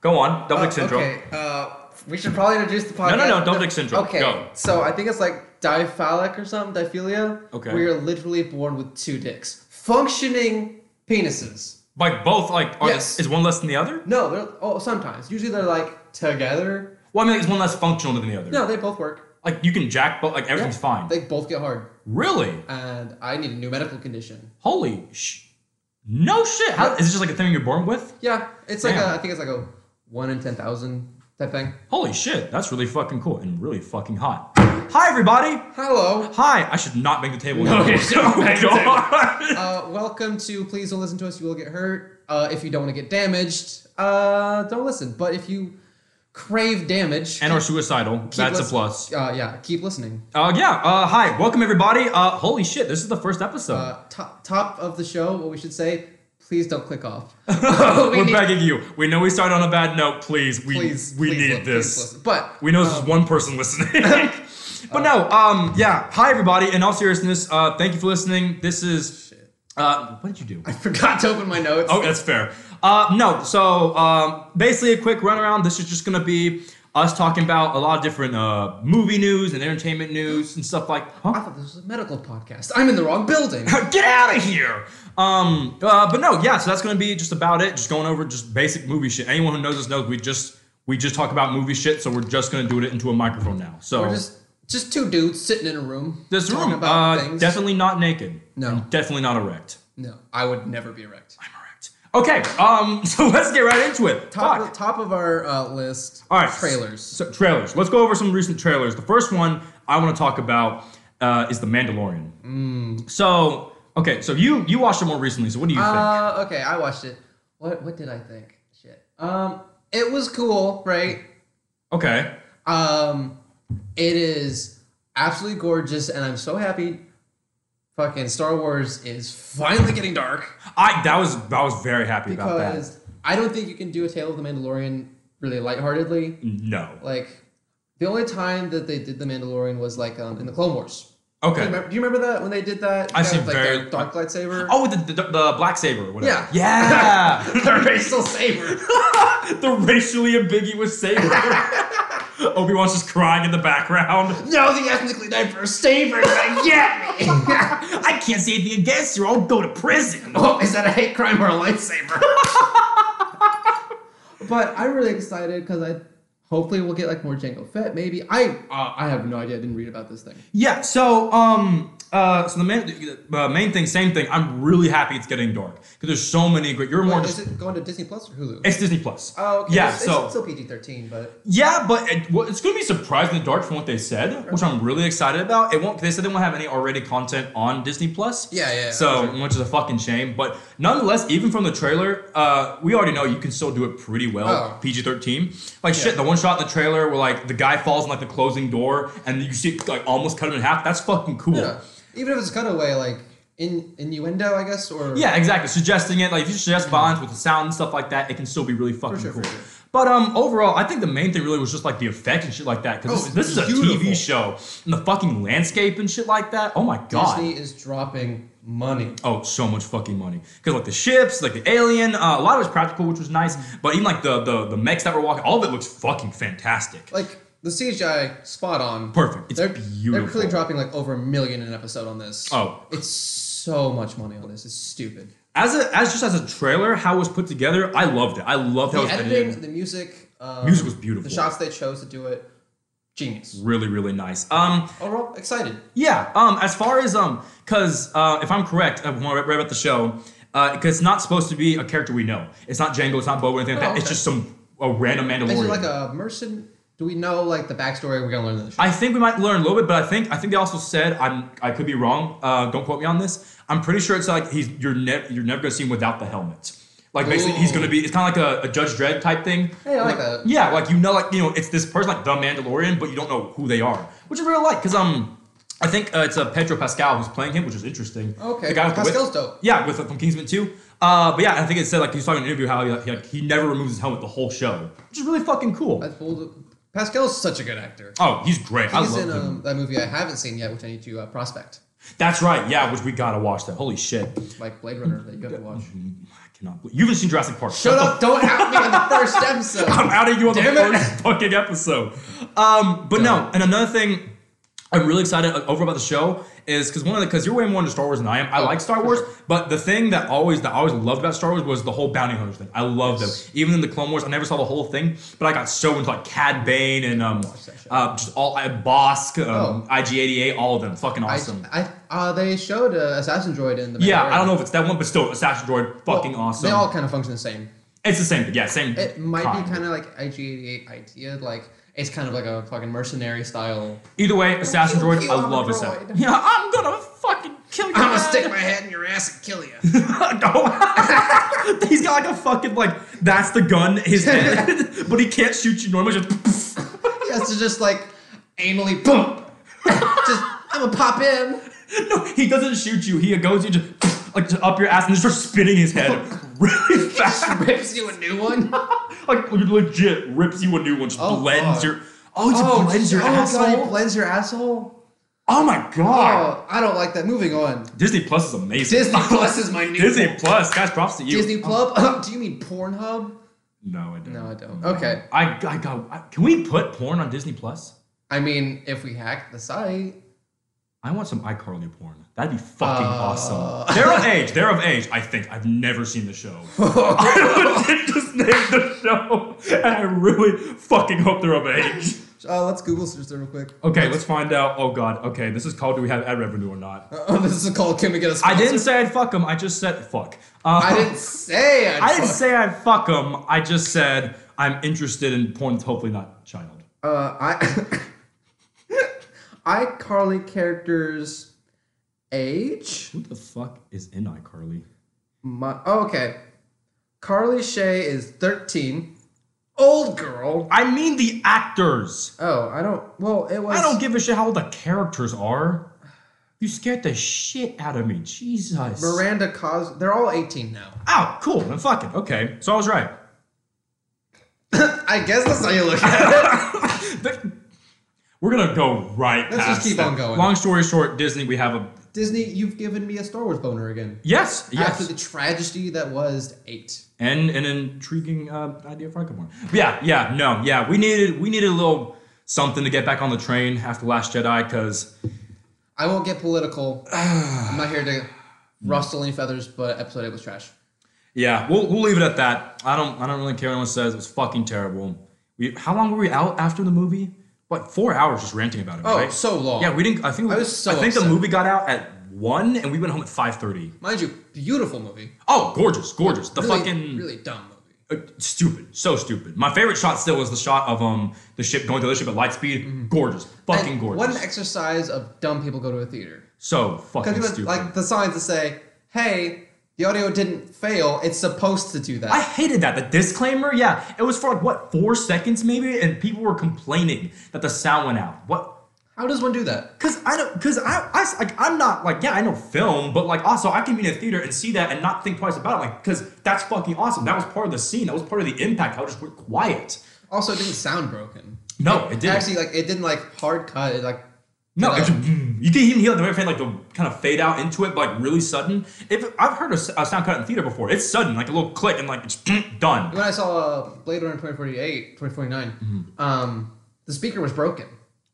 Go on, double Uh, dick syndrome. Okay, uh, we should probably introduce the no, podcast. no, double dick syndrome. Okay, Go. so I think it's like diphalic or something, diphilia. Okay. We are literally born with two dicks, functioning penises. Like both, like are Yes. is one less than the other? No, they're oh sometimes. Usually they're like together. Well, I mean, is one less functional than the other? No, they both work. Like you can jack, but like everything's fine. They both get hard, really? and I need a new medical condition. Holy sh! No shit. How, is this just like a thing you're born with? Yeah, it's like Damn. a, I think it's like a one in ten thousand type thing. Holy shit, that's really fucking cool and really fucking hot. Hi, everybody. Hello. Hi. I should not bang the table. No, again. you should not bang the God. Uh, welcome to Please Don't Listen to Us, You Will Get Hurt. Uh, if you don't want to get damaged, uh, don't listen. But if you crave damage, and are suicidal. That's a lis- plus. Uh, yeah, keep listening. Uh, yeah. Uh, hi. Welcome everybody. Uh, holy shit, this is the first episode. Uh, top, top of the show, what we should say, please don't click off. We're begging you. We know we started on a bad note. Please, we Please, we please need li- please this. listen. But We know there's one person listening. but no, um, yeah. Hi, everybody. In all seriousness, uh, thank you for listening. This is. Uh, what did you do? I forgot to open my notes. Oh, that's fair. Uh, no, so um, basically a quick runaround. This is just gonna be us talking about a lot of different uh, movie news and entertainment news and stuff like. I Huh? thought this was a medical podcast. I'm in the wrong building. Get out of here. Um, uh, but no, yeah. So that's gonna be just about it. Just going over just basic movie shit. Anyone who knows us knows we just we just talk about movie shit. So we're just gonna do it into a microphone now. So We're just just two dudes sitting in a room. this talking room about uh, things. definitely not naked. No. And definitely not erect. No, I would never be erect. I'm erect. Okay. Um. So let's get right into it. Fuck. Top, top of our uh, list. All right. trailers. So trailers. Let's go over some recent trailers. The first one I want to talk about uh, is The Mandalorian. Mm. So okay, so you you watched it more recently. So what do you think? Uh, okay, I watched it. What what did I think? Shit. Um, it was cool, right? Okay. Um, it is absolutely gorgeous, and I'm so happy. Fucking Star Wars is finally getting dark I that was I was very happy about that. because I don't think you can do a Tale of the Mandalorian really lightheartedly. Mm. No. Like, the only time that they did the Mandalorian was like um, in the Clone Wars. Do you Okay. remember, do you remember that when they did that? I've That seen was, like very- their dark lightsaber. Oh, the, the, the black saber. Or whatever. Yeah. Yeah. their racial saber. the racially ambiguous saber. Obi Wan's just crying in the background. no, the ethnically diverse saber. Like, yeah. me. I can't say anything against you. I'll go to prison. Oh, is that a hate crime or a lightsaber? but I'm really excited because I hopefully we'll get like more Jango Fett. Maybe I uh, I have no idea. I didn't read about this thing. Yeah. So, um, uh, so the main, uh, main thing, same thing. I'm really happy it's getting dark because there's so many great. You're more Wait, just. is it going to Disney Plus or Hulu? It's Disney Plus. oh, okay. Yeah. It's, so. it's still PG-13, but yeah, but it, well, it's going to be surprisingly dark from what they said, which I'm really excited about. It won't. They said they won't have any already content on Disney Plus. Yeah, yeah, yeah, So, sure. which is a fucking shame. But nonetheless, even from the trailer, uh, we already know you can still do it pretty well. Oh. PG-13. Like shit, the one shot in the trailer where like the guy falls in like the closing door and you see it, like almost cut him in half. That's fucking cool. yeah. even if it's a cutaway, like in innuendo, I guess, or Yeah, exactly. Suggesting it, like if you suggest bonds with the sound and stuff like that, it can still be really fucking sure, for cool. sure. But um, overall, I think the main thing really was just like the effect and shit like that. Oh, Because it's this, this is a beautiful. TV show and the fucking landscape and shit like that. Oh my god. Disney is dropping money. Oh, so much fucking money. Because like the ships, like the alien, uh, a lot of it was practical, which was nice. But even like the the the mechs that were walking, all of it looks fucking fantastic. Like the CGI, spot on. Perfect. It's they're, beautiful. They're clearly dropping like over a million an episode on this. Oh. it's so much money on this. It's stupid. as a as just as a trailer, how it was put together, I loved it. I loved how The it was edited. editing, the music, um, Music was beautiful. The shots they chose to do it, genius. Really, really nice. Um, Overall, excited. Yeah. Um. As far as um, because uh, if I'm correct, uh, when I read about the show, uh, 'cause it's not supposed to be a character we know. It's not Django. It's not Boba. or Anything like Oh, that. It's okay. just some a random Is it Mandalorian. like a merchant? Do we know like the backstory? We're gonna learn in the show. I think we might learn a little bit, but I think I think they also said I'm I could be wrong. Uh, don't quote me on this. I'm pretty sure it's like he's you're never you're never gonna see him without the helmet. Like basically he's Ooh. gonna be it's kind of like a, a Judge Dredd type thing. Hey, I like that. Yeah, like you know, like you know, it's this person like the Mandalorian, but you don't know who they are, which is real like because um. I think uh, it's uh, Pedro Pascal who's playing him, which is interesting. Okay, the guy with Pascal's the whip. dope. Yeah, with uh, from Kingsman 2. Uh, but yeah, I think it said like he was talking in an interview how he, like, he, like, he never removes his helmet the whole show, which is really fucking cool. That's bold. Pascal's such a good actor. oh, he's great. I He's love in him. um, that movie I haven't seen yet, which I need to uh, prospect, That's right. Yeah, which we gotta watch that. Holy shit. Mm-hmm. like Blade Runner that you have to watch. cannot believe you haven't seen Jurassic Park. Shut up! Don't out me on the first episode. I'm out of you on Damn the it. first fucking episode. Um, but no, and another thing I'm really excited uh, over about the show is because one of the because you're way more into Star Wars than I am. I like Star for Wars, sure. but the thing that always that I always loved about Star Wars was the whole bounty hunters thing. I loved them. Even in the Clone Wars, I never saw the whole thing, but I got so into like Cad Bane and um, that show. uh, just all I, Bosk, um, Oh. IG88, all of them. Fucking I, awesome. I uh, they showed uh, Assassin Droid in the yeah, Mandalorian. I don't know if it's that one, but still, Assassin Droid, Well, fucking awesome. They all kind of function the same. it's the same thing. Yeah, same. It might be kind of like IG88 idea, like it's kind of like a fucking mercenary style. Either way, Assassin Kill- Droid, kill I on the love droid. Assassin. Yeah, I'm gonna fucking kill you. I'm gonna stick my head in your ass and kill you. no. He's got like a fucking like that's the gun in his head, but he can't shoot you normally. Just He has to just like anally boom. just I'm gonna pop in. no, he doesn't shoot you. He goes you just like just up your ass and just starts spinning his head really fast. Rips you a new one. like legit rips you a new one. Just Oh, blends fuck. your oh, he just blends your oh asshole. God, he blends your asshole. oh my god, Oh, I don't like that. Moving on. Disney Plus is amazing. Disney Plus is my new Disney Plus, guys, props to you. Disney Plus. Do you mean Pornhub? No, I don't. No, I don't. Okay. I, I got. I- can we put porn on Disney Plus? I mean, if we hack the site, I want some iCarly porn. That'd be fucking Uh. awesome. They're of age. They're of age. I think. I've never seen the show. I would just name the show, and I really fucking hope they're of age. uh, let's Google search there real quick. Okay, let's find out. Oh god. Okay, this is called. Do we have ad revenue or not? Uh, this is called Can We Get a I Sponsor? didn't say I'd fuck them. I just said fuck. Uh, Uh, I didn't say. I'd I didn't fuck. say I'd fuck them. I just said I'm interested in porn. that's Hopefully not child. Uh, I. iCarly characters age. Who the fuck is in iCarly? My, oh, okay. Carly Shay is 13. Old girl. I mean the actors. Oh, I don't. Well, it was. I don't give a shit how old the characters are. You scared the shit out of me. Jesus. Miranda Cos. They're all 18 now. Oh, cool. Then fuck it. Okay. So I was right. I guess that's how you look at it. The- We're going to go right Let's just past keep that. on going. Long story short, Disney, we have a. Disney, you've given me a Star Wars boner again. Yes. Yes. After the tragedy that was 8. and an intriguing uh, idea for Icon Yeah, yeah, no, yeah. We needed we needed a little something to get back on the train after Last Jedi because I won't get political. I'm not here to rustle any feathers, but episode 8 was trash. Yeah, we'll, we'll leave it at that. I don't I don't really care what anyone says. It was fucking terrible. We how long were we out after the movie? What four hours just ranting about it? Oh, right? so long. Yeah, we didn't. I think we, I was so I think the upset. movie got out at one, and we went home at five thirty. Mind you, beautiful movie. Oh, gorgeous, gorgeous. The really, fucking Really dumb movie. uh, stupid, so stupid. My favorite shot still was the shot of um the ship going through the ship at light speed. Gorgeous, fucking Mm-hmm. And gorgeous. What an exercise of dumb people go to a theater. so fucking Because stupid. like the signs that say, "Hey, the audio didn't fail. It's supposed to do that." I hated that. The disclaimer, yeah, it was for like what four seconds maybe, and people were complaining that the sound went out. What? How does one do that? Cause I don't, cause I, I, like, I'm not like, yeah, I know film, but like, also I can be in a theater and see that and not think twice about it, like, cause that's fucking awesome. That was part of the scene. That was part of the impact. I just went quiet. Also, it didn't sound broken. No, it didn't. Actually, uh, like it didn't like hard cut. It like no, no. it just- you can even hear the fan like the kind of fade out into it, but like really sudden. If I've heard a, s- a sound cut in theater before, it's sudden, like a little click and like it's done. when I saw uh, Blade Runner 2048, 2049, Mm-hmm. um, the speaker was broken.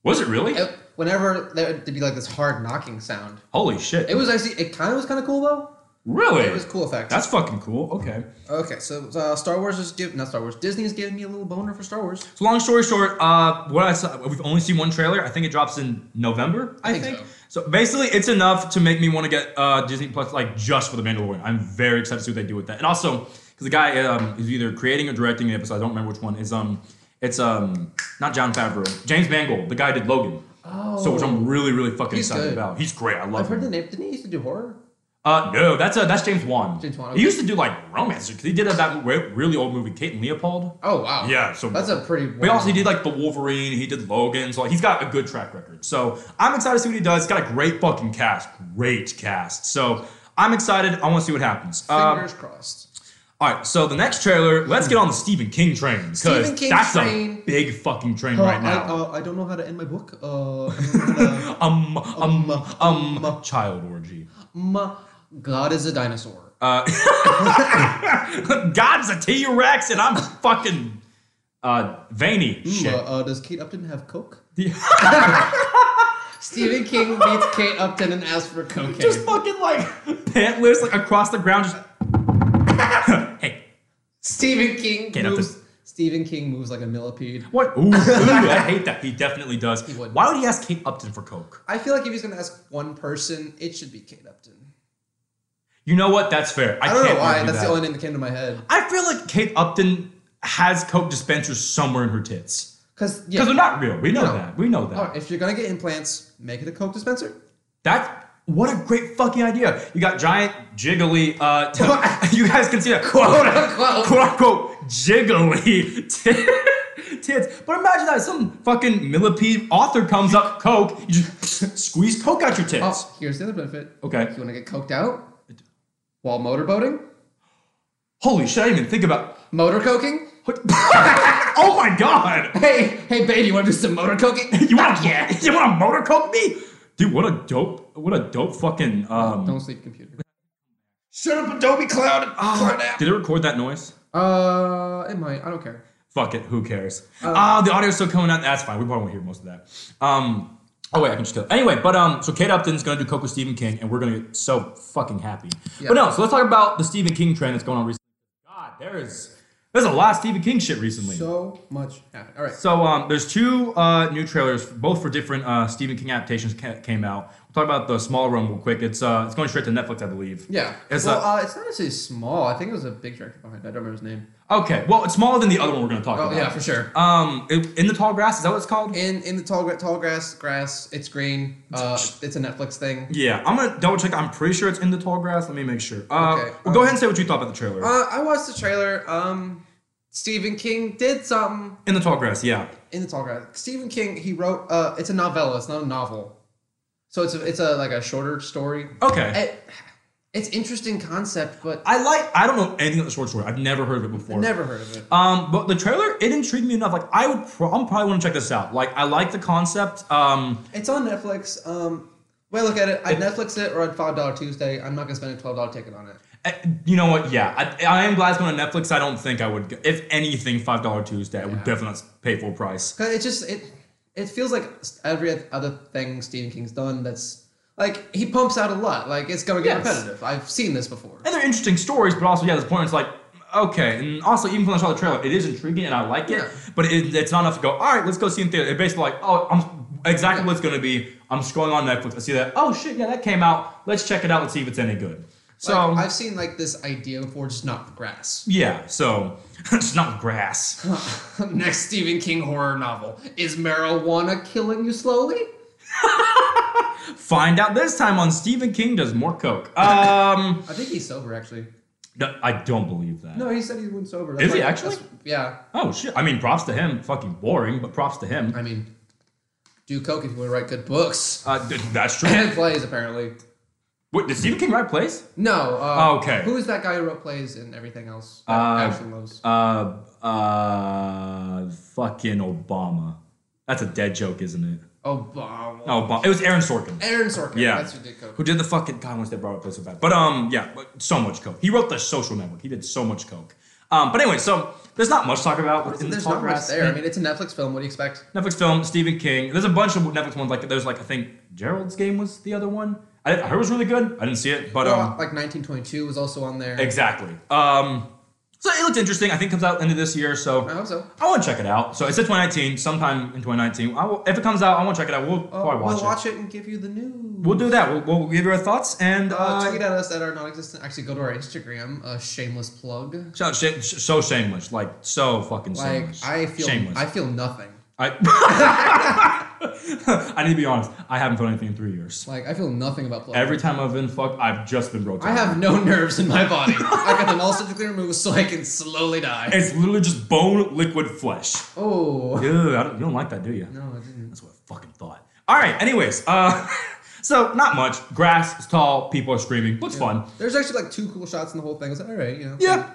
Was it really? It, whenever there would be like this hard knocking sound, Holy shit! it was actually it kind of was kind of cool though. really. It was cool effect. That's fucking cool. Okay. okay, so uh, Star Wars is give not Star Wars. Disney is giving me a little boner for Star Wars. So long story short, uh, what I saw, we've only seen one trailer. I think it drops in November. I, think think. So. basically, it's enough to make me want to get uh, Disney Plus like just for the Mandalorian. I'm very excited to see what they do with that, and also because the guy um, is either creating or directing the episode. I don't remember which one. Is um, it's um, not John Favreau, James Mangold, the guy who did Logan. Oh. So which I'm really really fucking He's excited good. about. He's great. I love I've him. heard the name. Didn't he used to do horror? Uh, no, that's uh, that's James Wan. James Wan, He okay. used to do like romance because he did that re- really old movie, Kate and Leopold. Oh wow. Yeah, so- that's a pretty. But he also did like the Wolverine, he did Logan, so like he's got a good track record. So I'm excited to see what he does. He's got a great fucking cast, great cast. So I'm excited. I want to see what happens. Uh, Fingers crossed. all right, so the next trailer, let's get on the Stephen King train because Stephen King that's train. a big fucking train I, right now. uh, I don't know how to end my book. Uh, I'm gonna- Um, um, um, um, child orgy. Mm, God is a dinosaur. Uh, God's a T Rex, and I'm fucking uh, veiny. Ooh, Shit. uh, uh, does Kate Upton have coke? Yeah. Stephen King meets Kate Upton and asks for cocaine. just fucking like pantless, like across the ground. Just hey, Stephen King Kate Upton. moves. Stephen King moves like a millipede. what? Ooh, ooh, I hate that. He definitely does. would. Why would he ask Kate Upton for coke? I feel like if he's gonna ask one person, it should be Kate Upton. You know what? That's fair. I, I don't can't know why. argue That's that. the only name that came to my head. I feel like Kate Upton has coke dispensers somewhere in her tits Cause yeah, because they're not real. We know No. that. We know that. Alright, if you're gonna get implants, make it a coke dispenser. That what a great fucking idea. You got giant jiggly. Uh, you guys can see that Quote, unquote. quote unquote jiggly tit- tits. But imagine that some fucking millipede author comes up, coke, you just squeeze coke out your tits. Oh, here's the other benefit. Okay. If you wanna get coked out while motorboating, Holy shit! I didn't even think about. motor coking. What? oh my god! Hey, hey, babe, you wanna do some motor coking? You want yeah? You want to motor coke me, dude? What a dope! What a dope fucking. Um, don't sleep, computer. Shut up, Adobe Cloud. Cloud app. Did it record that noise? Uh, it might. I don't care. Fuck it. Who cares? Ah, the audio's still coming out. That's fine. We probably won't hear most of that. Um. Oh wait, I can just kill. It. Anyway, but um, so Kate Upton's gonna do Coke with Stephen King, and we're gonna get so fucking happy. But no, so let's talk about the Stephen King trend that's going on recently. God, there is there's a lot of Stephen King shit recently. So, So much happened. All right. um, there's two uh, new trailers, both for different uh, Stephen King adaptations ca- came out. We'll talk about the small room real quick. It's uh, it's going straight to Netflix, I believe. Yeah. It's well, a- uh, it's not necessarily small. I think it was a big director behind. it. I don't remember his name. Okay. Well, it's smaller than the other one we're gonna talk Oh about. yeah, for sure. Um, it- in the tall grass is that what it's called? in in the tall gra- tall grass grass. It's green. Uh, it's a Netflix thing. Yeah, I'm gonna double check. I'm pretty sure it's in the tall grass. Let me make sure. Uh, Okay, well, go ahead and say what you thought about the trailer. Uh, I watched the trailer. Um, Stephen King did something in the tall grass, yeah. in the tall grass. Stephen King he wrote. Uh, it's a novella. It's not a novel. So it's a, it's a like a shorter story. Okay. It, it's interesting concept, but I like. I don't know anything about the short story. I've never heard of it before. never heard of it. Um, but the trailer it intrigued me enough. Like I would, pro- I'm probably want to check this out. Like I like the concept. Um, It's on Netflix. Um, way I look at it, I'd Netflix it or I'd five dollar Tuesday. I'm not gonna spend a twelve dollar ticket on it. eh, you know what? Yeah, I, I am glad it's going to Netflix. I don't think I would. go- If anything, five dollar Tuesday, I would definitely not pay full price. Cause it just it it feels like every other thing Stephen King's done that's like he pumps out a lot. Like it's gonna get Yes. repetitive. I've seen this before. And they're interesting stories, but also yeah, this point it's like okay, and also even when I saw the trailer, it is intriguing and I like it, Yeah. but it, it's not enough to go. All right, let's go see in theater. It's basically like oh, I'm exactly what it's gonna be. I'm scrolling on Netflix. I see that. Oh shit, yeah, that came out. Let's check it out. Let's see if it's any good. So um, Like, I've seen like this idea before, just not the grass. yeah, so it's not grass. Next Stephen King horror novel is marijuana killing you slowly? Find out this time on Stephen King does more coke. Um, I think he's sober actually. no, I don't believe that. No, he said he went sober. Is he actually? that's- Yeah. Oh shit! I mean, props to him. Fucking boring, but props to him. I mean, do coke if you want to write good books Uh, th- that's true. and plays apparently. Wait, did Stephen King write plays? No. Uh, Okay. Who is that guy who wrote plays and everything else? That Uh, Ashton loves. Uh, uh, fucking Obama. That's a dead joke, isn't it? Oh, Obama. No, Obama. It was Aaron Sorkin. Aaron Sorkin. Yeah. That's who did coke. Who did the fucking God? Once they brought up this so bad, but um, yeah, but so much coke. He wrote the Social Network. He did so much coke. Um, but anyway, so there's not much to talk about. within the There's talk not much grass. there. I mean, it's a Netflix film. What do you expect? Netflix film, Stephen King. There's a bunch of Netflix ones. Like there's like I think Gerald's Game was the other one. I, I heard it was really good. I didn't see it, but um, Well, like 1922 was also on there. exactly. Um, so it looked interesting. I think it comes out end of this year. So I hope so. I want to check it out. So it's in 2019, sometime in 2019. I will, if it comes out, I want to check it out. We'll Uh, we'll probably watch, it. watch it. and give you the news. We'll do that. We'll, we'll give you our thoughts and uh, Uh, tweet at us at our non-existent. Actually, go to our Instagram. A shameless plug. so, sh- sh- so shameless, like so fucking Like shameless. I feel, shameless. I feel nothing. I, I need to be honest. I haven't felt anything in three years. Like I feel nothing about plugs. Every time I've been fucked, I've just been broken. I have no nerves in my body. I got them all surgically removed so I can slowly die. It's literally just bone, liquid flesh. Oh Ew, I don't, you don't like that, do you? no, I didn't. Mm. That's what I fucking thought. All right. Anyways, uh, so not much. Grass is tall. People are screaming. Looks fun. There's actually like two cool shots in the whole thing. I was like, all right, you know. Yeah.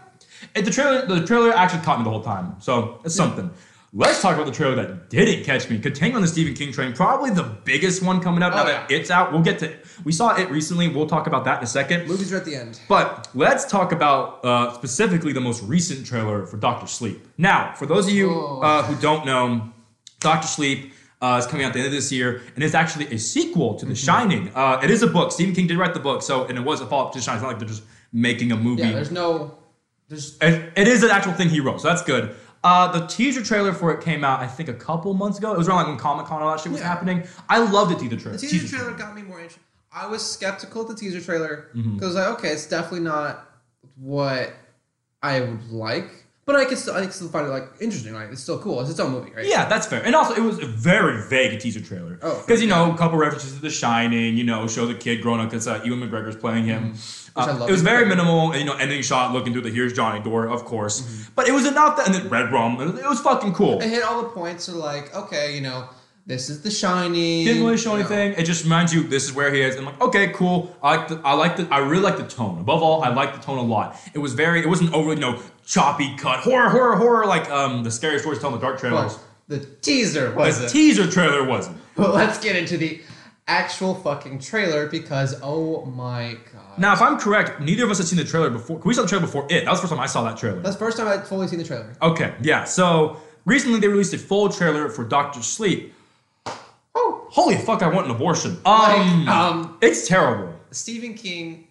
And the trailer the trailer actually caught me the whole time. So it's something. Let's talk about the trailer that didn't catch me. Continuing on the Stephen King train, probably the biggest one coming out now Oh, that it's out. We'll get to We saw it recently. We'll talk about that in a second. Movies are at the end. But let's talk about uh, specifically the most recent trailer for Doctor Sleep. Now, for those of you Oh. uh, who don't know, Doctor Sleep uh, is coming out at the end of this year, and it's actually a sequel to The Mm-hmm. Shining. Uh, it is a book. Stephen King did write the book, so and it was a follow up to The Shining. It's not like they're just making a movie. Yeah, there's no. There's It- it is an actual thing he wrote, so that's good. Uh, the teaser trailer for it came out, I think, a couple months ago. It was around like when Comic Con and all that shit was Yeah. happening. I loved the teaser trailer. Mm-hmm. the teaser trailer got me more interested. I was skeptical of the teaser trailer because like, okay, it's definitely not what I would like, but I could still I could still find it like interesting. Like it's still cool. It's its own movie, right? Yeah, that's fair. And also, it was a very vague teaser trailer. Oh, because you know, a couple references to The Shining. You know, show the kid growing up because uh, Ewan McGregor's playing him. Uh, Mm-hmm. I love. it was very minimal, and you know, ending shot looking through the here's Johnny door, of course. But it was enough that, and then Red Rum, and it was fucking cool. Mm-hmm. It hit all the points. Are like okay, you know, this is the Shining. Didn't really show you know. anything. It just reminds you this is where he is. And I'm like, okay, cool. I like the, I like the, I really like the tone. Above all, I like the tone a lot. It was very, it wasn't overly, you know, choppy cut horror, horror, horror like um the scary stories tell in the dark trailers. But the teaser the was. teaser trailer wasn't. But let's get into the actual fucking trailer because oh my god. Now, if I'm correct, neither of us had seen the trailer before. We saw the trailer before it. That was the first time I saw that trailer. That's the first time I've fully seen the trailer. okay, yeah. So recently they released a full trailer for Doctor Sleep. Oh, Holy fuck! I want an abortion. Um, Like, um, it's terrible. Stephen King,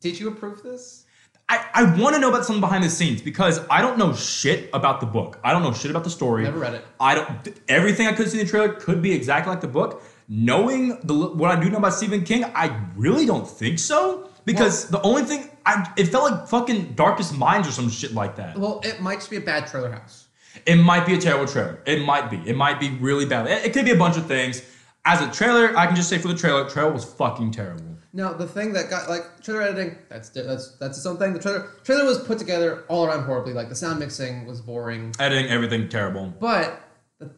did you approve this? I, I want to know about something behind the scenes because I don't know shit about the book. I don't know shit about the story. Never read it. I don't. th- Everything I could see in the trailer could be exactly like the book. Knowing the l- what I do know about Stephen King, I really don't think so. Because the only thing I it felt like fucking Darkest Minds or some shit like that. Well, it might just be a bad trailer house. It might be a terrible trailer. It might be. It might be really bad. It, it could be a bunch of things. As a trailer, I can just say for the trailer, trailer was fucking terrible. Now the thing that got like trailer editing, that's di- that's that's its own thing. The trailer trailer was put together all around horribly. Like the sound mixing was boring. Editing, everything terrible. But the,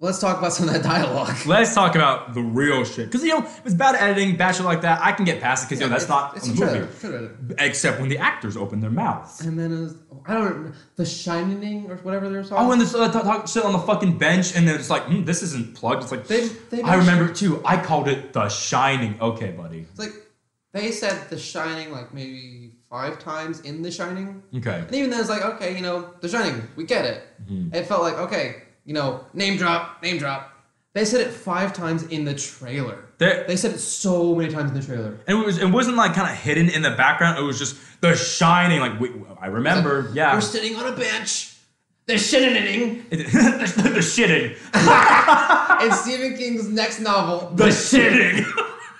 let's talk about some of that dialogue. Let's talk about the real shit. Because, you know, if it's bad editing, bad shit like that, I can get past it because, you know, that's It's- not it's on a the trailer, movie. trailer editing. Except when the actors open their mouths. And then it was, I don't remember, The Shining or whatever they were talking Oh, when they uh, talk, talk shit on the fucking bench and they're just like, mm, this isn't plugged. It's like, They- they I remember it too. I called it The Shining. Okay, buddy. It's like they said The Shining like maybe five times in The Shining. Okay. And even then, it's like, okay, you know, The Shining, we get it. Mm-hmm. It felt like, okay, you know, name drop, name drop. They said it five times in the trailer. There- They said it so many times in the trailer. And it was it wasn't like kind of hidden in the background. It was just the shining. Like wait, I remember, yeah, We're sitting on a bench. They're shining. the, the shitting, and Stephen King's next novel, the shitting.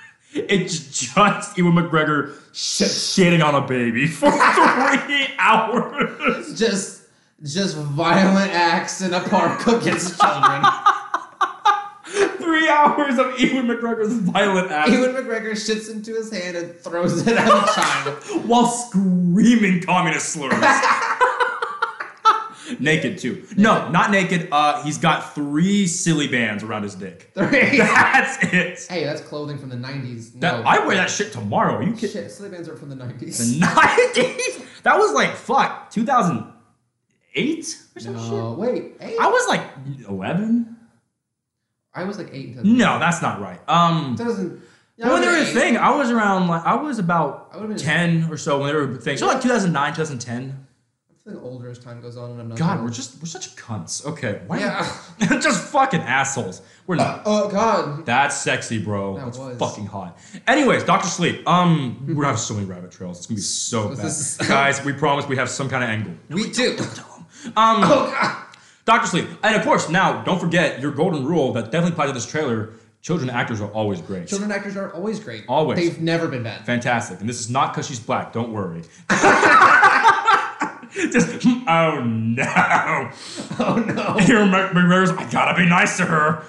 it's just Ewan McGregor sh- shitting on a baby for three hours. just just violent acts in a park against children. three hours of Ewan McGregor's violent act Ewan McGregor shits into his hand and throws it at a child. while screaming communist slurs. naked too. No, not naked. Uh, he's got three silly bands around his dick. Three. That's it. Hey, that's clothing from the 90s. No. That, I wear that shit tomorrow. Are you kidding? Shit, sleep bands are from the 90s. Nineties? That was like fuck, two thousand eight or some No, wait. Eight? Oh, shit. I was like eleven. I was like eight in 2000. No, that's not right. Um, 2000. Yeah, I when was they were a eight. thing, I was around like I was about I would've been- ten or so when they were a thing. So like 2009, 2010. I'm feeling older as time goes on, and I'm not. God, we're just we're such cunts. Okay, why? Yeah. just fucking assholes. We're not. Oh God. That's sexy, bro. That That's was. fucking hot. Anyways, Doctor Sleep. Um, we're gonna have so many rabbit trails. It's gonna be so bad, This is- guys. We promise we have some kind of angle. We do. Um, Oh God. Doctor Sleep. And of course, now don't forget your golden rule that definitely applies to this trailer. Children actors are always great. Children actors are always great. Always. They've never been bad. Fantastic. And this is not because she's black, don't worry. Just oh no. Oh no. Here Mac- McGregor's I gotta be nice to her.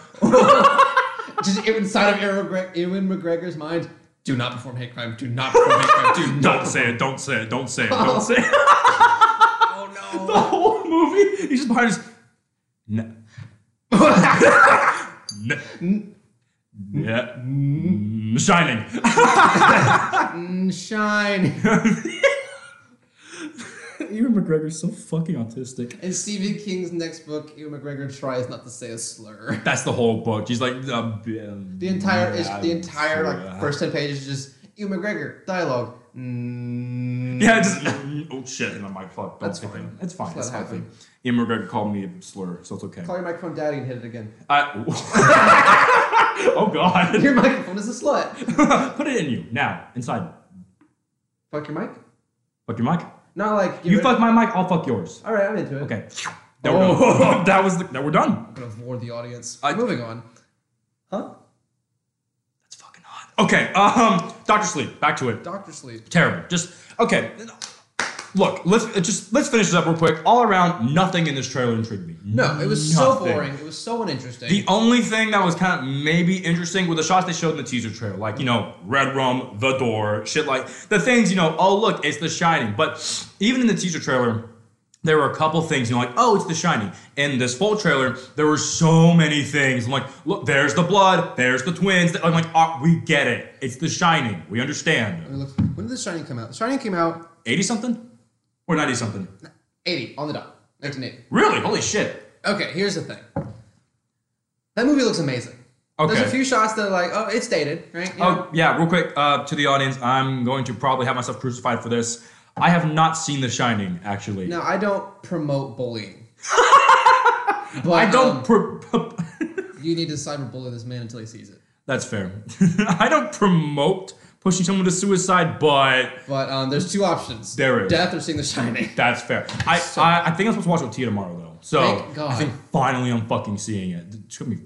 just inside of Ewan McGreg- Ewan McGregor's mind. Do not perform hate crime. Do not perform hate crime. Do not. Don't say it, don't say it, don't say it, don't say it. Oh the whole movie. He's just behind us. No. no. Yeah. Mm, Shining. no. Shine. Ewan McGregor's so fucking autistic. In Stephen King's next book, Ewan McGregor tries not to say a slur. That's the whole book. She's like um, the The entire is the entire like first ten pages is just Ewan McGregor dialogue. Mm. Yeah, just oh shit, and I'm like, fuck, don't That's take fine. it. It's fine. Just It's let it fine. Ian McGregor called me a slur, so it's okay. Call your microphone daddy and hit it again. I, oh god, Your microphone is a slut. put it in you now, inside. Fuck your mic. Fuck your mic. Not like You fuck my mic, I'll fuck yours. All right, I'm into it. Okay. There we Oh. go. that was the, that we're done. I'm gonna bore the audience. I- Moving on. Huh? That's fucking hot. Okay. Um, Doctor Sleep. Back to it. Doctor Sleep. terrible. Just okay. Look, let's uh, just let's finish this up real quick. All around, nothing in this trailer intrigued me. No, it was so Nothing. boring. It was so uninteresting. Mm-hmm. The only thing that was kind of maybe interesting were the shots they showed in the teaser trailer, like you know, Red Rum, The Door, shit like the things you know. Oh look, it's The Shining. But even in the teaser trailer. There were a couple things, you know, like, oh, it's The Shining. In this full trailer, there were so many things. I'm like, look, there's the blood, there's the twins. I'm like, ah, we get it. It's The Shining. We understand. Let me look- when did The Shining come out? The Shining came out 80 something? Or 90 something? 80 on the dot, 1980. Really? Holy shit. Okay, here's the thing. That movie looks amazing. There's Okay. a few shots that are like, oh, it's dated, right? You know? Oh, yeah, real quick uh, to the audience, I'm going to probably have myself crucified for this. I have not seen The Shining, actually. Now, I don't promote bullying. but I don't. um, Pro- pro- you need to cyberbully this man until he sees it. That's fair. I don't promote pushing someone to suicide, but But um, there's two options. There is. Death or seeing The Shining. that's fair. I, I, I think I'm supposed to watch it with Tia tomorrow, though. So Thank God. I think finally I'm fucking seeing it. It took me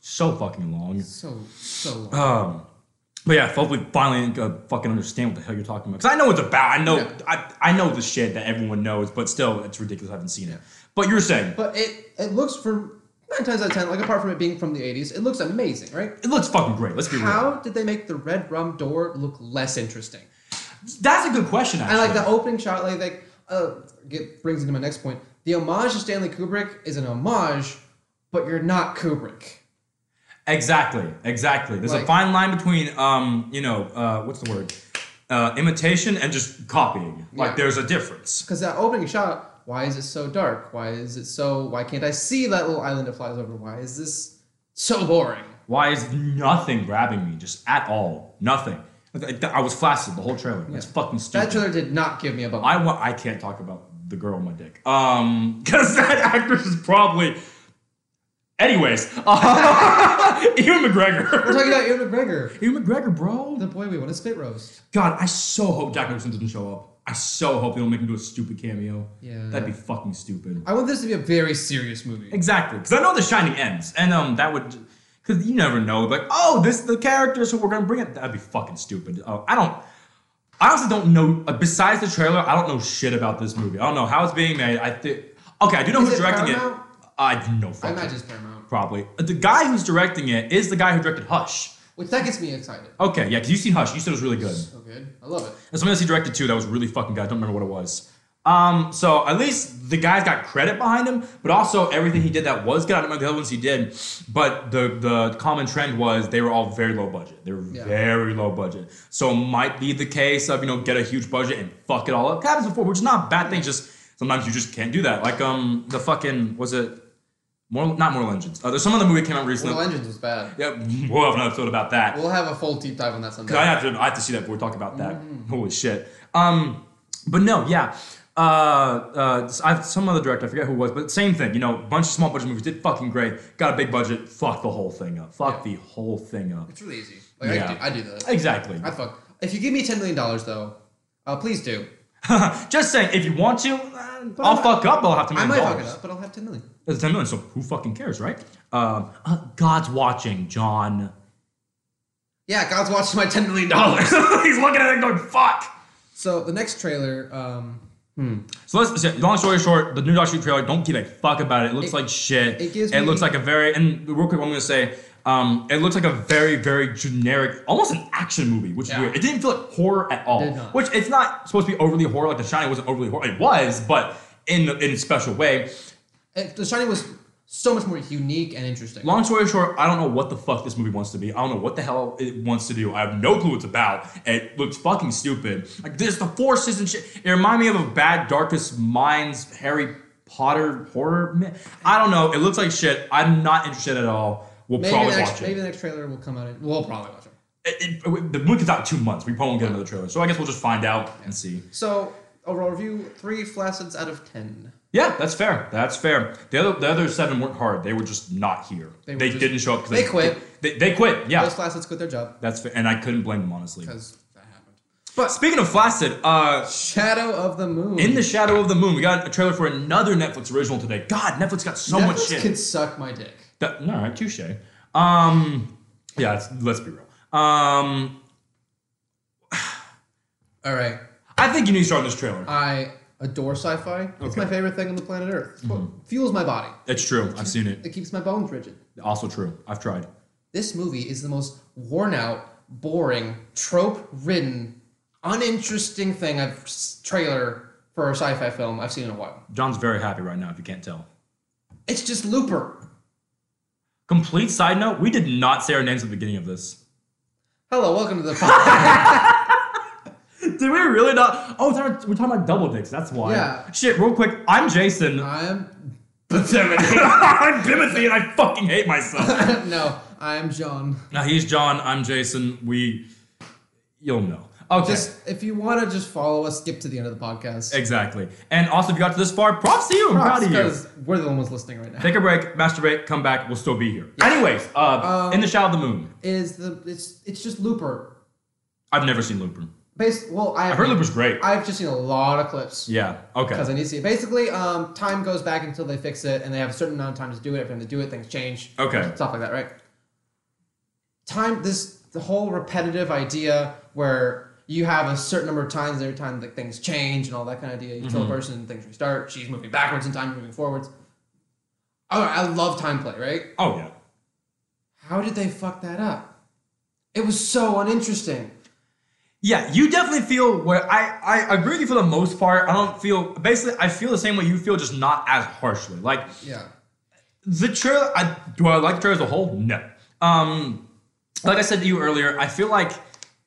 so fucking long. So, so long. Um, but yeah, hopefully, finally, uh, fucking understand what the hell you're talking about. Because I know what it's about. I know, Yeah. I, I know the shit that everyone knows, but still, it's ridiculous. I haven't seen it. But you're saying But it it looks from nine times out of ten, like apart from it being from the '80s, it looks amazing, right? it looks fucking great. Let's be real. How did they make the red rum door look less interesting? That's a good question. Actually. And like the opening shot, like like uh, get brings into my next point. The homage to Stanley Kubrick is an homage, but you're not Kubrick. exactly, exactly. There's a Like- fine line between, um, you know, uh, what's the word, uh, imitation and just copying. Like Yeah. there's a difference. Because that opening shot, why is it so dark? Why is it so? Why can't I see that little island that flies over? Why is this so boring? Why is nothing grabbing me? Just at all, nothing. I I was flaccid the whole trailer. That's fucking stupid. That trailer did not give me a bump. I want. I can't talk about the girl on my dick. Um, because that actress is probably. Anyways, uh, Ewan We're McGregor. talking about Ewan McGregor, Ewan McGregor, bro. the boy we want to spit roast. God, I so hope Jack Nicholson doesn't show up. I so hope they don't make him do a stupid cameo. Yeah. that'd be fucking stupid. I want this to be a very serious movie. Exactly, because I know The Shining ends, and um, that would. Because you never know, like, oh, this the characters who we're gonna bring it. That'd be fucking stupid. Uh, I don't. I honestly don't know. Uh, besides the trailer, I don't know shit about this movie. I don't know how it's being made. I think. Okay, I do know Is who's it directing Paramount? it. I no I fucking imagine it's Paramount. probably. Uh, The guy who's directing it is the guy who directed Hush. Which that gets me excited. Okay, yeah, because you seen Hush. You said it was really good. So good. I love it. And something else he directed too that was really fucking good. I don't remember what it was. Um, so at least the guy's got credit behind him, but also everything he did that was good. I don't remember the other ones he did, but the the common trend was they were all very low budget. They were Yeah. very low budget. So it might be the case of, you know, get a huge budget and fuck it all up. It happens before, which is not a bad thing, just sometimes you just can't do that. Like um the fucking was it more not Mortal Engines. Uh, there's some other movie that came out recently. Mortal Engines was bad. yeah, we'll have an episode about that. We'll have a full deep dive on that someday. I have to, I have to see that before we talk about that. Mm. Holy shit. Um, but no, yeah. Uh, uh, I have some other director, I forget who it was, but same thing. You know, bunch of small budget movies did fucking great. Got a big budget, fuck the whole thing up. Fuck the whole thing up. It's really easy. Like Yeah. I, do, I do that. Exactly. I fuck. If you give me ten million dollars though, uh, please do. Just saying, if you want to, uh, But I'll I might- fuck up. I'll have to I make might fuck dollars. it up, but I'll have ten million. It's ten million, so who fucking cares, right? Um, uh, God's watching, John. Yeah, God's watching my ten million dollars. He's looking at it going, fuck. So the next trailer, um, So let's say, long story short, the new Doctor Who trailer, don't give a fuck about it. It looks It- like shit. it gives me- looks like a very and real quick, I'm gonna say, um, it looks like a very, very generic, almost an action movie, which is Yeah. weird. It didn't feel like horror at all. Did not. Which it's not supposed to be overly horror. Like The Shining wasn't overly horror. It was, but in in a special way. it, eh, The Shining was so much more unique and interesting. Long story short, I don't know what the fuck this movie wants to be. I don't know what the hell it wants to do. I have no clue what it's about. It looks fucking stupid. Like there's the forces and shit. It reminded me of a bad Darkest Minds Harry Potter horror. mi- I don't know. It looks like shit. I'm not interested at all. We'll maybe probably the watch next it. maybe the next trailer will come out. And, we'll probably watch it. It- it- The movie comes out in two months. We probably won't get another trailer. So I guess we'll just find out and see. So overall review: three flaccids out of ten. Yeah, that's fair. That's fair. The other the other seven weren't hard. They were just not here. They They, were just- didn't show up. 'cause they quit. They, they quit. Yeah, Those flaccids quit their job that's fair. And I couldn't blame them honestly. because that happened. Speaking of flaccid, uh, Shadow of the Moon. in the shadow of the moon, we got a trailer for another Netflix original today. God, Netflix got so Netflix much shit. Could suck my dick. That, all right, touche. Um, yeah, it's, let's be real. Um, All right, I think you need to start this trailer. I adore sci-fi. It's Okay. Mm-hmm. my favorite thing on the planet Earth. It's what fuels my body. it's true. I've seen it. It keeps my bones rigid. Also true. I've tried. This movie is the most worn out, boring, trope ridden, uninteresting thing I've s- trailer for a sci-fi film I've seen in a while. John's very happy right now. If you can't tell. It's just Looper. Complete side note: We did not say our names at the beginning of this. Hello, welcome to the podcast. Did we really not? Oh, we're talking- we're talking about double dicks. That's why. Yeah. Uh. Shit, real quick. I'm Jason. I'm I'm Timothy, and I fucking hate myself. no, I'm John. Now he's John. I'm Jason. We, you'll know. Okay, Oh, Just if you want to just follow us, skip to the end of the podcast. exactly. And also, if you got to this far, props to you. I'm proud of you. Because we're the ones listening right now. Take a break, masturbate, come back. We'll still be here. Anyways, uh, Um, in the shadow of the moon. Is the it's it's just Looper. I've never seen Looper. Based well, I I've heard Looper's great. I've just seen a lot of clips. Yeah. Okay. Because I need to see it. Basically, um, time goes back until they fix it, and they have a certain amount of time to do it. Every time they do it, things change. Okay. Stuff like that, right? Time, this, the whole repetitive idea where you have a certain number of times every time that things change and all that kind of idea. You kill a Mm-hmm. person and things restart. She's moving backwards in time, moving forwards. Oh, I love time play, right? Oh yeah. How did they fuck that up? It was so uninteresting. Yeah, you definitely feel where I, I agree with you for the most part. I don't feel basically I feel the same way you feel, just not as harshly. Like Yeah. the trailer I, do i like the trailer as a whole no um like i said to you earlier i feel like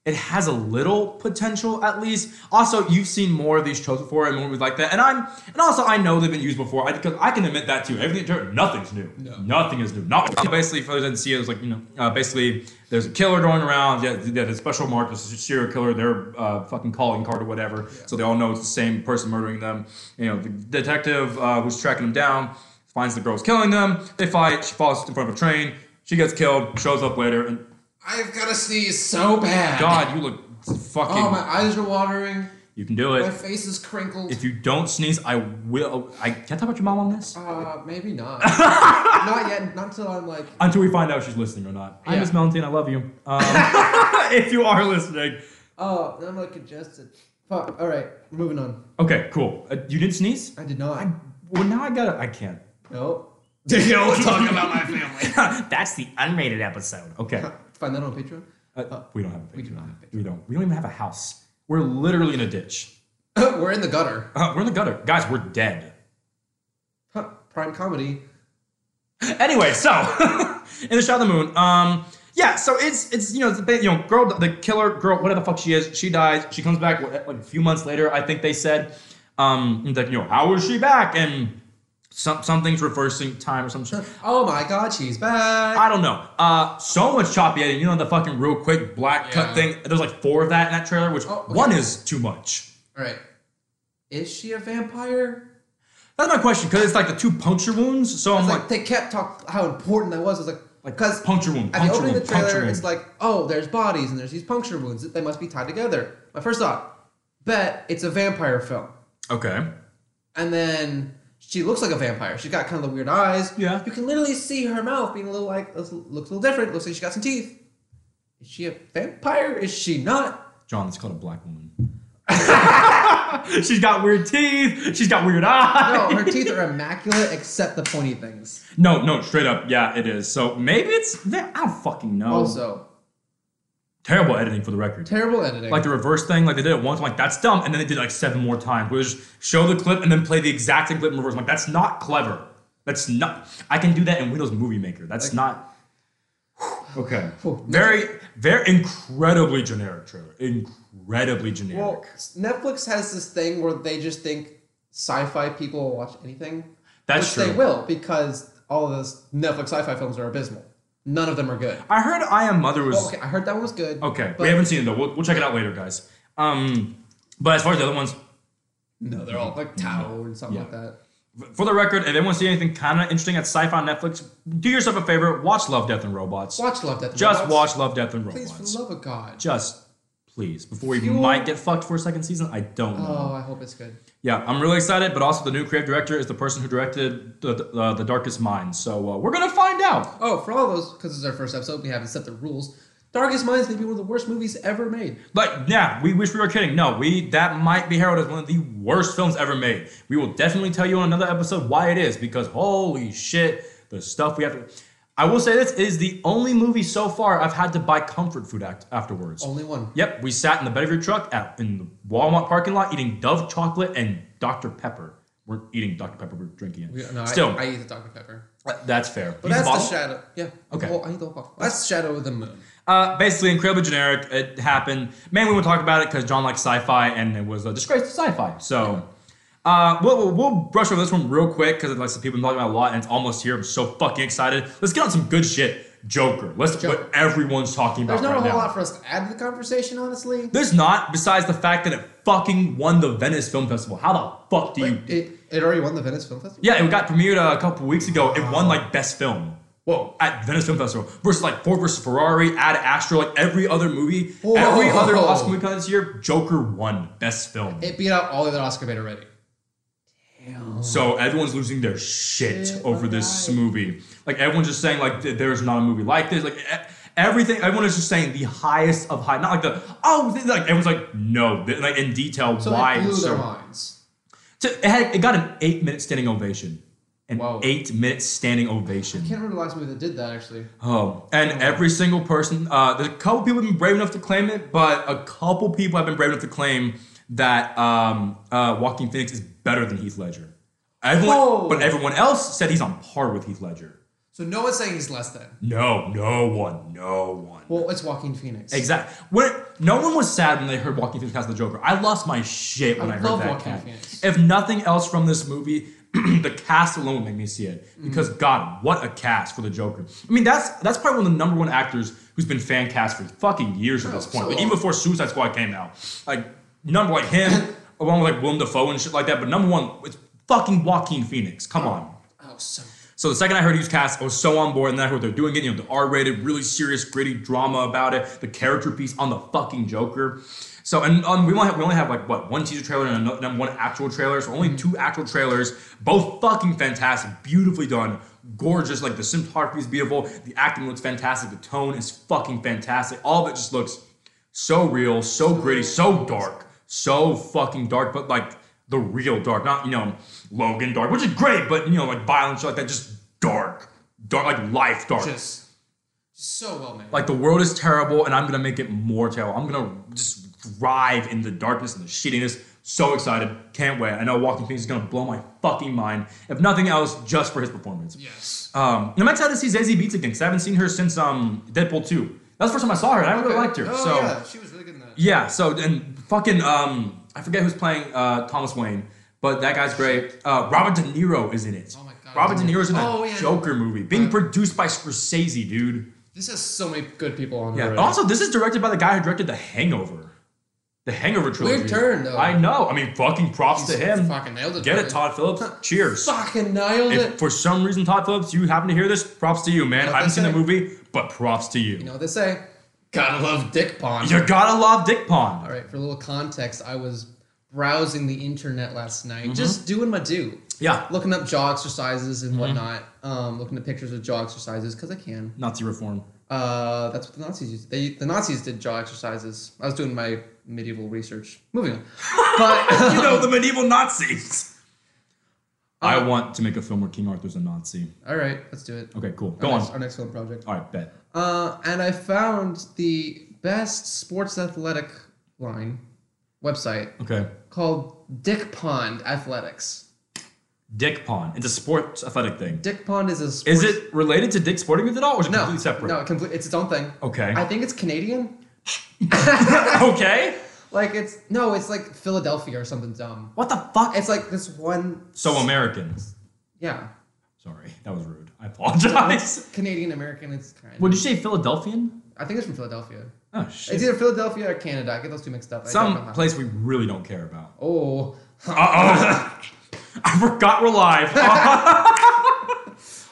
it has a little potential at least also you've seen more of these shows before and movies like that and i'm and also i know they've been used before i because i can admit that too everything nothing's new nothing is new not basically for those that didn't see it it was like you know uh, basically there's a killer going around yeah, yeah the special mark this is a serial killer they're uh, fucking calling card or whatever so they all know it's the same person murdering them you know the detective uh, who's tracking them down finds the girl's killing them. They fight. She falls in front of a train. She gets killed. Shows up later. And I've got to sneeze so bad. God, you look fucking. Oh, my eyes are watering. you can do it. My face is crinkled. if you don't sneeze, I will. I can I talk about your mom on this Uh, maybe not. not yet. Not until I'm like, until we find out if she's listening or not. Hi, Yeah. Miss Melantine. I love you. Um, if you are listening, oh, then I'm like congested. Fuck. All right, moving on. okay, cool. Uh, you didn't sneeze. I did not. I well now I gotta. I can't. no. talking about my family. That's the unrated episode. Okay. Find that on Patreon. Uh, we don't have a picture. We do don't. not Have We don't. We don't even have a house. We're literally in a ditch. We're in the gutter. Uh, we're in the gutter, guys. We're dead. Huh, Prime comedy. anyway, so in the shot of the moon, um, yeah, so it's it's you know it's a bit, you know girl the killer girl whatever the fuck she is she dies she comes back what, like a few months later I think they said um it's like you know how is she back and some something's reversing time or some shit Oh my God, she's back. I don't know uh so much choppy editing you know the fucking real quick black Yeah. cut thing there's like four of that in that trailer which Oh, okay. one is too much All right. Is she a vampire? that's my question because it's like the two puncture wounds so I'm It's like, like they kept talk how important that was. I was like, Oh Like, because puncture wound, At the puncture opening of wound, the trailer, puncture wound. it's like, oh, there's bodies and there's these puncture wounds. They must be tied together. My first thought, bet it's a vampire film. okay and then she looks like a vampire. She's got kind of the weird eyes. Yeah. You can literally see her mouth being a little like looks looks a little different. Looks like she got some teeth. Is she a vampire? Is she not? John it's called a black woman. She's got weird teeth. She's got weird eyes. No, her teeth are immaculate except the pointy things. No, no, straight up, yeah, it is. So maybe it's that. I don't fucking know. Also, Terrible editing for the record. terrible editing. Like the reverse thing, like they did it once. I'm like, that's dumb, and then they did it like seven more times. Where they just show the clip and then play the exact same clip in reverse. I'm like, that's not clever. That's not. I can do that in Windows Movie Maker. That's Like- not. Okay. Whew. Very, very incredibly generic trailer. Incredibly generic. Well, Netflix has this thing where they just think sci-fi people will watch anything. That's which true. they will because all of those Netflix sci-fi films are abysmal. None of them are good. I heard I Am Mother was Well, okay, I heard that one was good. Okay, but we haven't seen it though. We'll, we'll check it out later, guys. Um, but as far as the other ones, No, they're all like Tao and something Yeah. like that. f- for the record, if anyone see anything kind of interesting at Sci-Fi on Netflix, do yourself a favor: watch Love, Death, and Robots. Watch Love Death. and Just Robots. watch Love, Death, and Please, for Robots. the love of God. Just please, before you Fuel. might get fucked for a second season. I don't know. Oh, I hope it's good. Yeah, I'm really excited, but also the new creative director is the person who directed the the, uh, the Darkest Minds. So uh, we're gonna find out. Oh, for all those, because it's our first episode, we haven't set the rules. Darkest Minds may be one of the worst movies ever made. But yeah, we wish we were kidding. No, we that might be heralded as one of the worst films ever made. We will definitely tell you on another episode why it is because holy shit, the stuff we have to. I will say this is the only movie so far I've had to buy comfort food act afterwards. Only one. Yep, we sat in the bed of your truck at in the Walmart parking lot eating Dove chocolate and Dr Pepper. We're eating Dr Pepper. We're drinking it. We- No, I- Still, I, eat the Dr. Pepper. that's fair. But Use that's bottle? the shadow. Yeah. the Okay. whole- I eat the whole bottle. That's Shadow of the Moon. Uh, basically, incredibly generic. It happened. Man, we won't talk about it because John likes sci-fi, and it was a disgrace to sci-fi. So, uh, we'll, we'll, we'll brush over this one real quick because like some people have been talking about it a lot, and it's almost here. I'm so fucking excited. Let's get on some good shit. Joker. Let's Joker. what everyone's talking about There's not right a whole now. lot for us to add to the conversation, honestly. There's not. Besides the fact that it fucking won the Venice Film Festival. How the fuck do you? It, it already won the Venice Film Festival. yeah, it got premiered uh, a couple weeks ago. It won like best film. Whoa, at Venice Film Festival versus like Ford versus Ferrari, Ad Astra, like every other movie, every Whoa. other Oscar movie this year, Joker won best film. It beat out all the other Oscar bait already. Oh. so everyone's losing their shit Shit, over this movie. Like everyone's just saying like th- there's not a movie like this. Like e- everything, everyone is just saying the highest of high. Not like the oh, th- like everyone's like no, th- like in detail So why it blew it's so their minds. So it, had, it got an eight minute standing ovation. An Wow. eight minute standing ovation. I can't remember the last movie that did that, actually. Oh, and every single person, uh, there's a couple people have been brave enough to claim it, but a couple people have been brave enough to claim that um, uh, Joaquin Phoenix is better than Heath Ledger. Everyone, Whoa. but everyone else said he's on par with Heath Ledger. So no one's saying he's less than. No, no one, no one. Well, it's Walking Phoenix. Exactly. When no one was sad when they heard Joaquin Phoenix cast the Joker. I lost my shit when I I, heard love that Joaquin cast. Phoenix. If nothing else from this movie, the cast alone would make me see it because Mm. God, what a cast for the Joker. I mean, that's that's probably one of the number one actors who's been fan cast for fucking years at this Oh, point. so like long. even before Suicide Squad came out, like number like him along with like Willem Dafoe and shit like that. But number one, it's fucking Joaquin Phoenix. Come on. Oh, so. So the second I heard he was cast, I was so on board, and then I heard they're doing it, you know, the R-rated, really serious, gritty drama about it, the character piece on the fucking Joker. So and um, we only have, we only have like what one teaser trailer and, another, and one actual trailer, so only two actual trailers, both fucking fantastic, beautifully done, gorgeous. Like the cinematography is beautiful, the acting looks fantastic, the tone is fucking fantastic. All of it just looks so real, so gritty, so dark, so fucking dark, but like the real dark, not you know Logan dark, which is great, but you know like violence shit like that, just dark, dark like life dark. Just. So well made. like the world is terrible, and I'm gonna make it more terrible. I'm gonna just thrive in the darkness and the shittiness. So excited, can't wait. I know Walking Phoenix is gonna blow my fucking mind. If nothing else, just for his performance. yes. Um, and I'm excited to see Zazie Beats again because I haven't seen her since um Deadpool 2. That's the first time I saw her, and I really Okay. liked her. Oh, so yeah, she was really good in that. yeah, so and fucking um I forget who's playing uh Thomas Wayne, but that guy's great. Uh Robert De Niro is in it. Oh my God. Robert De Niro's in that Oh, yeah. Joker movie being Uh, produced by Scorsese, dude. This has so many good people on Yeah. it. and already. Also, this is directed by the guy who directed The Hangover. The Hangover trilogy. turn, though. I know. I mean, fucking props to him. Fucking nailed it. Get buddy. it, Todd Phillips. Cheers. Fucking nailed If it. for some reason, Todd Phillips, you happen to hear this, props to you, man. Like I haven't I seen the say. movie, but props to you. You know what they say? Gotta love Dick Pond. You gotta love Dick Pond. All right, for a little context, I was browsing the internet last night, Mm-hmm. just doing my do, Yeah. looking up jaw exercises Mm-hmm. and whatnot, um, looking at pictures of jaw exercises because I can. Nazi reform. Uh, that's what the Nazis used. They the Nazis did jaw exercises. I was doing my medieval research. Moving on, but you know, the medieval Nazis. I want to make a film where King Arthur's a Nazi. all right, let's do it. Okay, cool. Go our on. Next, our next film project. All right, bet. Uh, and I found the best sports athletic line website Okay. called Dick Pond Athletics. Dick Pond. It's a sports athletic thing. Dick Pond is a sports, Is it related to Dick Sporting Goods at all, or is it no completely separate? No, complete, it's its own thing. Okay. I think it's Canadian. okay. Like it's no, it's like Philadelphia or something dumb. What the fuck? It's like this one. so American. Yeah, Sorry, that was rude. I apologize. Canadian American. It's kind. Would you say Philadelphian? I think it's from Philadelphia. Oh It's shit. either Philadelphia or Canada. I get those two mixed up. I don't know Some how. place we really don't care about. Oh, Uh oh. I forgot we're live.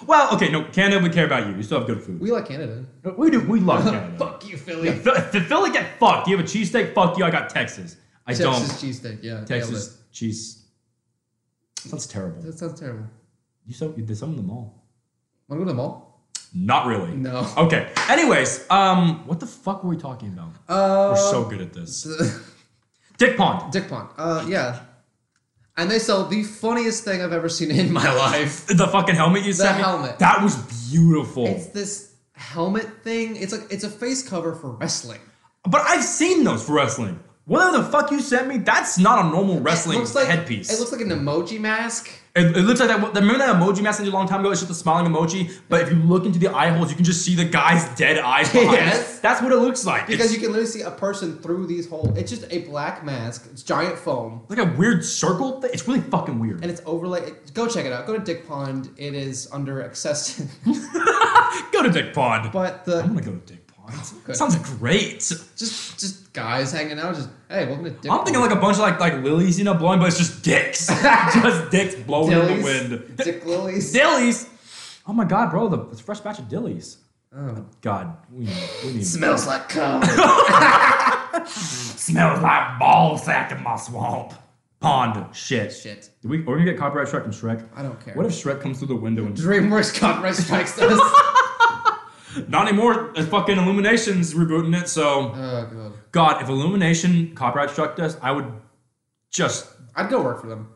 well, okay, no, Canada, we care about you. You still have good food. we like Canada. We, do. We love Canada. Fuck you, Philly. Phil- Philly, get fucked. You have a cheesesteak? Fuck you. I got Texas. I don't. Texas cheesesteak. Yeah, nailed Texas cheese. Sounds it. terrible. That sounds terrible. You so you did some of them all. Want to go to the mall? Not really. No. Okay. Anyways, um, what the fuck were we talking about? Uh, We're so good at this. Dick Pond. Dick Pond. Uh, yeah. And they sell the funniest thing I've ever seen in my life. The fucking helmet you sent me. helmet. That was beautiful. It's this helmet thing. It's like it's a face cover for wrestling. but I've seen those for wrestling. Whatever the fuck you sent me, that's not a normal wrestling it looks like, headpiece. It looks like an emoji mask. It, it looks like that. Remember that emoji message a long time ago? It's just a smiling emoji. But if you look into the eye holes, you can just see the guy's dead eyes behind Yes. it. That's what it looks like. Because it's you can literally see a person through these holes. It's just a black mask. It's giant foam. like a weird circle. Thing. It's really fucking weird. And it's overlay. Go check it out. Go to Dick Pond. It is under access. go to Dick Pond. but Oh, I the want to go to Dick Pond. Sounds great. just just guys hanging out. Just hey, welcome to Dick. I'm thinking like a bunch of like like lilies, you know, blowing, but it's just dicks, just dicks blowing in dillies, the wind. D- Dick lilies. dillies. Oh my god, bro, the, the fresh batch of dillies. Oh. God, we need, we need Smells like cum. smells like ball sack in my swamp. Pond. Shit. Shit. Did we, are we gonna get copyright strike from Shrek? I don't care. What if Shrek comes through the window and DreamWorks copyright strikes us. oh not anymore? It's fucking Illumination's rebooting it. So god. God, if Illumination copyright struck us, I would just. I'd go work for them.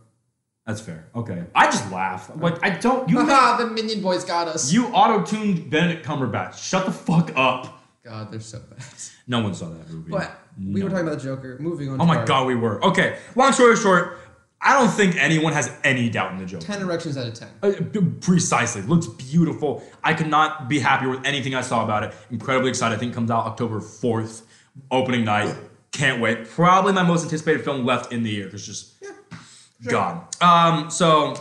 That's fair. Okay, I just laugh. Like I don't. You Haha, the Minion Boys got us. you auto tuned Benedict Cumberbatch. Shut the fuck up. God, they're so bad. No one saw that movie. But we were talking about the Joker. Moving on. oh my god, we were okay. Long story short, I don't think anyone has any doubt in the joke. Ten erections out of ten. Uh, b- Precisely. Looks beautiful. I could not be happier with anything I saw about it. Incredibly excited. I think it comes out October 4th, opening night. Can't wait. Probably my most anticipated film left in the year. It's just God. Um, so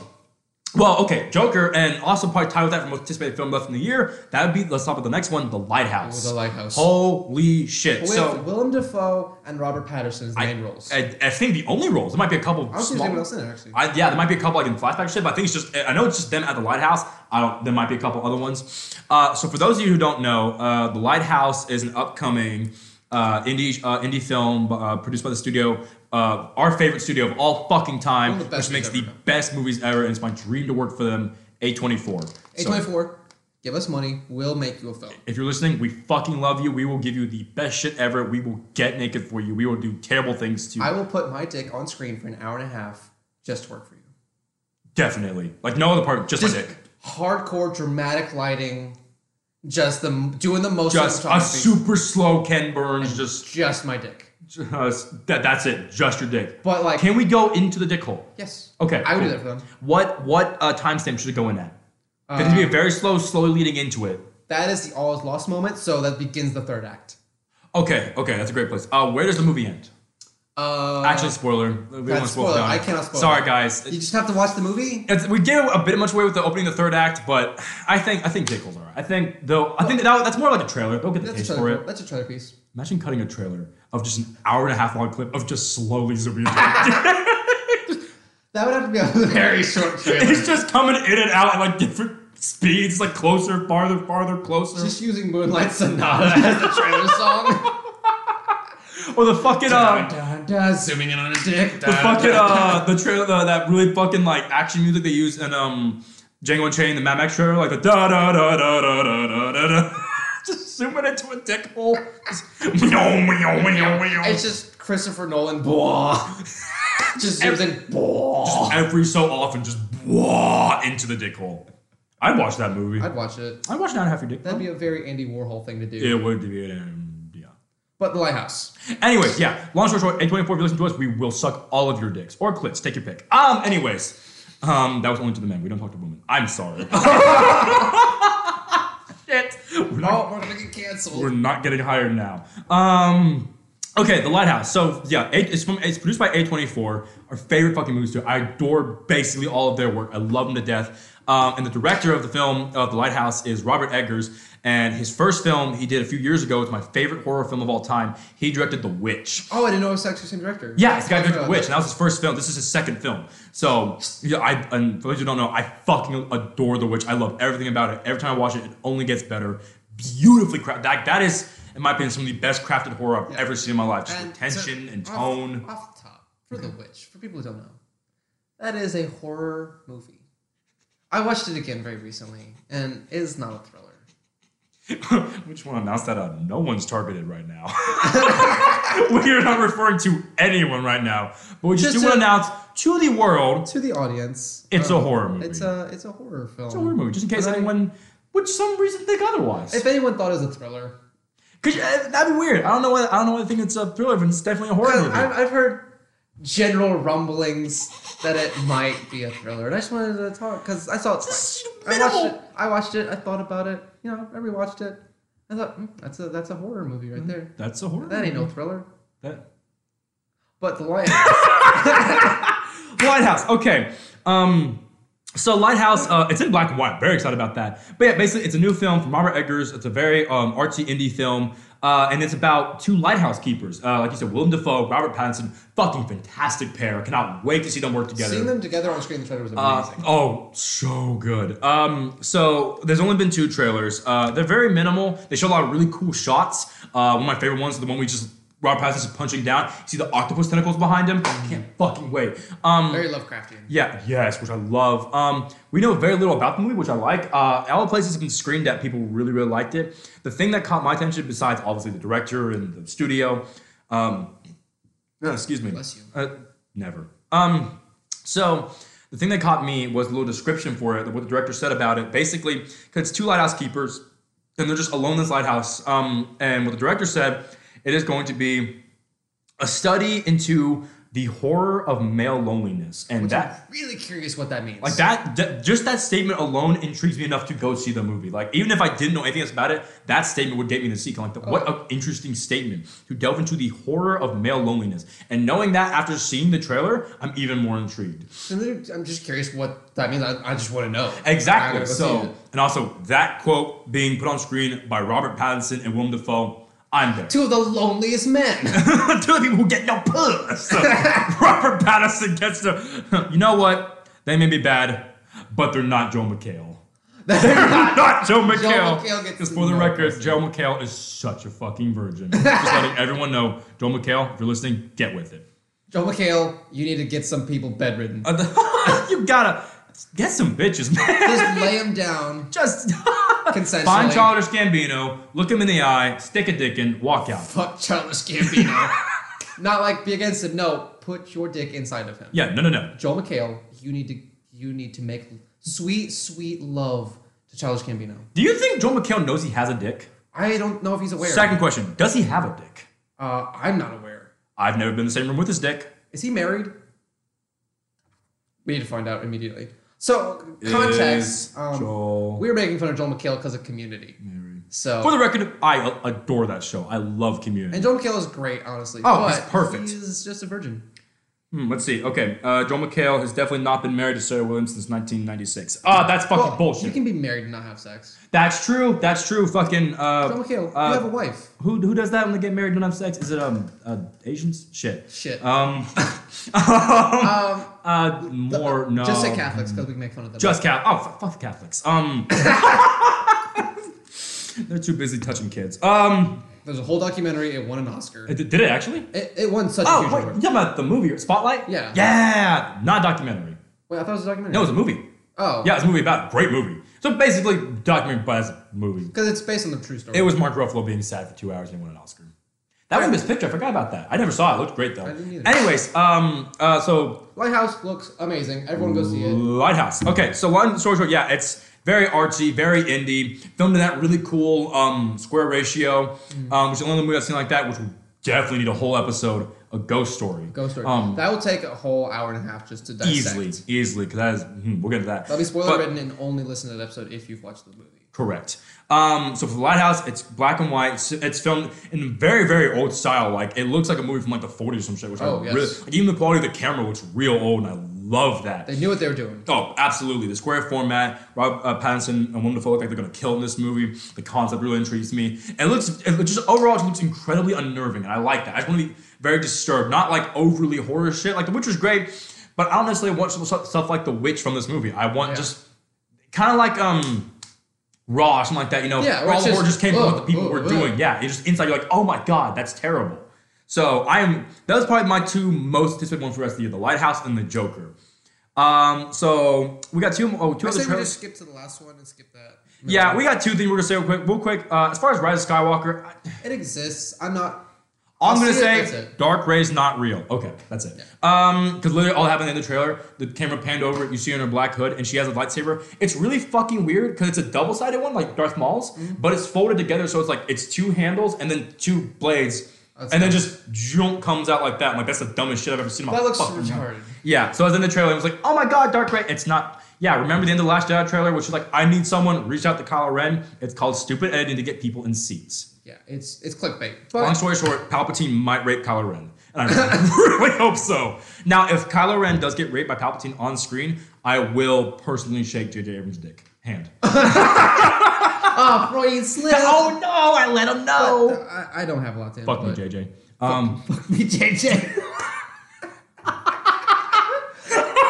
well, okay, Joker, and also probably tied with that for most anticipated film left in the year. That would be let's talk about the next one, The Lighthouse. Oh, The Lighthouse. Holy shit. With so Willem Dafoe and Robert Patterson as the main roles. I I, I think the only roles. There might be a couple. don't think there's small- anyone else in it actually. I, yeah, there might be a couple like in flashback shit, but I think it's just I know it's just them at the lighthouse. I don't. There might be a couple other ones. Uh, so for those of you who don't know, uh, the lighthouse is an upcoming uh, indie uh, indie film uh, produced by the studio, uh, our favorite studio of all fucking time, One of the best which makes we've the ever done. best movies ever, and it's my dream to work for them. A twenty four. A twenty four. Give us money. We'll make you a film. If you're listening, we fucking love you. We will give you the best shit ever. We will get naked for you. We will do terrible things to you. I will put my dick on screen for an hour and a half just to work for you. Definitely. Like no other part, just, Just my dick. hardcore dramatic lighting. Just the doing the most. Just a cinematography. super slow Ken Burns, just Just my dick. Just Uh, that that's it. Just your dick. But like Can we go into the dick hole? yes. Okay. I would do cool. that for them. What what uh, timestamp should it go in at? It needs to be a very slow, slowly leading into it. That is the all is lost moment, so that begins the third act. Okay, okay, that's a great place. Uh, where does the movie end? Uh, Actually, spoiler. We don't wanna spoil it spoiler. down. I cannot spoil Sorry, it. guys. you just have to watch the movie. It's- we gave a bit much away with the opening, of the third act, but I think I think dick holes are. right. I think though I think that, that's more like a trailer. They'll get the That's a taste for trailer. it. That's a trailer piece. Imagine cutting a trailer of just an hour and a half long clip of just slowly zooming. into it. That would have to be a very short trailer. It's just coming in and out at like different speeds, like closer, farther, farther, closer. just using Moonlight Sonata as the trailer song. Or oh, the fucking Dun, uh, dun, dun, zooming in on a dick. the fucking uh, the trailer the, that really fucking like action music they use in um Django Unchained, the Mad Max trailer, like the da da da da da da da da da. Just zooming into a dick hole. Just meow meow meow meow. It's just Christopher Nolan. Blah. just zooms in. Blah. Every so often, just wah into the dick hole. I'd watch that movie. I'd watch it. I'd watch Not Half Your Dick. That'd be a very Andy Warhol thing to do. it would be um, yeah. But The Lighthouse. Anyways, yeah. Long story short, A24, if you listen to us, we will suck all of your dicks or clits. Take your pick. Um, anyways. Um, that was only to the men. We don't talk to women. I'm sorry. Shit. We're not Oh, we're gonna get canceled. we're not getting hired now. Um, okay, The Lighthouse. So yeah, it- it's from it's produced by A24. Our favorite fucking movie studio. I adore basically all of their work. I love them to death. Um, and the director of the film of The Lighthouse is Robert Eggers. And his first film he did a few years ago. It's my favorite horror film of all time. He directed The Witch. oh, I didn't know it was actually the same director. Yeah, it's the guy I who directed forgot The Witch, and about that was his first film. This is his second film. So, yeah, I and for those who don't know, I fucking adore The Witch. I love everything about it. Every time I watch it, it only gets better. Beautifully crafted. That, that is, in my opinion, some of the best crafted horror I've Yeah. ever seen in my life. that. Just with so- oh. tension and off- tone. Mm-hmm. Off, the top, for The Witch, for people who don't know, that is a horror movie. I watched it again very recently, and it is not a thriller. We just want to announce that uh, no one's targeted right now. we are not referring to anyone right now, but we just, Just do want to- to announce to the world To the audience, It's a um, horror movie. It's a it's a horror film. it's a horror movie, just in case But I- anyone would some reason think otherwise. If anyone thought it was a thriller, Cause uh, that'd be weird. I don't know. Why, I don't know. Why I think it's a thriller, but it's definitely a horror Because movie. I've, I've heard general rumblings that it might be a thriller, and I just wanted to talk because I saw it twice. Just I watched minimal- it. I watched it. I thought about it. You know, I rewatched it. I thought "Hmm, that's a that's a horror movie Mm-hmm. right there. That's a horror. That ain't no movie. thriller. That- But the lion. Lighthouse. Okay. Um. So Lighthouse, uh, it's in black and white. Very excited about that. But yeah, basically, it's a new film from Robert Eggers. It's a very um, artsy indie film, uh, and it's about two lighthouse keepers. Uh, like you said, Willem Dafoe, Robert Pattinson, fucking fantastic pair. Cannot wait to see them work together. Seeing them together on screen in the trailer was Uh, amazing. oh, so good. Um, so there's only been two trailers. Uh, they're very minimal. They show a lot of really cool shots. Uh, one of my favorite ones is the one we just Rob Pattinson is punching down. You see the octopus tentacles behind him. Can't fucking wait. Um, Very Lovecraftian. yeah, yes, which I love. Um, we know very little about the movie, which I like. Uh, all the places have been screened at, people really, really liked it. The thing that caught my attention, besides obviously the director and the studio, um, no, excuse me, Bless you. uh, never. Um, so the thing that caught me was a little description for it, what the director said about it. Basically, 'cause it's two lighthouse keepers, and they're just alone in this lighthouse. Um, and what the director said, it is going to be a study into the horror of male loneliness, and that. Really curious what that means. Like that, that, just that statement alone intrigues me enough to go see the movie. Like even if I didn't know anything else about it, that statement would get me to see. Like the, what an interesting statement to delve into the horror of male loneliness. And knowing that after seeing the trailer, I'm even more intrigued. I'm just curious what that means. I, I just want to know. I Exactly. gotta go see So, it. and also that quote being put on screen by Robert Pattinson and Willem Dafoe, I'm there. two of the loneliest men. Two people who get no puss. Robert Pattinson gets the. You know what? They may be bad, but they're not Joe McHale. not Joe McHale. McHale gets Because for the no record, pussy. Joe McHale is such a fucking virgin. Just letting everyone know, Joe McHale, if you're listening, get with it. Uh, Joe McHale, you need to get some people bedridden. you gotta get some bitches, man. Just lay them down. Just Consensually. find Childish Gambino, look him in the eye, stick a dick in, walk out. Fuck Childish Gambino. Not like be against him. No, put your dick inside of him. Yeah, no, no, no. Joel McHale, you need to you need to make sweet, sweet love to Childish Gambino. Do you think Joe McHale knows he has a dick? I don't know if he's aware. Second question: Does he have a dick? Uh, I'm not aware. I've never been in the same room with his dick. Is he married? We need to find out immediately. So context. Is Um, Joel- we were making fun of Joel McHale because of Community. So For the record, I a- adore that show. I love Community. and Joel McHale is great, honestly. Oh, he's but perfect. He's just a virgin. Hmm, let's see. Okay, uh, Joel McHale has definitely not been married to Sarah Williams since 1996. Ah, that's fucking Well, bullshit. Oh, You can be married and not have sex. that's true. That's true. Fucking. Joel Uh, McHale, uh, you have a wife. who who does that when they get married and don't have sex? Is it um uh, Asians? Shit. Shit. Um. Um, uh, more no. Just say Catholics because we can make fun of them. Just Catholic. Oh, fuck, fuck Catholics. Um. They're too busy touching kids. Um, uh, There's a whole documentary. It won an Oscar. It, did did it actually? it, won such a Oh, huge wait, award. you talking about the movie Spotlight? Yeah. Yeah, not documentary. Wait, I thought it was a documentary. No, it was a movie. Oh. Yeah, it was a movie about great movie. So basically, documentary but as a movie. Because it's based on the true story. It was Mark Ruffalo being sad for two hours and he won an Oscar. That was in his picture. I forgot about that. I never saw it. It looked great though. didn't either. Anyways, um, uh, so Lighthouse looks amazing. Everyone go see it. Lighthouse. Okay, so long story short, yeah, it's very artsy, very indie, filmed in that really cool um, square ratio, um, which is the only movie I've seen like that, which we definitely need a whole episode a ghost story. Ghost story. Um, that will take a whole hour and a half just to dissect. easily, easily, because that is hmm, we'll get to that. That'll be spoiler But- written and only listen to that episode if you've watched the movie. Correct. Um, so for the lighthouse, it's black and white. It's, it's filmed in very, very old style. Like it looks like a movie from like the 40s or some shit. Which Oh, I yes. really, like, even the quality of the camera looks real old, and I love that. They knew what they were doing. Oh, absolutely. The square format, Rob uh, Pattinson and Willem Dafoe look like they're gonna kill in this movie. The concept really intrigues me. It looks, it just overall, it just looks incredibly unnerving, and I like that. I just want to be very disturbed, not like overly horror shit. Like The Witch was great, but I don't necessarily want some stuff stuff like The Witch from this movie. I want Yeah. just kind of like um. Raw, or something like that, you know, Yeah, where all which the is- Oh, horror just came from ugh, what the people ugh, were ugh. doing. Yeah, it's just inside. You're like, oh my god, that's terrible. So I am. That was probably my two most anticipated ones for the rest of the year: The Lighthouse and The Joker. Um, so we got two. Oh, two I other say we trailers. just skip to the last one and skip that. Yeah, we got two things we're gonna say real quick. Real quick, uh, as far as Rise of Skywalker, I, It exists. I'm not. all I'm I'll gonna see it, say that's it. Dark Ray's not real. Okay, that's it. Um, because literally all that happened in the trailer, the camera panned over it. You see her in her black hood, and she has a lightsaber. It's really fucking weird because it's a double sided one, like Darth Maul's, Mm-hmm. but it's folded together, so it's like it's two handles and then two blades. That's and then nice. just junk comes out like that. I'm like, that's the dumbest shit I've ever seen in my That looks fucking life. retarded. Yeah, so I was in the trailer and was like, oh my god, Dark Ray. It's not. Yeah, remember the end of the Last Jedi trailer, which is like, I need someone, reach out to Kylo Ren. It's called stupid editing to get people in seats. Yeah, it's it's clickbait. Long But story short, Palpatine might rape Kylo Ren. And I really hope so. Now, if Kylo Ren does get raped by Palpatine on screen, I will personally shake JJ Abrams' dick. Hand. oh, Freudian slip. oh no, I let him know. I, I don't have a lot to. add, Fuck me, but- JJ. Um, Fuck me, JJ.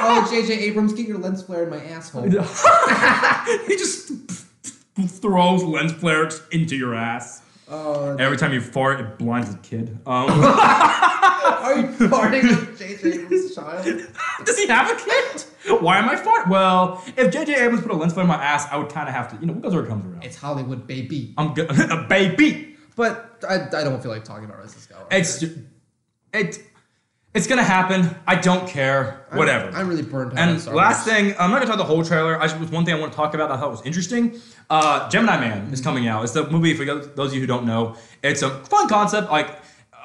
oh, JJ Abrams, get your lens flare in my asshole. he just throws lens flares into your ass. Oh, Every time you fart, it blinds a kid. Um, are you farting with JJ Abrams' child? does he have a kid? Why am I fart? Well, if JJ Abrams put a lens flare in my ass, I would kind of have to. You know, what goes where it comes around. It's Hollywood, baby. I'm good. a baby. But I, I don't feel like talking about Rise of Skywalker. It's it. It's gonna happen. I don't care. I'm- Whatever. I'm really burned out. on and Star last Wars. thing, I'm not gonna talk the whole trailer. I just was one thing I want to talk about that I thought was interesting. Uh, Gemini Man is coming out. It's the movie for those of you who don't know. It's a fun concept. Like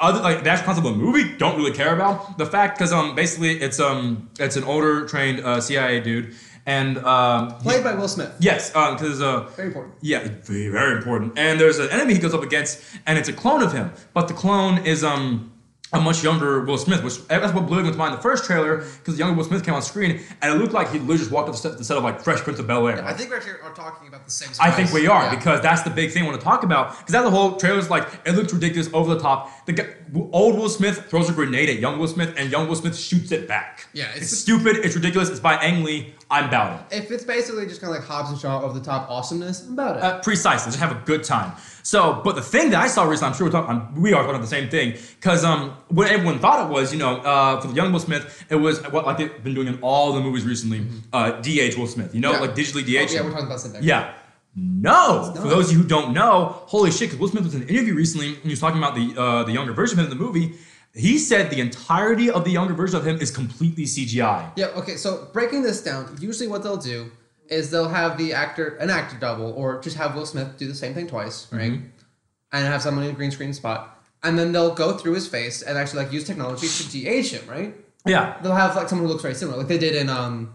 other like the actual concept of the movie, don't really care about the fact because um basically it's um it's an older trained uh, CIA dude and um he- Played by Will Smith. yes um because uh Very important. yeah, very, very important. And there's an enemy he goes up against, and it's a clone of him. But the clone is um a much younger Will Smith, which that's what blew everyone's mind in the first trailer because the younger Will Smith came on screen, and it looked like he literally just walked up the set, the set of like Fresh Prince of Bel Air. I think we're actually are talking about the same. I think we are Yeah. because that's the big thing I want to talk about. Because that's the whole trailer's like it looks ridiculous, over the top. The guy, old Will Smith throws a grenade at young Will Smith, and young Will Smith shoots it back. Yeah, it's, it's- stupid. It's ridiculous. It's by Ang Lee. I'm about it. if it's basically just kind of like Hobbs and Shaw over the top awesomeness, I'm about it. Uh, precisely, just have a good time. So, but the thing that I saw recently, I'm sure we're talking, I'm, we are talking about the same thing, because um, what everyone thought it was, you know, uh, for the young Will Smith, it was what like they've been doing in all the movies recently, uh, DH Will Smith, you know, Mm-hmm. Yeah. like digitally Oh, DH. yeah, we're talking about the same thing. Yeah. No, not. for those of you who don't know, holy shit! Because Will Smith was in an interview recently, and he was talking about the uh, the younger version of him in the movie. He said the entirety of the younger version of him is completely CGI. Yeah. Okay. So breaking this down, usually what they'll do is they'll have the actor, an actor double, or just have Will Smith do the same thing twice, right? And have someone in a green screen spot, and then they'll go through his face and actually like use technology to de-age him, right? Yeah, They'll have like someone who looks very similar, like they did in um,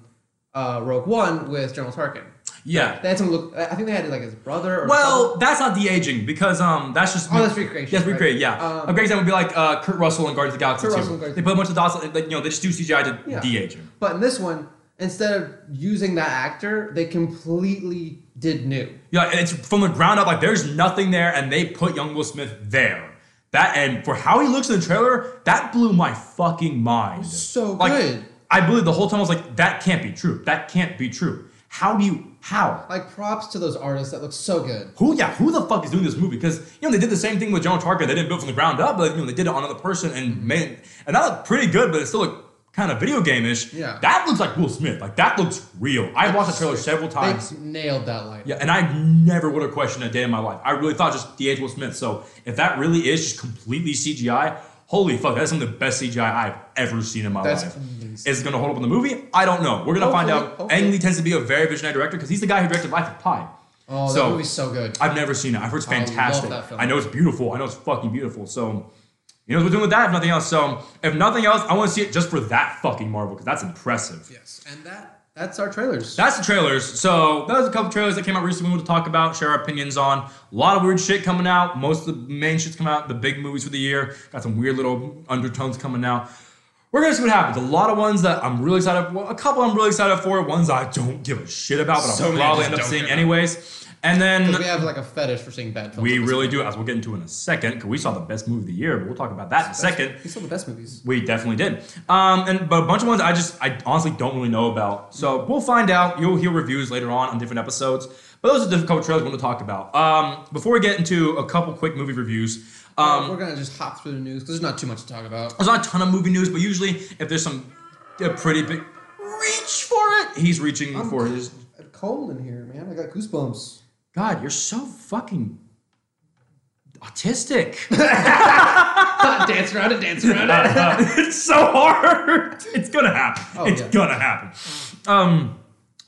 uh, Rogue One with General Tarkin. yeah. They had someone look. I think they had like his brother. Or Well, that's not de aging because um, that's just Oh, that's recreation, That's right. recreation. Yeah, Um, a great example would be like uh, Kurt Russell in Guardians of the Galaxy. Kurt too. Russell in Guardians they put a bunch of dots, like, you know, they just do CGI to Yeah. de age him. But in this one, instead of using that actor, they completely did new. Yeah, and it's from the ground up. Like there's nothing there, and they put young Will Smith there. That and for how he looks in the trailer, that blew my fucking mind. So like, good. I believe the whole time I was like, that can't be true. That can't be true. How do you? How? Like props to those artists that look so good. Who? Yeah. Who the fuck is doing this movie? Because you know they did the same thing with John Tarkin. They didn't build from the ground up, but you know they did it on another person and made and that looked pretty good, but it still looked kind of video game ish. Yeah. That looks like Will Smith. Like that looks real. I watched the trailer several times. They nailed that line. Yeah, and I never would have questioned a day in my life. I really thought just DH Will Smith. So if that really is just completely CGI, holy fuck, that's some of the best CGI I've ever seen in my That's life. amazing. Is it gonna hold up in the movie? I don't know. We're gonna find Hopefully, out. hopefully. Ang Lee tends to be a very visionary director because he's the guy who directed Life of Pi. Oh, that So- movie's so good. I've never seen it. I've heard it's I love fantastic. that film. I, know it's beautiful. I know it's fucking beautiful. So You know what we're doing with that, if nothing else. So, if nothing else, I want to see it just for that fucking Marvel because that's impressive. Yes, and that that's our trailers. That's the trailers. So that was a couple trailers that came out recently. We want to talk about, share our opinions on. A lot of weird shit coming out. Most of the main shits coming out. The big movies for the year got some weird little undertones coming out. We're gonna see what happens. A lot of ones that I'm really excited. Well, a couple I'm really excited for. Ones I don't give a shit about, but So I'll many I probably just end up don't seeing care about. anyways. And then 'Cause we have like a fetish for seeing bad films. we at this really point. do, as we'll get into in a second, because we saw the best movie of the year. But we'll talk about that in a second. These are the best movies. We definitely did. Um, and but a bunch of ones I just I honestly don't really know about. So we'll find out. You'll hear reviews later on on different episodes. But those are the couple trailers we want to talk about. Um, before we get into a couple quick movie reviews, um, We're gonna just hop through the news because there's not too much to talk about. there's not a ton of movie news, but usually if there's some a pretty big reach for it, he's reaching for his. I'm cold in here, man. I got goosebumps. God, you're so fucking autistic. dance around it, dance around it. it's so hard. It's gonna happen. Oh, it's yeah. gonna happen. Um,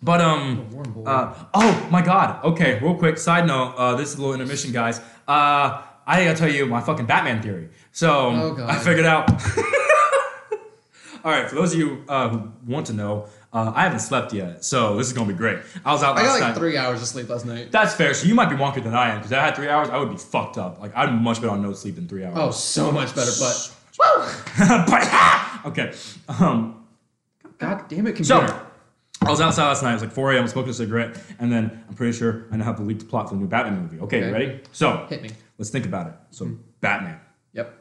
but um, warm boy. uh, oh my god. Okay, real quick. Side note. Uh, this is a little intermission, guys. Uh, I gotta tell you my fucking Batman theory. So Oh, God. I figured out. All right, for those of you uh, who want to know, uh, I haven't slept yet, so this is gonna be great. I was out I last got night. like three hours of sleep last night. That's fair. So you might be wonkier than I am, because if I had three hours, I would be fucked up. Like I'd much better on no sleep than three hours. Oh, so much better, but Oh. but okay. Um, God damn it, so computer. I was outside last night. It was like 4 a.m. Smoking a cigarette, and then I'm pretty sure I now have the leaked plot for the new Batman movie. Okay, Okay. you ready? So Hit me. Hmm. Let's think about it. So Batman, Yep.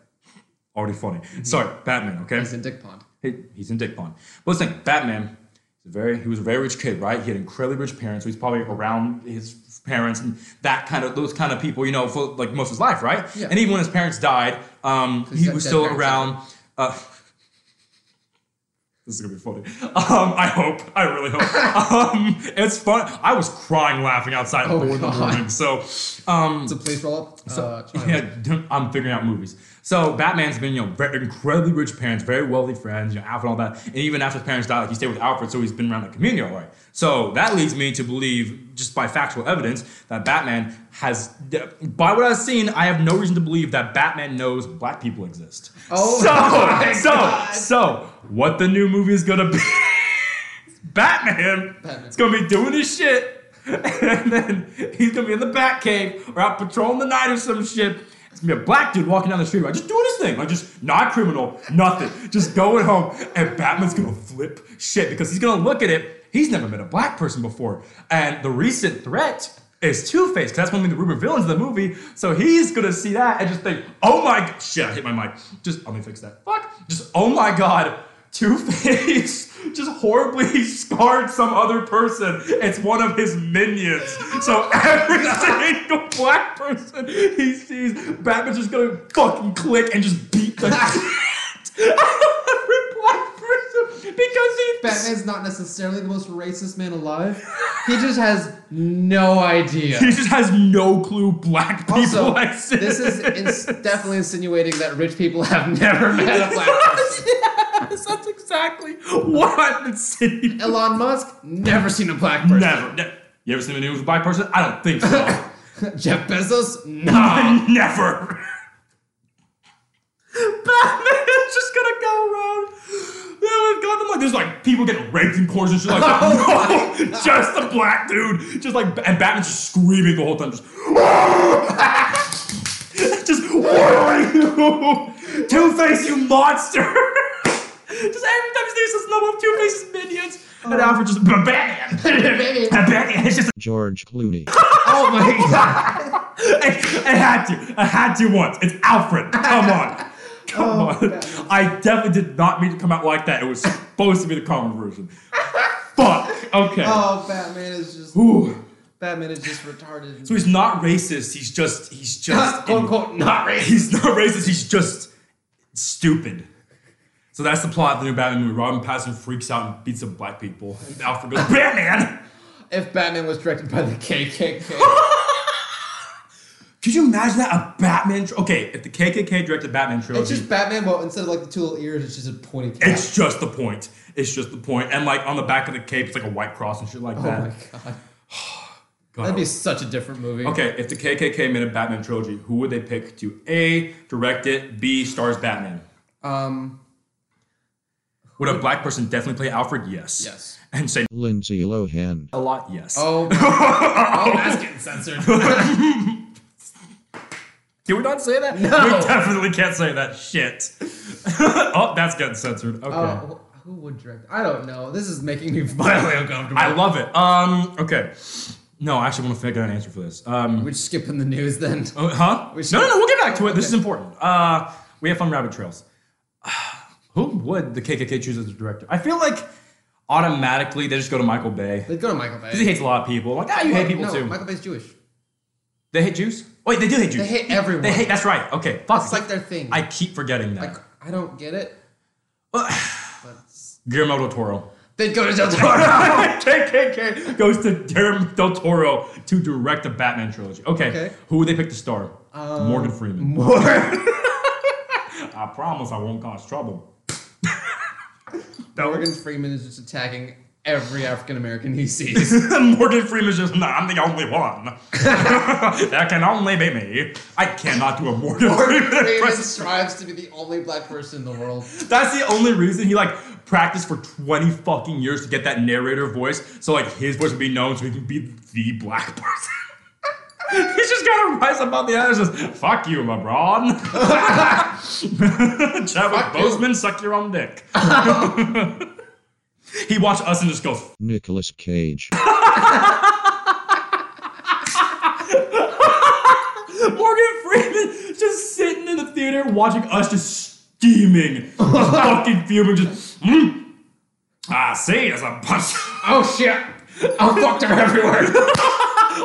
already funny. Hmm. Sorry, Batman. Okay, He's in Dick Pond. He- he's in Dick Pond. But let's think, Batman. He's a very he was a very rich kid, right? He had incredibly rich parents, so he's probably around his parents and that kind of those kind of people, you know, for like most of his life, right? Yeah. And even when his parents died, um, he's he got was dead still parents. around. Uh, this is gonna be funny. Um, I hope. I really hope. um, it's fun. I was crying laughing outside Oh, at four in the God. morning. So, um, It's a police roll up. uh, China. yeah, don't- I'm figuring out movies. So Batman's been, you know, very, incredibly rich parents, very wealthy friends, you know, Alfred and all that. And even after his parents died, like, he stayed with Alfred, so he's been around the community all right. So that leads me to believe, just by factual evidence, that Batman has, by what I've seen, I have no reason to believe that Batman knows black people exist. Oh my so, God. so, so, what the new movie is gonna be? Batman. Batman. It's gonna be doing his shit, and then he's gonna be in the Batcave or out patrolling the night or some shit. It's gonna be a black dude walking down the street, right? Just doing his thing, like just not criminal, nothing, just going home. And Batman's gonna flip shit because he's gonna look at it. He's never met a black person before, and the recent threat is Two Face. That's one of the Ruben villains of the movie. So he's gonna see that and just think, "Oh my g- shit! I hit my mic. Just let me fix that. Fuck. Just oh my god, Two Face just horribly scarred some other person. It's one of his minions. So every single black person he sees, Batman's just gonna fucking click and just beat the shit out of every black person because he Batman's not necessarily the most racist man alive. He just has no idea. He just has no clue black people Also, exist. this is ins- definitely insinuating that rich people have never met a black person. yes, that's exactly what I've been seeing. Elon Musk never seen a black person. Never. ne- You ever seen a news with a black person? I don't think so. Jeff Bezos, nah. Never. Batman is just gonna go around. Yeah, we've got them like there's like people getting raped in courts and shit like that. Oh no, just a black dude, just like and Batman's just screaming the whole time, just just what are you, Two Face, you monster! just every time he's just level of Two Face's minions, and Alfred just Batman, Batman. Batman, it's just George Clooney. oh my god. it, it had to. It had to once. It's Alfred. Come on. Come Oh, on. Batman. I definitely did not mean to come out like that. It was supposed to be the common version. Fuck. Okay. Oh, Batman is just Ooh. Batman is just retarded. So he's not racist. He's just. He's just. quote unquote not racist. He's not racist. He's just stupid. So that's the plot of the new Batman movie. Robin Pattinson freaks out and beats up black people. And Alfred goes, Batman! If Batman was directed by the KKK, Could you imagine that? A Batman. Tr- okay, if the KKK directed Batman trilogy. it's just Batman, but instead of like the two little ears, it's just a pointy cap. It's just the point. It's just the point. And like on the back of the cape, it's like a white cross and shit like oh that. my god. God, That'd be such a different movie. Okay, if the KKK made a Batman trilogy, who would they pick to A, direct it, B, stars Batman? Um. Would a black person definitely play Alfred? Yes. Yes. And say Lindsay Lohan, a lot? Yes. Oh. my- oh, that's getting censored. Can we not say that? No. We definitely can't say that shit. oh, that's getting censored. Okay. Oh, wh- who would direct? I don't know. This is making me violently uncomfortable. I love it. Um, okay. No, I actually want to figure out an answer for this. Um, We're just skipping the news then. oh, huh? We should- No, no, no. We'll get back to it. This is important. Uh, we have fun rabbit trails. Who would the KKK choose as a director? I feel like automatically they just go to Michael Bay. They'd go to Michael Bay. Because he hates a lot of people. Like, ah, you hate people no, too. Michael Bay's Jewish. they hate Jews? Wait, they do hate Jews. They hate everyone. They hate, that's right. Okay, fuck. It's like their thing. I keep forgetting that. Like, I don't get it. Well, But it's- Guillermo del Toro. they'd go to Del Toro. KKK goes to Guillermo del Toro to direct the Batman trilogy. Okay, Okay. Um, who would they pick to star? Morgan Freeman. Morgan I promise I won't cause trouble. Freeman is just attacking every African American he sees. Morgan Freeman's just, nah, I'm the only one. that can only be me. I cannot do a Morgan, Morgan Freeman Freeman impression. strives to be the only black person in the world. That's the only reason he like practiced for 20 fucking years to get that narrator voice. So like his voice would be known so he can be the black person. He's just gotta rise above the others. Just fuck you, LeBron. Chadwick Fuck you. Boseman, suck your own dick. he watched us and just goes, Nicolas Cage, Morgan Freeman just sitting in the theater watching us just steaming, just fucking fuming, just. Mm, I see, there's a bunch. Oh shit! Oh fuck, they're everywhere.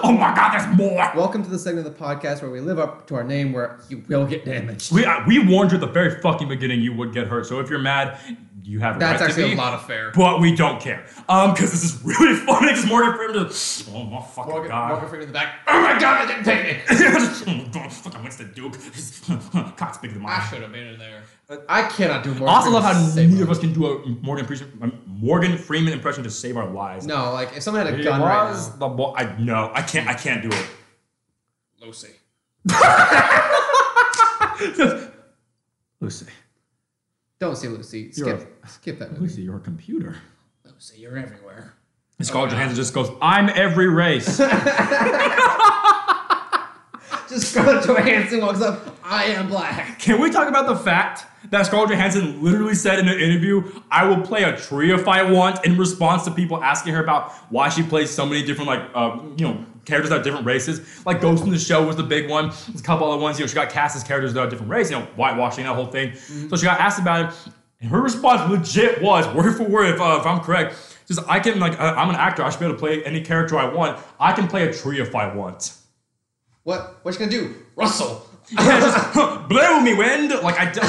oh my god, there's more. Welcome to the segment of the podcast where we live up to our name, where you will get damaged. We, uh, we warned you at the very fucking beginning you would get hurt. So if you're mad, you have a That's right to actually be, a lot of fair. But we don't care. Um, because this is really funny. Because Morgan Freeman just, oh my fucking Morgan, god. Morgan Freeman in the back. Oh my god, they didn't pay me. fucking Winston Duke. Cock's bigger than mine. I should have been in there. I cannot do Morgan. I also love how Freeman's same neither of movie. us can do a Morgan, impression- Morgan Freeman impression to save our lives. No, like if someone had a He gun right was the now, boy. I no, I can't. I can't do it. Lucy. Lucy, Don't say Lucy. You're Skip, skip that movie. Lucy, your computer. Lucy, you're everywhere. Scarlett Johansson just goes, "I'm every race." Just Scarlett Johansson walks up. I am black. Can we talk about the fact that Scarlett Johansson literally said in an interview, "I will play a tree if I want," in response to people asking her about why she plays so many different, like, uh, you know, characters that are different races. Like Ghost in the Shell was the big one. There's a couple other ones. You know, she got cast as characters that are different race. You know, whitewashing that whole thing. So she got asked about it, and her response legit was word for word, if, uh, if I'm correct. Just I can like uh, I'm an actor. I should be able to play any character I want. I can play a tree if I want. What? What you gonna do, Russell? Yeah, just huh, blow me wind. Like I don't.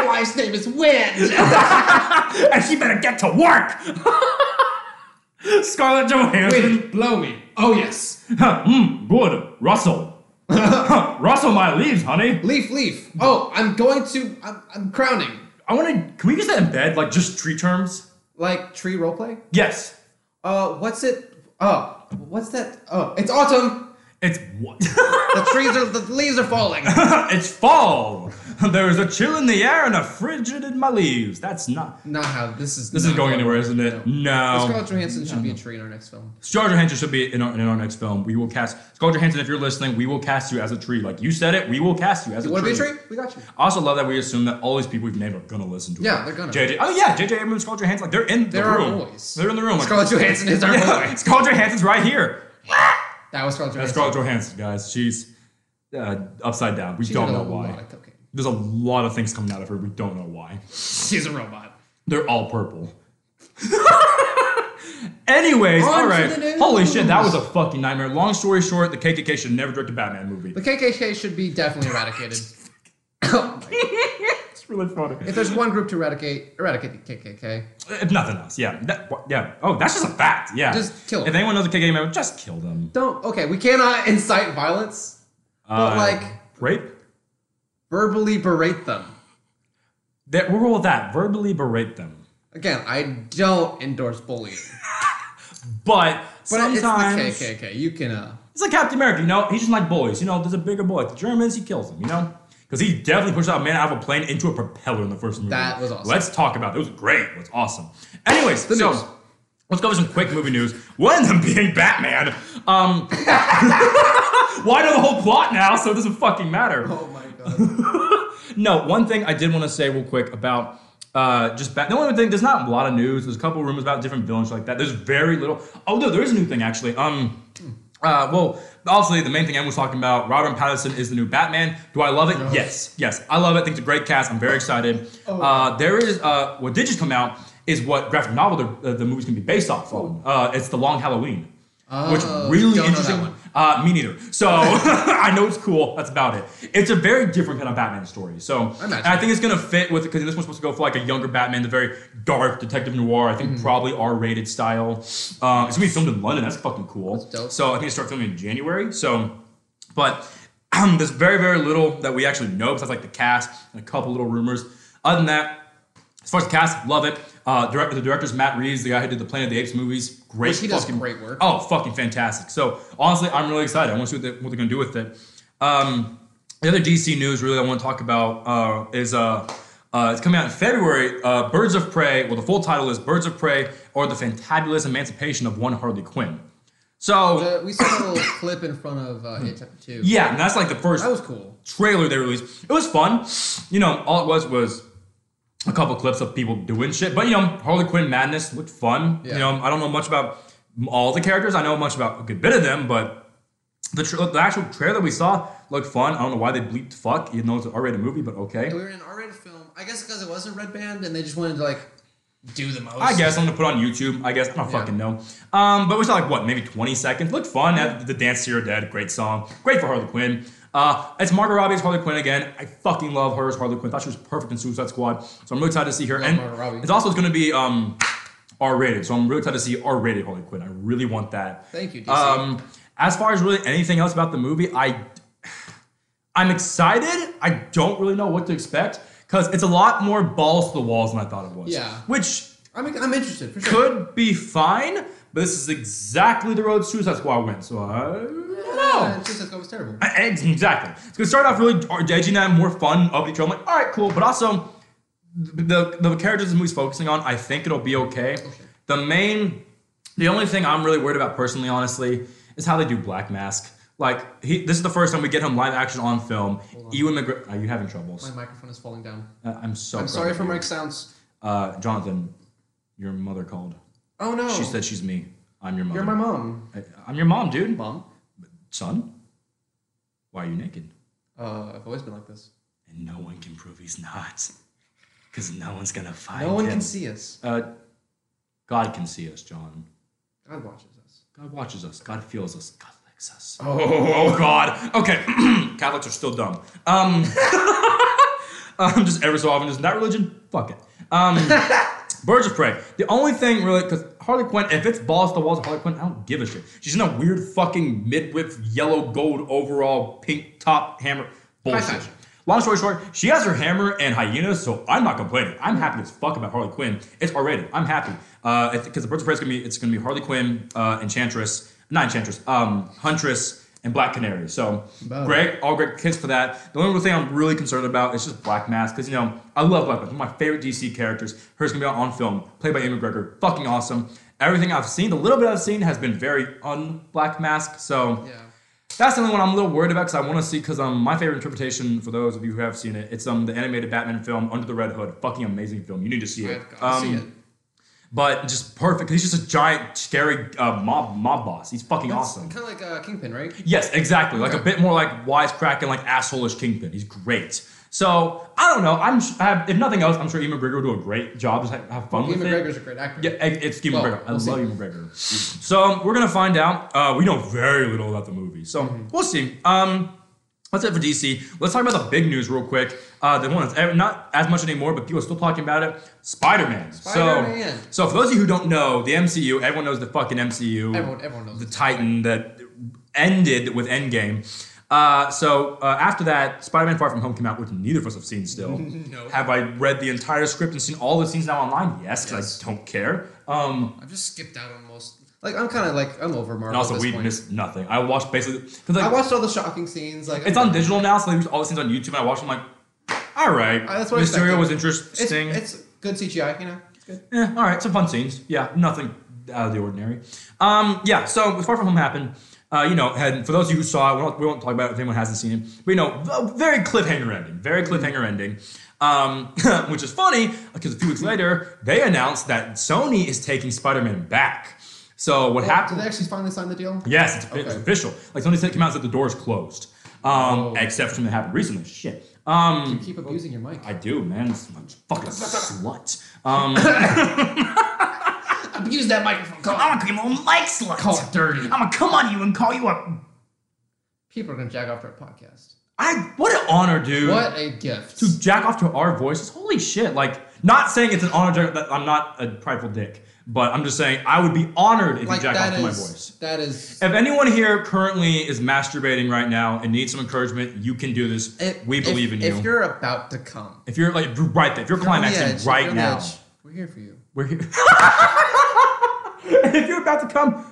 My wife's name is Wind. and she better get to work. Scarlett Johansson. Wind, blow me. Oh yes. Huh, mm, good, Russell. Huh, Russell, my leaves, honey. Leaf, leaf. Oh, I'm going to. I'm, I'm crowning. I want to. Can we use that in bed, like just tree terms? Like tree roleplay. Yes. Uh, what's it? Oh, what's that? Oh, it's autumn. It's what? The trees are. The leaves are falling. it's fall. There is a chill in the air and a frigid in my leaves. That's not. Not how this is. This not is going how- anywhere, Um, isn't it? No. Scarlett Johansson should be a tree in our next film. Scarlett Johansson should be in our, in our next film. We will cast Scarlett Johansson. If you're listening, we will cast you as a tree. Like you said it, we will cast you as You a want to tree. be a tree? We got you. I also love that we assume that all these people we've named are gonna listen to it. Yeah, they're gonna. JJ. Oh yeah, JJ Abrams, Scarlett Johansson. Like they're in the They're our room. boys. They're in the room. Like, Scarlett Johansson is our yeah, boy. Scarlett Johansson's right here. That was Scarlett That's Johansson. Scarlett Johansson, guys. She's uh, upside down. We She don't did a know lot why. of cocaine. There's a lot of things coming out of her. We don't know why. She's a robot. They're all purple. Anyways, On all to right. the news. Holy shit, that was a fucking nightmare. Long story short, the KKK should never direct a Batman movie. The KKK should be definitely eradicated. Oh my- It's really funny. if there's one group to eradicate, eradicate the KKK. Uh, If nothing else, yeah, That- yeah. Oh, that's just a fact. Yeah, Just kill 'em. If anyone knows a KKK member, just kill them. Don't. Okay, we cannot incite violence. But, like- Uh, rape. Verbally berate them. That we'll roll with that. Verbally berate them. Again, I don't endorse bullying. But, But it's the sometimes KKK. You can. uh It's like Captain America, you know? He's just like boys, you know? There's a bigger boy. The Germans, he kills them, you know? Because he definitely pushed out a man out of a plane into a propeller in the first movie. That was awesome. Let's talk about it. It was great. It was awesome. Anyways, The so news. let's go over some quick movie news. One of them being Batman. Um, why know the whole plot now? So it doesn't fucking matter. Oh my god. No, one thing I did want to say real quick about uh, just Bat. The only thing there's not a lot of news. There's a couple rumors about different villains like that. There's very little. Oh no, there is a new thing actually. Um, uh, well, obviously the main thing I was talking about. Robert Pattinson is the new Batman. Do I love it? Yes, yes, I love it. I think it's a great cast. I'm very excited. Oh, Uh, there is uh, what did just come out is what graphic novel the, uh, the movie's gonna be based off of. Uh, it's the Long Halloween, which Oh, really don't know that interesting. one. Uh, me neither. So I know it's cool. That's about it. It's a very different kind of Batman story. So imagine. and I think it's gonna fit with because this one's supposed to go for like a younger Batman, the very dark detective noir. I think probably R-rated style. Um, it's gonna be filmed in London. That's fucking cool. dope. So I think they start filming in January. So, but there's very very little that we actually know besides like the cast and a couple little rumors. Other than that, as far as the cast, love it. Uh, direct, the director's Matt Reeves, the guy who did the Planet of the Apes movies. Great, Which he does fucking great work. Oh, fucking fantastic! So honestly, I'm really excited. I want to see what, they, what they're gonna do with it. Um, the other DC news really I want to talk about uh, is uh, uh, it's coming out in February. Uh, Birds of Prey. Well, the full title is Birds of Prey or the Fantabulous Emancipation of One Harley Quinn. So Uh, we saw a little clip in front of uh, It Chapter Two. yeah, and that's like the first That was cool. trailer they released. It was fun. You know, all it was was a couple clips of people doing shit. But you know, Harley Quinn madness looked fun. Yeah. You know, I don't know much about all the characters. I know much about a good bit of them, but the tra- the actual trailer we saw looked fun. I don't know why they bleeped fuck. You know, it's an R-rated movie, but okay. We were in an R-rated film. I guess because it wasn't Red Band, and they just wanted to like do the most. I guess I'm gonna put it on YouTube. I guess I don't Yeah. fucking know. Um, but we saw like what, maybe 20 seconds. Looked fun. Had The dance to your dead, great song, great for Harley Quinn. Uh, it's Margot Robbie's Harley Quinn again. I fucking love her as Harley Quinn. Thought she was perfect in Suicide Squad, so I'm really excited to see her. and Margot Robbie. it's also gonna be um, R-rated, so I'm really excited to see R-rated Harley Quinn. I really want that. Thank you, DC. Um, as far as really anything else about the movie, I I'm excited. I don't really know what to expect because it's a lot more balls to the walls than I thought it was. Yeah. Which I'm, I'm interested for sure. could be fine, but this is exactly the road Suicide Squad went. So I don't Uh, know. it's just that it was terrible. Ex- Exactly. It's gonna start off really edgy and more fun, up each other. I'm like, all right, cool. But also, the the, the characters the movie's focusing on, I think it'll be okay. Oh, The main, the only thing I'm really worried about personally, honestly, is how they do Black Mask. Like, he, this is the first time we get him live action on film. Ewan McGregor, are you having troubles? My microphone is falling down. Uh, I'm so. I'm proud sorry of for you. my sounds. Uh, Jonathan, your mother called. Oh no. She said she's me. I'm your mother. You're my mom. I, I'm your mom, dude. Mom? Son, why are you naked? Uh, I've always been like this. And no one can prove he's not, because no one's gonna find No one him. can see us. Uh, God can see us, John. God watches us. God watches us. God feels us. God licks us. Oh, oh, oh, God. Okay, Catholics are still dumb. Um, um, just every so often, just that religion. Fuck it. Um, Birds of Prey. The only thing really, because Harley Quinn, if it's balls to the walls of Harley Quinn, I don't give a shit. She's in a weird fucking midriff, yellow gold overall, pink top hammer bullshit. fashion. Long story short, she has her hammer and hyenas, so I'm not complaining. I'm happy as fuck about Harley Quinn. It's R-rated. I'm happy because the Birds of Prey is gonna be it's gonna be Harley Quinn, uh, Enchantress, not Enchantress, um, Huntress, and Black Canary. So Boom. great, all great kids for that. The only real thing I'm really concerned about is just Black Mask because you know I love Black Mask, one of my favorite DC characters. Hers gonna be out on film, played by Ewan McGregor, fucking awesome. Everything I've seen, the little bit I've seen, has been very un-Black Mask. So Yeah. that's the only one I'm a little worried about because I want to see because um my favorite interpretation for those of you who have seen it it's um the animated Batman film Under the Red Hood fucking amazing film you need to see it I've got to see Um, it. but just perfect 'cause he's just a giant scary uh, mob mob boss he's fucking awesome Kind of like uh, Kingpin, right? yes exactly like a Okay. bit more like wisecracking like asshole-ish kingpin he's great so I don't know I'm sh- I have, if nothing else I'm sure Ewan McGregor will do a great job just have, have fun Ian with it McGregor's a great actor. yeah, it- it's Ewan Well, McGregor. I we'll see. love Ewan McGregor. So um, we're gonna find out. Uh, we know very little about the movie, so Mm-hmm. we'll see. Um, that's it for DC. Let's talk about the big news real quick. Uh, the one that's ev- not as much anymore, but people are still talking about it. Spider-Man. Spider-Man. So, so for those of you who don't know, the MCU. Everyone knows the fucking MCU Everyone, everyone knows. the this. Titan that ended with Endgame. Uh, so uh, after that, Spider-Man: Far From Home came out, which neither of us have seen. Still, No. have I read the entire script and seen all the scenes now online? Yes, because Yes. I don't care. Um, I've just skipped out on most. Like I'm kind of like I'm over Marvel. And also, at this we point. missed nothing. I watched basically because like I watched all the shocking scenes. Like it's on digital now, so they all the scenes on YouTube. And I watched them like, all right, Uh, that's what I Mysterio expected. was It's, interesting. it's good CGI. You know, it's good. Eh, all right, some fun scenes. Yeah, nothing out of the ordinary. Um, yeah, so Far From Home happened. Uh, you know, had, for those of you who saw it, we won't, we won't talk about it if anyone hasn't seen it. But you know, v- very cliffhanger ending. Very cliffhanger ending. Um, which is funny because a few weeks later, they announced that Sony is taking Spider Man back. So what Did happened? they actually finally sign the deal? Yes, it's, it's Okay. official. Like Sony said, came out and said the door is closed. Um, Oh. Except for something that happened recently. Shit. Um, Keep abusing your mic. I do, man. It's, I'm a fucking slut. Um, Abuse that microphone. Come I'm gonna call you a mic slut. Call it dirty. I'm gonna come on you and call you a. People are gonna jack off to our podcast. I what an honor, dude. What a gift. To jack off to our voices. Holy shit! Like, not saying it's an honor jack- that I'm not a prideful dick, but I'm just saying I would be honored if Like you jack that off to my is- voice. That is. If anyone here currently is masturbating right now and needs some encouragement, you can do this. if- we believe if, in If you. you're about to come, If you're like if you're right there, if you're You're on the climaxing edge, you're right on the now, edge. we're here for you. we're here. if you're about to come,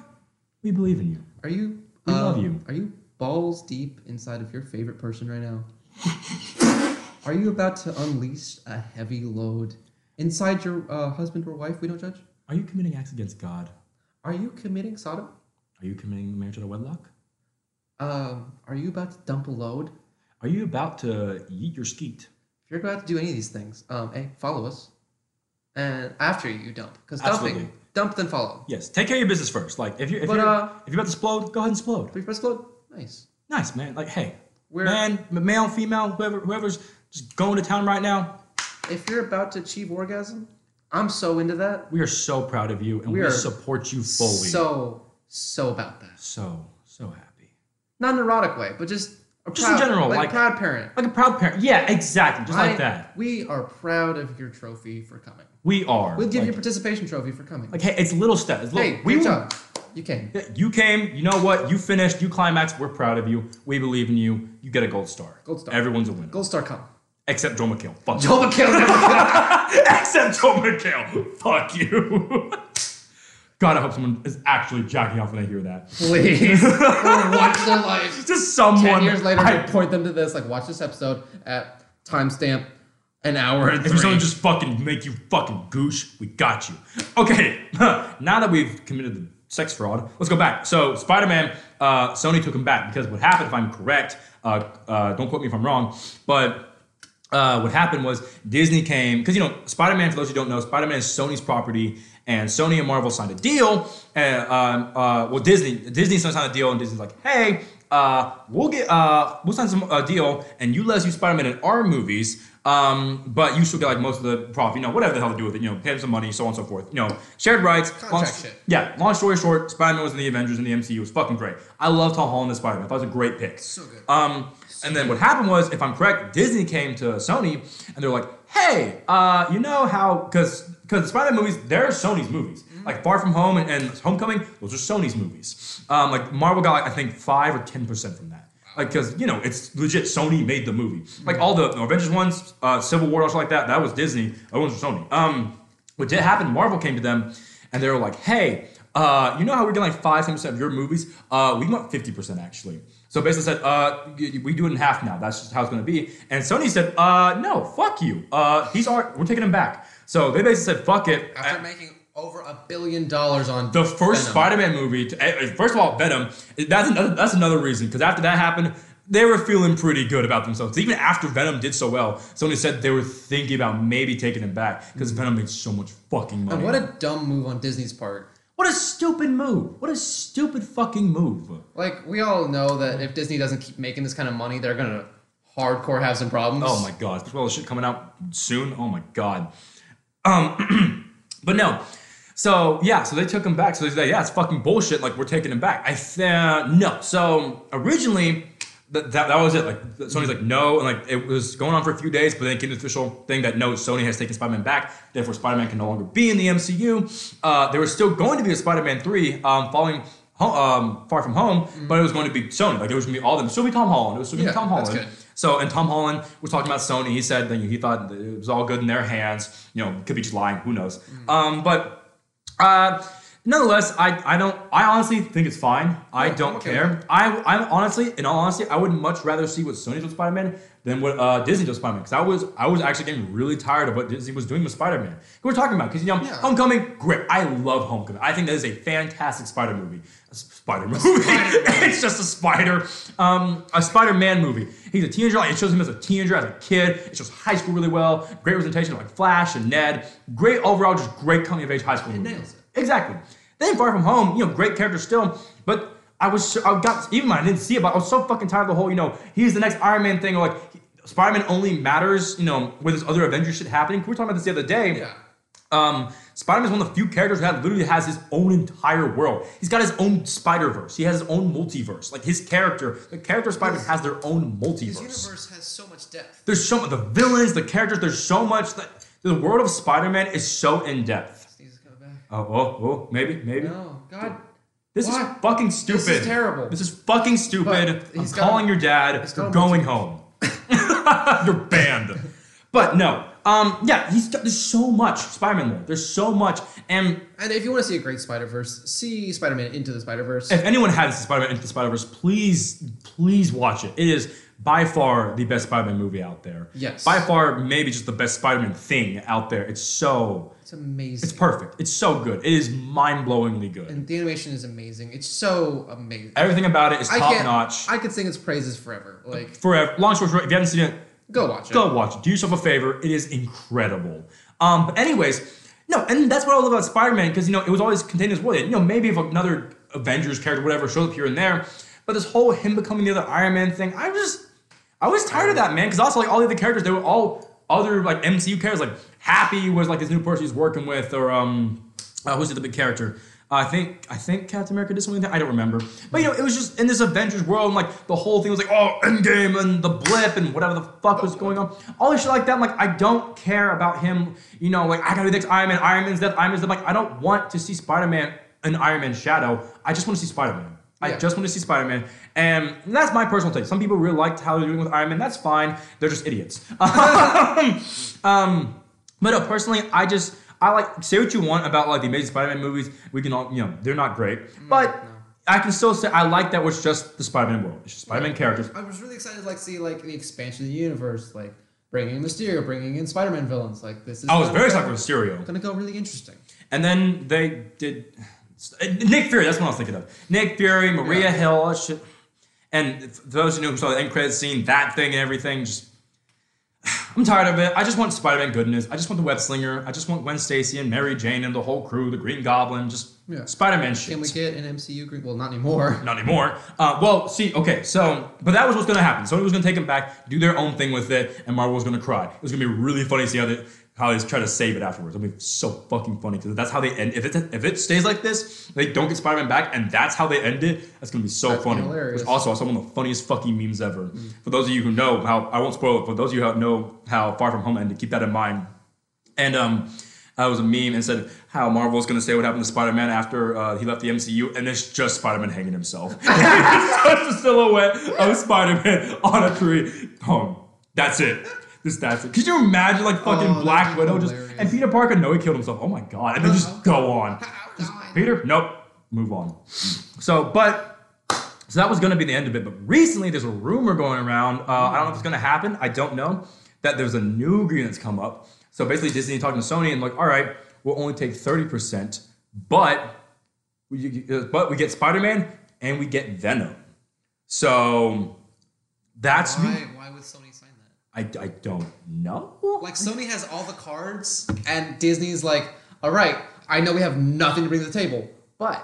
we believe in you. Are you? um, We love you. Are you balls deep inside of your favorite person right now? are you about to unleash a heavy load inside your uh, husband or wife? We don't judge. Are you committing acts against God? Are you committing sodomy? Are you committing marriage out of wedlock? Um, are you about to dump a load? If Are you about to eat your skeet? you're about to do any of these things, um, hey, follow us. And after you dump, because dumping, Absolutely. dump then follow. Yes. Take care of your business first. Like if you if But, you're uh, if you're about to explode, go ahead and explode. Three press load, nice. Nice man. Like hey, We're- man, m- male, female, whoever whoever's just going to town right now. If you're about to achieve orgasm, I'm so into that. We are so proud of you and we, We are support you fully. So so about that. so so happy. Not in an erotic way, but just a Just in proud, general, like, like- a proud parent. Like a proud parent. Yeah, exactly. Just I- like that. We are proud of your trophy for coming. We are. We'll give like, you a participation trophy for coming. like hey, it's little steps. It's little, hey, we great will- job. You came. Yeah, You came, you know what? You finished, you climaxed. We're proud of you. We believe in you. You get a gold star. Gold star. Everyone's a winner. Gold star come. Except Joe McHale. Fuck you. Joel McHale. Except Joe McHale. Fuck you. God, I hope someone is actually jacking off when they hear that. Please. For once in their life. Just someone. Ten years later, I I, point them to this. Like, watch this episode at timestamp an hour and if you're three. someone just fucking make you fucking goosh, we got you. Okay, now that we've committed the sex fraud, let's go back. So Spider-Man, uh, Sony took him back because what happened, if I'm correct, uh, uh, don't quote me if I'm wrong, but uh, what happened was Disney came because you know Spider Man. For those who don't know, Spider Man is Sony's property, and Sony and Marvel signed a deal. And um, uh, well, Disney Disney signed a deal, and Disney's like, hey, uh, we'll get uh, we'll sign some uh, deal, and you let us use Spider Man in our movies. Um, but you still get like most of the profit, you know, whatever the hell to do with it, you know, pay them some money, so on and so forth. You know, shared rights. long- Contract shit. Yeah, long story short, Spider Man was in the Avengers in the MCU. It was fucking great. I love Tom Holland as Spider Man. I thought it was a great pick. So good. Um, and then what happened was, if I'm correct, Disney came to Sony and they're like, "Hey, uh, you know how? Because because the Spider-Man movies, they're Sony's movies. Like Far From Home and, and Homecoming, those are Sony's movies. Um, like Marvel got, like, I think, five or ten percent from that. Like, because you know, it's legit. Sony made the movie. Like all the Avengers ones, uh, Civil War, all like that. That was Disney. That ones were Sony. Um, what did happen? Marvel came to them and they were like, "Hey, uh, you know how we're getting like five percent of your movies? Uh, we want fifty percent actually." So basically said, uh, y- "We do it in half now. That's just how it's going to be." And Sony said, uh, "No, fuck you. Uh, he's our. We're taking him back." So they basically said, "Fuck it." After making over a billion dollars on the first Venom. Spider-Man movie. To, eh, eh, first of all, Venom. That's another, that's another reason because after that happened, they were feeling pretty good about themselves. Even after Venom did so well, Sony said they were thinking about maybe taking him back because Venom made so much fucking money. Mm-hmm. And what a dumb move on Disney's part. What a stupid move. What a stupid fucking move. Like we all know that if Disney doesn't keep making this kind of money, they're gonna hardcore have some problems. Oh my god. Well, the shit coming out soon. Oh my god. Um, but no. So yeah, so they took him back. So they said, yeah, it's fucking bullshit. Like we're taking him back. I th- uh, no. So originally, th- that that was it. Like Sony's like no, and like it was going on for a few days, but then it came to the official thing that no, Sony has taken Spider-Man back. Therefore, Spider-Man can no longer be in the MCU. Uh, there was still going to be a Spider-Man three um, following. Ho- um, far from home, but it was going to be Sony. Like it was going to be all of them. It was still be Tom Holland. It was still be Mm-hmm. Yeah, Tom that's Holland. good. So, and Tom Holland was talking about Sony. He said that he thought that it Mm. was all good in their hands. You know, could be just lying. Who knows? Um, but uh, nonetheless, I, I don't I honestly think it's fine. I Yeah, don't I'm okay care. with I I honestly, in all honesty, I would much rather see what Sony did with Spider Man than what uh, Disney did with Spider Man. Because I was I was actually getting really tired of what Disney was doing with Spider Man. We're talking about because you know Yeah. Homecoming, great. I love Homecoming. I think that is a fantastic Spider movie. A s- spider movie. it's just a spider. Um, a Spider Man movie. He's a teenager. Like, it shows him as a teenager, as a kid. It shows high school really well. Great representation of like Flash and Ned. Great overall, just great coming of age high school. It nails it. Exactly. Then Far From Home, you know, great character still, but I was so- I got even when I didn't see it, but I was so fucking tired of the whole, you know, he's the next Iron Man thing, or like Spider Man only matters, you know, with this other Avengers shit happening. We were talking about this the other day. Yeah. Um, Spider Man is one of the few characters that literally has his own entire world. He's got his own Spider Verse. He has his own multiverse. Like his character, the character Spider Man has their own This multiverse. universe has so much depth. There's so much the villains, the characters. There's so much that the world of Spider Man is so in depth. Sneeze coming back. Oh, oh, oh, maybe, maybe. No, God, This is Why? fucking stupid. This is terrible. This is fucking stupid. But I'm he's got- calling your dad. he's You're got going home. You're banned. But no. Um, yeah, he's got, there's so much Spider-Man lore. There's so much, and and if you want to see a great Spider Verse, see Spider Man into the Spider Verse. if anyone hasn't seen Spider-Man Into the Spider-Verse, please, please watch it. It is by far the best Spider-Man movie out there. Yes. By far, maybe just the best Spider-Man thing out there. It's so, It's amazing. it's perfect. It's so good. It is mind-blowingly good. and the animation is amazing. It's so amazing. Everything about it is I can't. top-notch. I could sing its praises forever. Like, Forever. Long story short, if you haven't seen it, go watch it. Go watch it. Do yourself a favor. It is incredible. Um, but anyways, no, and that's what I love about Spider-Man because you know it was always contained in his world. You know, maybe if another Avengers character, whatever, shows up here and there, but this whole him becoming the other Iron Man thing, I was just, I was tired of that man because also like all the other characters, they were all other like MCU characters. Like Happy was like this new person he's working with, or um, uh, who's the other big character? I think I think Captain America did something. Like that. I don't remember, but you know, it was just in this Avengers world. And, like the whole thing was like, oh, Endgame and the blip and whatever the fuck was going on. All this shit like that. I'm like, I don't care about him. You know, like I gotta do this Iron Man, Iron Man's death, Iron Man's death. Like I don't want to see Spider Man and Iron Man Shadow. I just want to see Spider Man. I Yeah. just want to see Spider Man, and that's my personal take. Some people really liked how they're doing with Iron Man. That's fine. They're just idiots. Um, but no, personally, I just I like say what you want about like the Amazing Spider-Man movies. We can all you know they're not great, Mm, but I can still say I like that was just the Spider-Man world. It's just Spider-Man characters. I was really excited to like see like the expansion of the universe, like bringing in Mysterio, bringing in Spider Man villains. Like this is. I was gonna very go- excited for Mysterio. Gonna go really interesting. And then they did Nick Fury. That's what I was thinking of. Nick Fury, Maria Yeah. Hill, all that shit. And for those who know who saw the end credits scene, that thing and everything, just I'm tired of it. I just want Spider-Man goodness. I just want the web slinger. I just want Gwen Stacy and Mary Jane and the whole crew, the Green Goblin, just Yeah. Spider-Man shit. Can we get an MCU green? Well, not anymore. Not anymore. Uh, well, see, okay, so, but that was what's gonna happen. Sony was gonna take him back, do their own thing with it, and Marvel was gonna cry. It was gonna be really funny to see how they, how they try to save it afterwards. It'll be so fucking funny because that's how they end. If it if it stays like this, they don't get Spider Man back, and that's how they end it. That's gonna be so That's funny. hilarious. Mm. Which also are some of the funniest fucking memes ever. For those of you who know how, I won't spoil it. For those of you who know how Far From Home ended, keep that in mind. And um, uh, it was a meme and said how Marvel's gonna say what happened to Spider Man after uh, he left the MCU, and it's just Spider Man hanging himself. it's just a silhouette of Spider Man on a tree. Home. That's it. Just that's it. Could you imagine like fucking Oh, that'd Black be Widow just hilarious. and Peter Parker? No, he killed himself. Oh my god! And then just go on. Just, God. Peter, nope. Move on. So, but so that was going to be the end of it. But recently, there's a rumor going around. Uh, I don't know if it's going to happen. I don't know that there's a new agreement that's come up. So basically, Disney talking to Sony and like, all right, we'll only take thirty percent, but we you- uh, but we get Spider Man and we get Venom. So that's Why? Why would Sony sign that? I, I don't know. Like Sony has all the cards, and Disney's like, all right, I know we have nothing to bring to the table, but,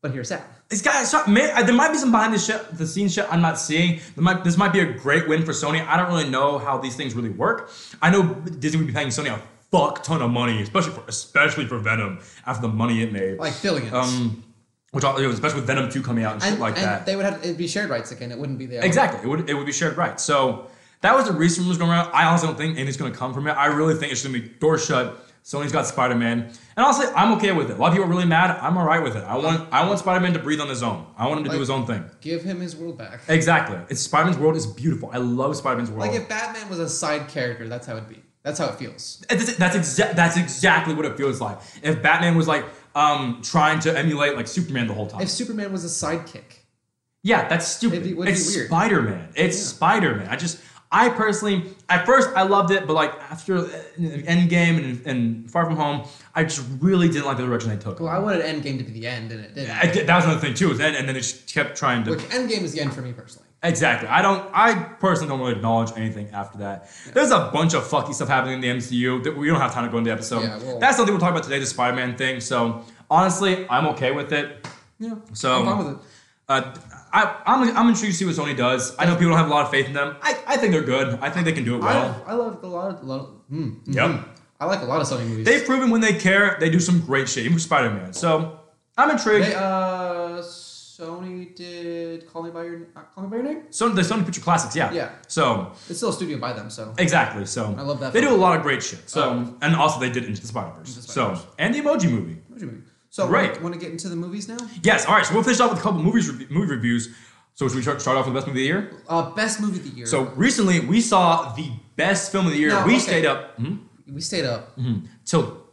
but here's that. It's got so, may, uh, there might be some behind the shit, the scenes shit I'm not seeing. There might, this might be a great win for Sony. I don't really know how these things really work. I know Disney would be paying Sony a fuck ton of money, especially for especially for Venom after the money it made, Like billions. um, which all- especially with Venom two coming out and, and, shit like and that. they would have it'd be shared rights again. It wouldn't be there. exactly, it would it would be shared right. So that was the reason it was going around. I honestly don't think anything's going to come from it. I really think it's going to be door shut. Sony's got Spider Man, and honestly, I'm okay with it. A lot of people are really mad. I'm all right with it. I want I want Spider Man to breathe on his own. I want him to do Like- his own thing. Give him his world back. Exactly. It's Spider-Man's world is beautiful. I love Spider-Man's world. Like if Batman was a side character, that's how it'd be. That's how it feels. that's that's exa- that's exactly what it feels like. If Batman was like, um, trying to emulate like Superman the whole time. If Superman was a sidekick, Yeah, that's stupid. It'd be- would be it's weird. Spider Man. It's Yeah. Spider Man. I just, I personally, at first I loved it, but like after uh, Endgame and, and Far From Home, I just really didn't like the direction they took. well, I wanted Endgame to be the end, and it didn't. I did- that was another thing too. Is then and then they just kept trying to Which Endgame is the end for me personally. exactly. I don't. I personally don't really acknowledge anything after that. There's a bunch of fucky stuff happening in the MCU that we don't have time to go into the episode. Yeah, well- That's something we'll talk about today, the Spider Man thing. So honestly, I'm okay with it. Yeah. So- I'm fine with it. Uh, I, I'm, I'm intrigued to see what Sony does. I know people don't have a lot of faith in them. I, I think they're good. I think they can do it well. I, I love a lot of. lot of mm, mm, Yep. mm. I like a lot of Sony movies. They've proven when they care, they do some great shit, even for Spider Man. So I'm intrigued. They, uh, Sony did Call Me by Your uh, Call Me by Your Name. so the Sony Picture Classics, yeah. Yeah. So It's still a studio by them, so exactly. So I love that They film. Um, do a lot of great shit. So and also they did Into the Spider Verse. So Spider-Verse. and the Emoji Movie. What do you mean? So Right. Want to get into the movies now? Yes. All right. So we'll finish off with a couple movies rev- movie reviews. So should we start start off with the best movie of the year? Uh, best movie of the year. So recently we saw the best film of the year. No, we okay. stayed up hmm, we stayed up Mm-hmm. till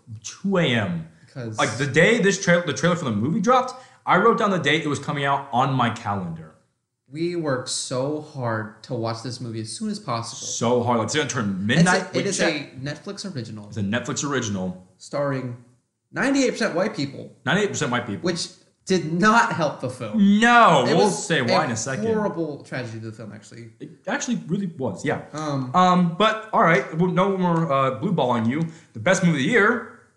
2 a.m. because Like the day this trailer, the trailer for the movie dropped, I wrote down the date it was coming out on my calendar. we worked so hard to watch this movie as soon as possible. So hard, like it's gonna turn It's midnight. a, we it is checked. a Netflix original It's a Netflix original. starring 98% white people, Ninety-eight percent white people. which did not help the film. no, It Mm. we'll was say why in a second. Horrible tragedy to the film, actually. It actually really was, yeah. Um, Um, but all right, well, no more uh, blue balling you. The best movie of the year,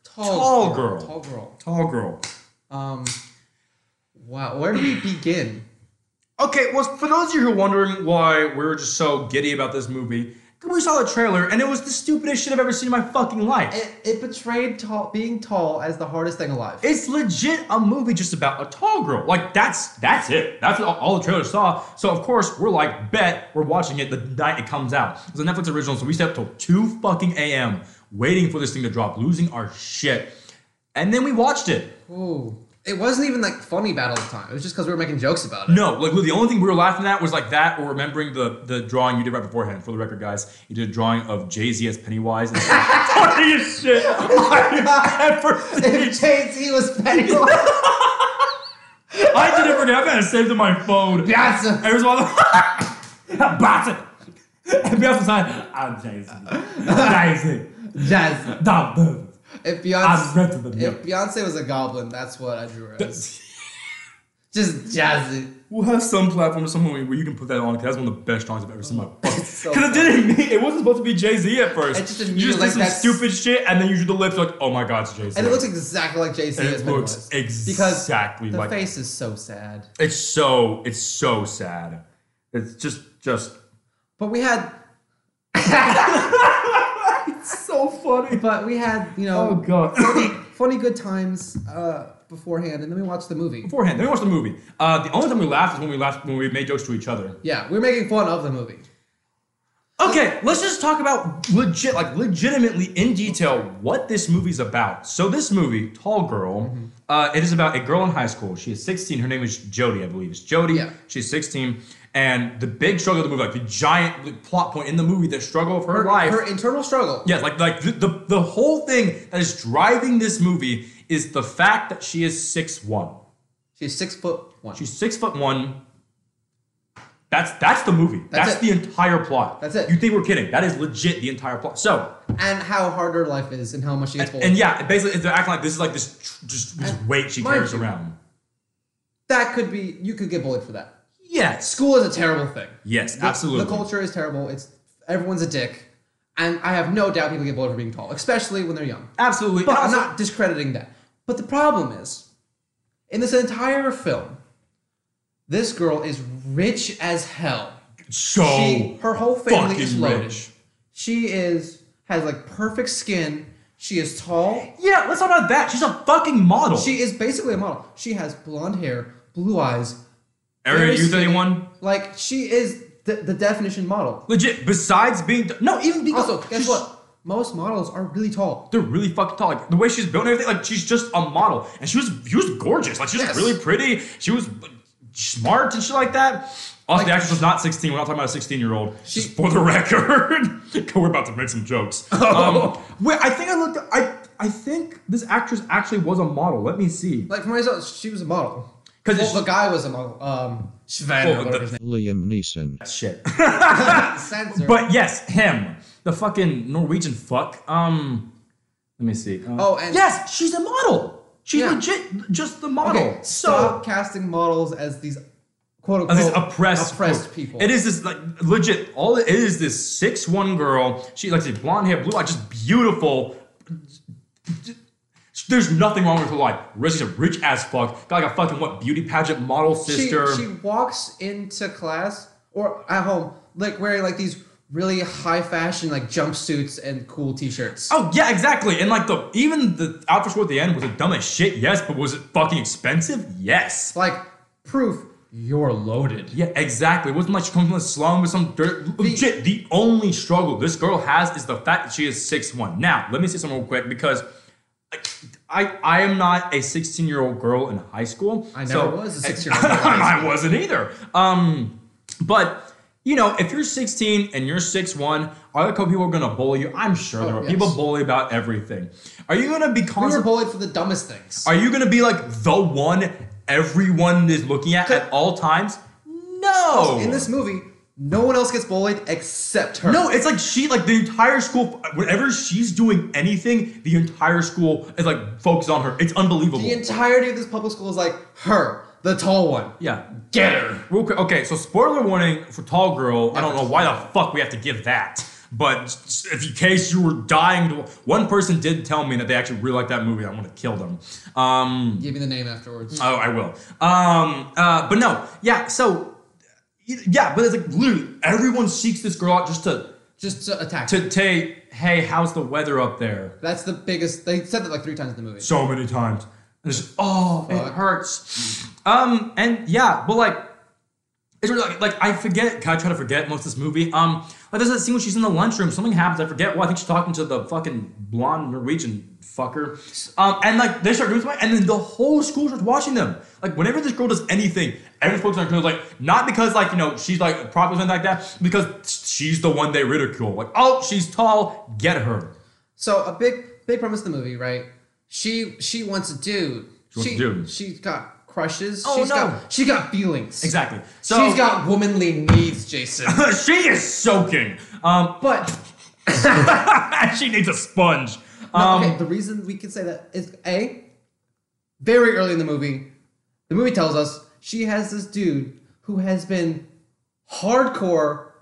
Tall Girl. Tall girl. Tall Girl. Um, wow, where do we begin? Okay, well, for those of you who are wondering why we're just so giddy about this movie, we saw the trailer and it was the stupidest shit I've ever seen in my fucking life. It, it betrayed tall, being tall as the hardest thing alive. It's legit a movie just about a tall girl. Like that's that's it. That's all, all the trailer saw. So of course we're like, bet we're watching it the night it comes out. It's a Netflix original, so we stayed up till two fucking a.m. waiting for this thing to drop, losing our shit, and then we watched it. Ooh. It wasn't even like funny about all the time. It was just because we were making jokes about it. No, like the only thing we were laughing at was like that, or remembering the the drawing you did right beforehand. For the record, guys, you did a drawing of Jay Z as Pennywise. And it's like, funny as shit I've ever seen. If Jay Z was Pennywise, I didn't forget that. I saved it on my phone. Beyonce. Every once in a while, Boston. Beyonce's like, I'm Jason. Jason. Jazz. Don't move. If I'm Beyonce, better than if you. Beyonce was a goblin, that's what I drew her as. Just jazz it. We'll have some platform or somewhere where you can put that on. 'cause That's one of the best songs I've ever seen in my fucking. so Because it didn't mean it wasn't supposed to be Jay Z at first. It just you didn't just mean, did like, some that's- stupid shit, and then you do the lips like, oh my god, it's Jay Z. And it looks exactly like Jay Z It as looks Pennywise. exactly because the like- face is so sad. it's so it's so sad. It's just just But we had, it's so funny. but we had, you Oh know, god. funny good times uh, beforehand, and then we watched the movie. beforehand. Then we watched the movie. Uh, the only time we laughed is when we laughed when we made jokes to each other. Yeah, we are making fun of the movie. Okay, let's just talk about legit, like legitimately in detail, what this movie's about. So this movie, Tall Girl, uh, it is about a girl in high school. She is 16. Her name is Jody, I believe. It's Jody. Yeah. She's 16, and the big struggle of the movie, like the giant like, plot point in the movie, the struggle of her, Her, life. her internal struggle. Yeah, like like the, the the whole thing that is driving this movie is the fact that she is six one. She's six foot one. She's six foot one. That's that's the movie. That's, That's the it. entire plot. That's it. You think we're kidding? That is legit the entire plot. So and how hard her life is, and how much she gets bullied. and yeah, basically they're acting like this is like this tr- just this weight she mind carries you- around. that could be you could get bullied for that. Yes. School is a terrible thing. Yes, The- absolutely. The culture is terrible. It's everyone's a dick, and I have no doubt people get bullied for being tall, especially when they're young. absolutely. But I'm Also- not discrediting that. But the problem is, in this entire film, this girl is rich as hell. so she, her whole family fucking is loaded. rich. She is has like perfect skin. She is tall. Yeah, let's talk about that. She's a fucking model. She is basically a model. She has blonde hair, blue eyes. Area very Youth skinny. 31. Like she is the, the definition model. Legit. Besides being no, even because Also, guess she's- what? Most models are really tall. They're really fucking tall. Like the way she's built and everything, like she's just a model. And she was she was gorgeous. Like she was Yes. really pretty. She was like, smart and shit like that. Also, the Like- actress was not 16. We're not talking about a 16 year old. She- Just for the record, we're about to make some jokes. Um, wait, I Oh. think I looked. I I think this actress actually was a model. Let me see. Like for myself, she was a model. 'Cause well, it's- the guy was a model. Um, Sven, Oh, or whatever the- his name. Liam Neeson, Shit. Censor. But yes, him, the fucking Norwegian fuck. Um, let me see. Uh, Oh, and- yes, she's a model. She's Yeah. legit just the model. okay, so stop casting models as these quote unquote Of these oppressed, Oh, oppressed people. It is this like legit. All it is this six one girl. She like this blonde hair, blue eyes, just beautiful. There's nothing wrong with her life. Rich- She's a rich as fuck. Got like a fucking what beauty pageant model she, sister. she walks into class or at home like wearing like these really high fashion like jumpsuits and cool t-shirts. oh yeah, exactly. And like the even the outfit she wore at the end was it dumb as shit? Yes, but was it fucking expensive? Yes. Like proof you're loaded. Yeah, exactly. It wasn't like she comes from the slum with some dirt. Legit, the only struggle this girl has is the fact that she is 6'1. Now, let me say something real quick because like, I I am not a 16 year old girl in high school. I never so- was a 16-year-old girl in high And I wasn't either. Um, but. You know, if you're 16 and you're 6'1, are there a couple people who are gonna bully you? I'm sure there are. Oh, yes. People bully about everything. Are you gonna be We were constantly bullied for the dumbest things. are you gonna be like the one everyone is looking at at all times? No. In this movie, no one else gets bullied except her. no, it's like she, like the entire school, whenever she's doing anything, the entire school is like focused on her. It's unbelievable. the entirety of this public school is like her, the tall one. yeah. Get her. Real quick. Okay, so spoiler warning for Tall Girl. I don't know why the fuck we have to give that. But s- if in case you were dying to, one person did tell me that they actually really liked that movie. I want to kill them. Um, Give me the name afterwards. Oh, I will. Um, uh, but no, yeah. So, y- yeah, but it's like literally everyone seeks this girl out just to Just to attack. to say, hey, how's the weather up there? That's the biggest. They said that like three times in the movie. So many times, and it's just, oh, it Fuck. hurts. Um, and yeah, but like. It's really like, like I forget. God, I try to forget most of this movie. Um, like there's that scene when she's in the lunchroom. Something happens. I forget. Well, I think she's talking to the fucking blonde Norwegian fucker. Um, and like they start doing something, and then the whole school starts watching them. Like whenever this girl does anything, everyone focuses on her. Like not because like you know she's like proper or something like that, because she's the one they ridicule. Like oh she's tall, get her. So a big big premise of the movie, right? She she wants a dude. She wants a dude. She's got crushes. Oh, She's no. got she got feelings. Exactly. So She's got womanly needs, Jason. she is soaking. Um, but she needs a sponge. no, Um, okay, the reason we can say that is a very early in the movie, the movie tells us she has this dude who has been hardcore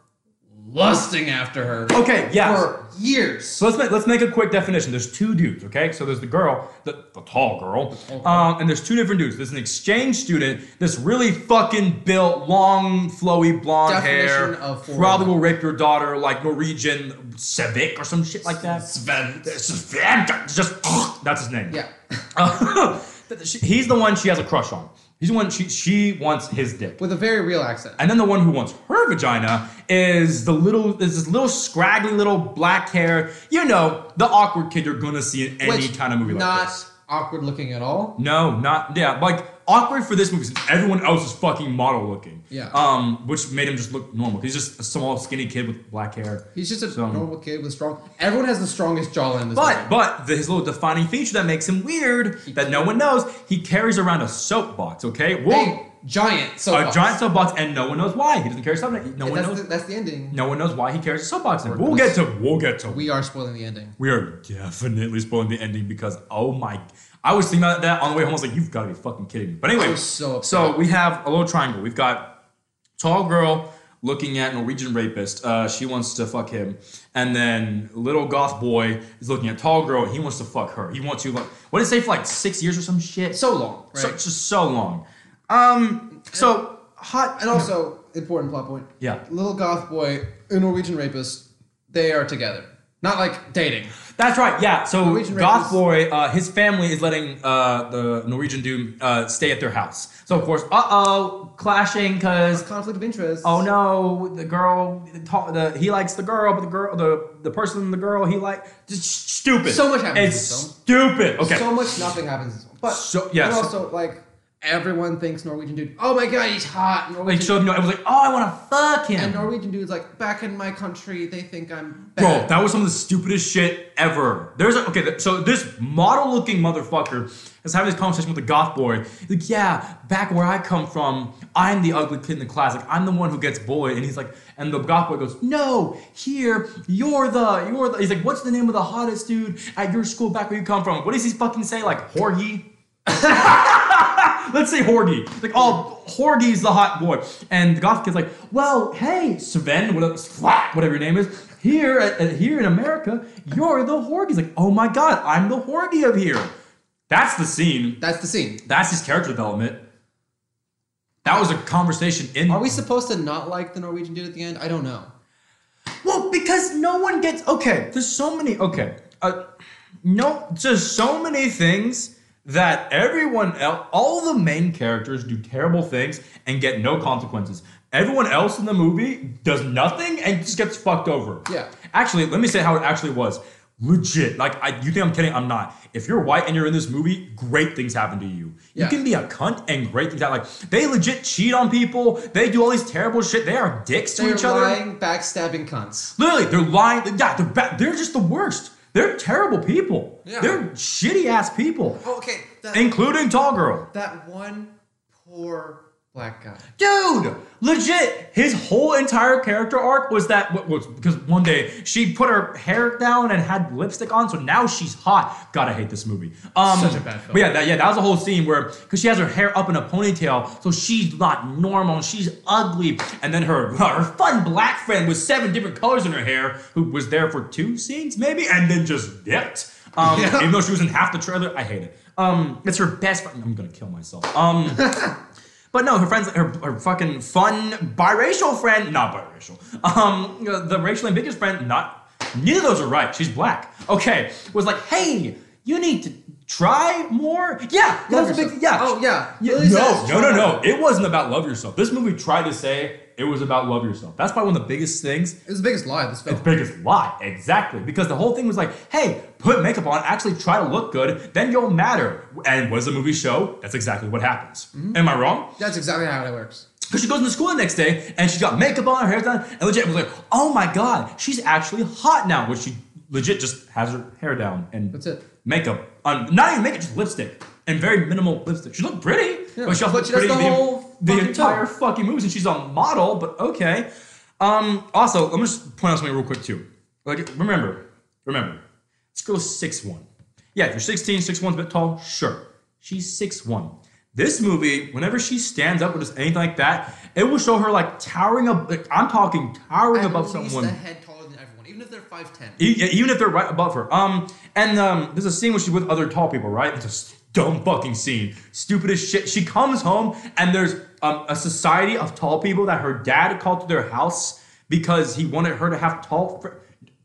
lusting after her Okay, yeah. for years. So let's make, let's make a quick definition. There's two dudes, okay? So there's the girl, the, the tall girl, um, and there's two different dudes. There's an exchange student, this really fucking built, long, flowy, blonde hair, Definition of foreigner. probably will rape your daughter, like Norwegian civic or some shit like that. Sven. Sven, just that's his name. Yeah. Uh, he's the one she has a crush on. He's the one she she wants his dick. With a very real accent. And then the one who wants her vagina is the little, is this little scraggly little black hair, you know, the awkward kid you're gonna see in any Which, kind of movie not like this. awkward looking at all. No, not yeah, like awkward for this movie since everyone else is fucking model looking. Yeah. Um, which made him just look normal. He's just a small, skinny kid with black hair. He's just a So- normal kid with strong. Everyone has the strongest jawline in this But movie. but the, his little defining feature that makes him weird that no one knows, he carries around a soapbox. Okay, well, Big, giant so a giant soapbox, and no one knows why he doesn't carry something. No one that's, knows. the, that's the ending. no one knows why he carries a soapbox. And we'll get to we'll get to We are spoiling the ending. We are definitely spoiling the ending because oh my! I was thinking about that on the way home. I was like, "You've got to be fucking kidding me!" But anyway, I was so upset. we have a little triangle. We've got tall girl looking at Norwegian rapist. Uh, she wants to fuck him, and then little goth boy is looking at tall girl. He wants to fuck her. He wants to like what did it say for like six years or some shit? So long, right? so it's just so long. Um, so hot and also important plot point. Yeah. little goth boy, a Norwegian rapist. They are together, not like dating. That's right. Yeah. So Norwegian Goth rapists. boy, uh, his family is letting uh, the Norwegian dude uh, stay at their house. So of course, uh oh, clashing because Conflict of interest. oh no, the girl, the, ta- the he likes the girl, but the girl, the the person, the girl he like, just stupid. So much happens in It's this film. stupid. Okay. So much nothing happens. in this one. But So- yeah, and so- also like everyone thinks Norwegian dude. Oh my god, he's hot. Norwegian, Like showed up, you know, I was like, oh, I want to fuck him. and Norwegian dude's like back in my country, they think I'm Bro, bad. that was some of the stupidest shit ever. There's a, okay, th- so this model-looking motherfucker is having this conversation with a goth boy. He's like, yeah, back where I come from, I'm the ugly kid in the class. Like, I'm the one who gets bullied. And he's like, and the goth boy goes, no, here, you're the, you're the. He's like, what's the name of the hottest dude at your school back where you come from? What does he fucking say? Like, Jorge? Let's say Horgy. Like, oh, Horgy's the hot boy. And the goth kid's like, well, hey, Sven, whatever, Slat, whatever your name is, here at, at- here in America, you're the Horgy. He's like, oh my God, I'm the Horgy of here. That's the scene. That's the scene. That's his character development. That was a conversation in. Are we supposed to not like the Norwegian dude at the end? I don't know. Well, because no one gets okay. There's so many okay. Uh, no, just so many things that everyone else, all the main characters do terrible things and get no consequences. Everyone else in the movie does nothing and just gets fucked over. Yeah. Actually, let me say how it actually was. Legit, like I, you think I'm kidding? I'm not. If you're white and you're in this movie, great things happen to you. Yeah. You can be a cunt and great things happen. Like they legit cheat on people. They do all these terrible shit. They are dicks to They're each other. lying, backstabbing cunts. Literally, they're lying. they- Yeah, they're ba- they're just the worst. They're terrible people. Yeah. They're shitty ass people, Oh, okay, that, including Tall Girl. that one poor black guy. Dude, legit, his whole entire character arc was that wa- was because one day she put her hair down and had lipstick on, so now she's hot. God, I hate this movie. Um, Such a bad film. But yeah, that, yeah, that was a whole scene where because she has her hair up in a ponytail, so she's not normal. She's ugly, and then her her fun black friend with seven different colors in her hair, who was there for two scenes maybe, and then just dipped. Um, Yeah. Even though she was in half the trailer, I hate it. Um, it's her best. friend. I'm gonna kill myself. Um. But no, her friends, her, her fucking fun biracial friend, not biracial. Um, uh, the racially ambiguous friend, not neither of those are right. She's black. Okay, was like, hey, you need to try more. Yeah, that Love was a big yourself. yeah. Oh, yeah. Yeah, Lily no, says no, try no, no. more. It wasn't about love yourself. This movie tried to say it was about love yourself. That's probably one of the biggest things It was the biggest lie of this film. the biggest lie, exactly. Because the whole thing was like, hey, put makeup on, actually try to look good, then you'll matter. And what does the movie show? That's exactly what happens. Mm-hmm. Am I wrong? That's exactly how it works. Because she goes into school the next day and she's got makeup on, her hair's done, and legit was like, oh my god, she's actually hot now. Which she legit just has her hair down and That's it. makeup on, not even makeup, just lipstick and very minimal lipstick. She looked pretty, Yeah, but she also but looked she does pretty the the, whole the fucking entire time. fucking movie. And she's a model, but okay. Um, also, let me just point out something real quick too. Like, remember, remember, this girl's six one. Yeah, if you're 16, 6'1's a bit tall, sure. She's 6'1. This movie, whenever she stands up or does anything like that, it will show her like towering up. Like, I'm talking towering At above least someone. a head taller than everyone, even if they're five ten. E- yeah, even if they're right above her. Um, and um, there's a scene where she's with other tall people, right? It's a s- dumb fucking scene, stupid as shit. She comes home and there's um, a society of tall people that her dad called to their house because he wanted her to have tall. Fr-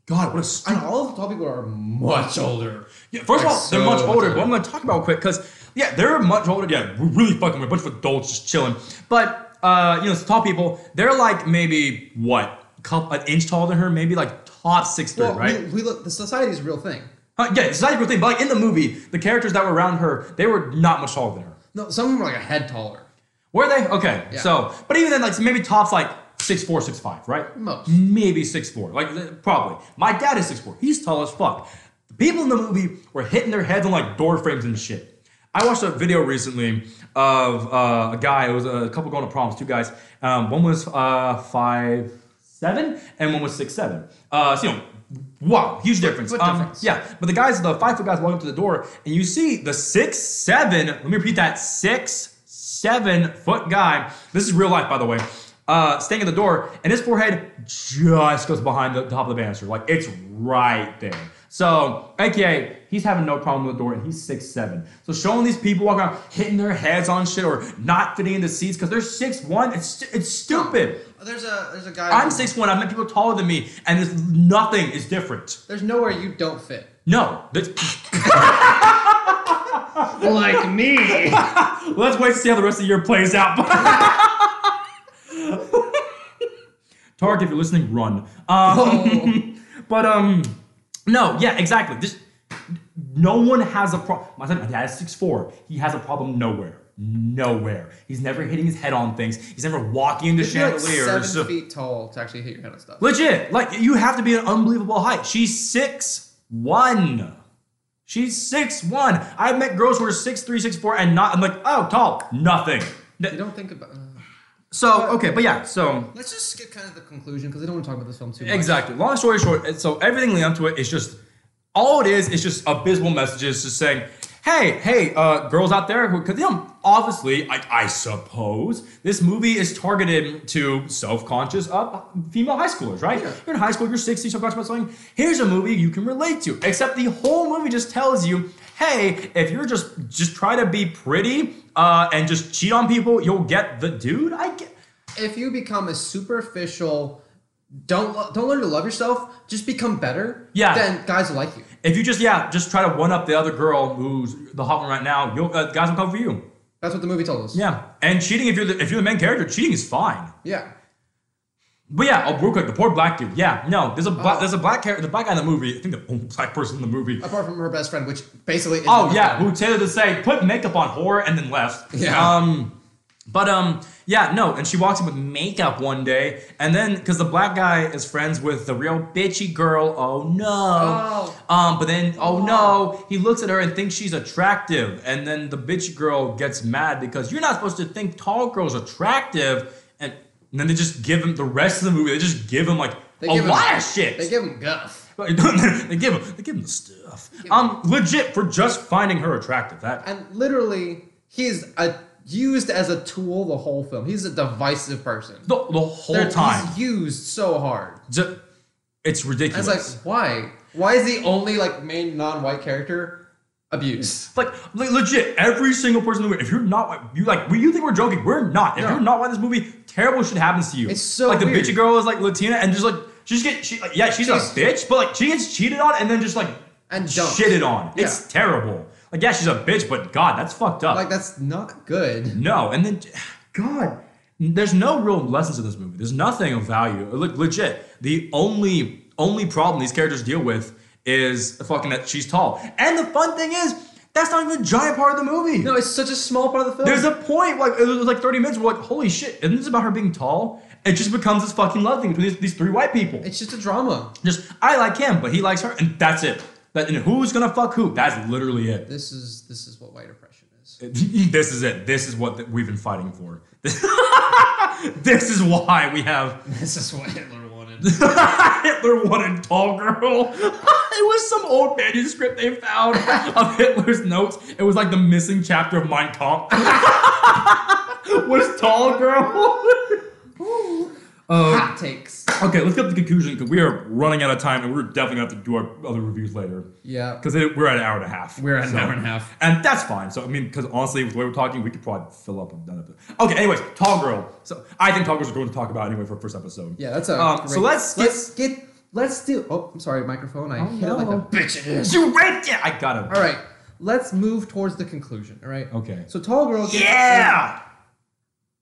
God, what a stupid. And all of the tall people are much older. Yeah, first of Like, all, they're much so much older, older. but I'm gonna talk about it quick because yeah, they're much older. Yeah, we're really fucking we're a bunch of adults just chilling. But uh, you know, it's tall people, they're like maybe what, couple, an inch taller than her, maybe like top six three, Well, right? we, we look. The society is a real thing. Uh, yeah, it's not a good thing, but like in the movie, the characters that were around her, they were not much taller than her. No, some of them are like a head taller. Were they? Okay. Yeah. So, but even then, like so maybe tops like six four, six five, right? Most. Maybe six four, like th- probably. My dad is six four. He's tall as fuck. The people in the movie were hitting their heads on like door frames and shit. I watched a video recently of uh, a guy. It was a couple going to proms, two guys. Um, one was uh, five seven, and one was six seven. Uh, so you know, wow, huge difference. foot Um, difference. yeah. Yeah, but the guys, the five foot guys, walk up to the door, and you see the six seven. Let me repeat that six seven foot guy. This is real life, by the way. Uh, staying at the door, and his forehead just goes behind the top of the banister, like it's right there. So, aka, he's having no problem with the door, and he's six seven. So showing these people walking around, hitting their heads on shit, or not fitting into seats because they're six one. It's it's stupid. There's a there's a guy. I'm six one. I've met people taller than me, and it's, nothing is different. There's nowhere you don't fit. No, that's- Oh, Like me. Let's wait to see how the rest of the year plays out. Target, if you're listening, run. Um, But um, no, yeah, exactly. This, no one has a problem. My son, my dad is 6'4". He has a problem nowhere. nowhere. He's never hitting his head on things. He's never walking into You'd be, like, chandeliers. seven feet tall to actually hit your head on stuff. Legit, like you have to be an unbelievable height. She's six one. She's six one. I've met girls who are six three, six four, and not. I'm like, oh, tall, nothing. You don't think about. Uh, So okay, but yeah, so let's just skip kind of the conclusion because I don't want to talk about this film too much. exactly. Long story short, so everything leading up to it is just all it is is just abysmal messages, just saying, hey, hey, uh, girls out there who, because you know, obviously, I, I suppose this movie is targeted to self-conscious uh, female high schoolers, right? Yeah. You're in high school, you're 60, self-conscious about something. Here's a movie you can relate to. Except the whole movie just tells you, hey, if you're just just try to be pretty uh, and just cheat on people, you'll get the dude. I get. If you become a superficial, don't lo- don't learn to love yourself. Just become better. Yeah. Then guys will like you. If you just yeah, just try to one up the other girl who's the hot one right now, you'll, uh, guys will come for you. That's what the movie told us. Yeah, and cheating if you're the, if you're the main character, cheating is fine. Yeah. But yeah, oh Brook, like the poor black dude. Yeah, no, there's a bla- Oh. there's a black character, the black guy in the movie. I think the only black person in the movie. Apart from her best friend, which basically. Is Oh yeah, who tended to say put makeup on horror and then left. Yeah. Um, but um, yeah, no, and she walks in with makeup one day, and then because the black guy is friends with the real bitchy girl. Oh no. Oh. Um, but then oh no, he looks at her and thinks she's attractive, and then the bitchy girl gets mad because you're not supposed to think tall girls attractive, and, and then they just give him the rest of the movie. They just give him like They a give him- lot of shit. They give him guff. But they give him, they give him the stuff. Um, legit for just finding her attractive. That And literally, he's a, used as a tool the whole film. He's a divisive person. the, the whole They're- time, He's used so hard. Ju- it's And ridiculous. it's like, why? Why is the only like main non-white character abused? like, le- legit, every single person in the movie. If you're not, white- you like, we, you think we're joking? We're not. If No. you're not watching this movie, terrible shit happens to you. It's so like the weird. bitchy girl is like Latina and just like she's get she like, yeah she's, a She's- bitch, but like she gets cheated on and then just like And dumped. shitted on. Yeah. It's terrible. Like yeah, she's a bitch, but God, that's fucked up. Like that's not good. No, and then God, there's no real lessons in this movie. There's nothing of value. Look, legit. The only only problem these characters deal with is the fucking that she's tall. And the fun thing is, that's not even a giant part of the movie. No, it's such a small part of the film. There's a point, like it was like 30 minutes, we're like, holy shit, isn't this about her being tall? It just becomes this fucking love thing between these, these three white people. it's just a drama. just I like him, but he likes her, and that's it. That, and who's gonna fuck who? That's literally it. This is this is what white oppression is. this is it. This is what th- we've been fighting for. this is why we have This is what Hitler wanted. Hitler wanted tall girl. it was some old manuscript they found of Hitler's notes. It was like the missing chapter of Mein Kampf. was tall girl. Hot takes. okay, let's get to the conclusion because we are running out of time, and we're definitely gonna have to do our other reviews later. Yeah. Because we're at an hour and a half. We're at an hour and a half. And that's fine. So, I mean, because honestly, with the way we're talking, we could probably fill up another episode. Okay, anyways, Tall Girl. So, I think Tall Girls are going to talk about anyway for first episode. Yeah, that's a. Um, great- so let's get- let's get let's do. Oh, I'm sorry, microphone. I hit it like no. a bitch. It is. You raped it! I got him. All right, let's move towards the conclusion. All right. Okay. So tall girl. gets Yeah!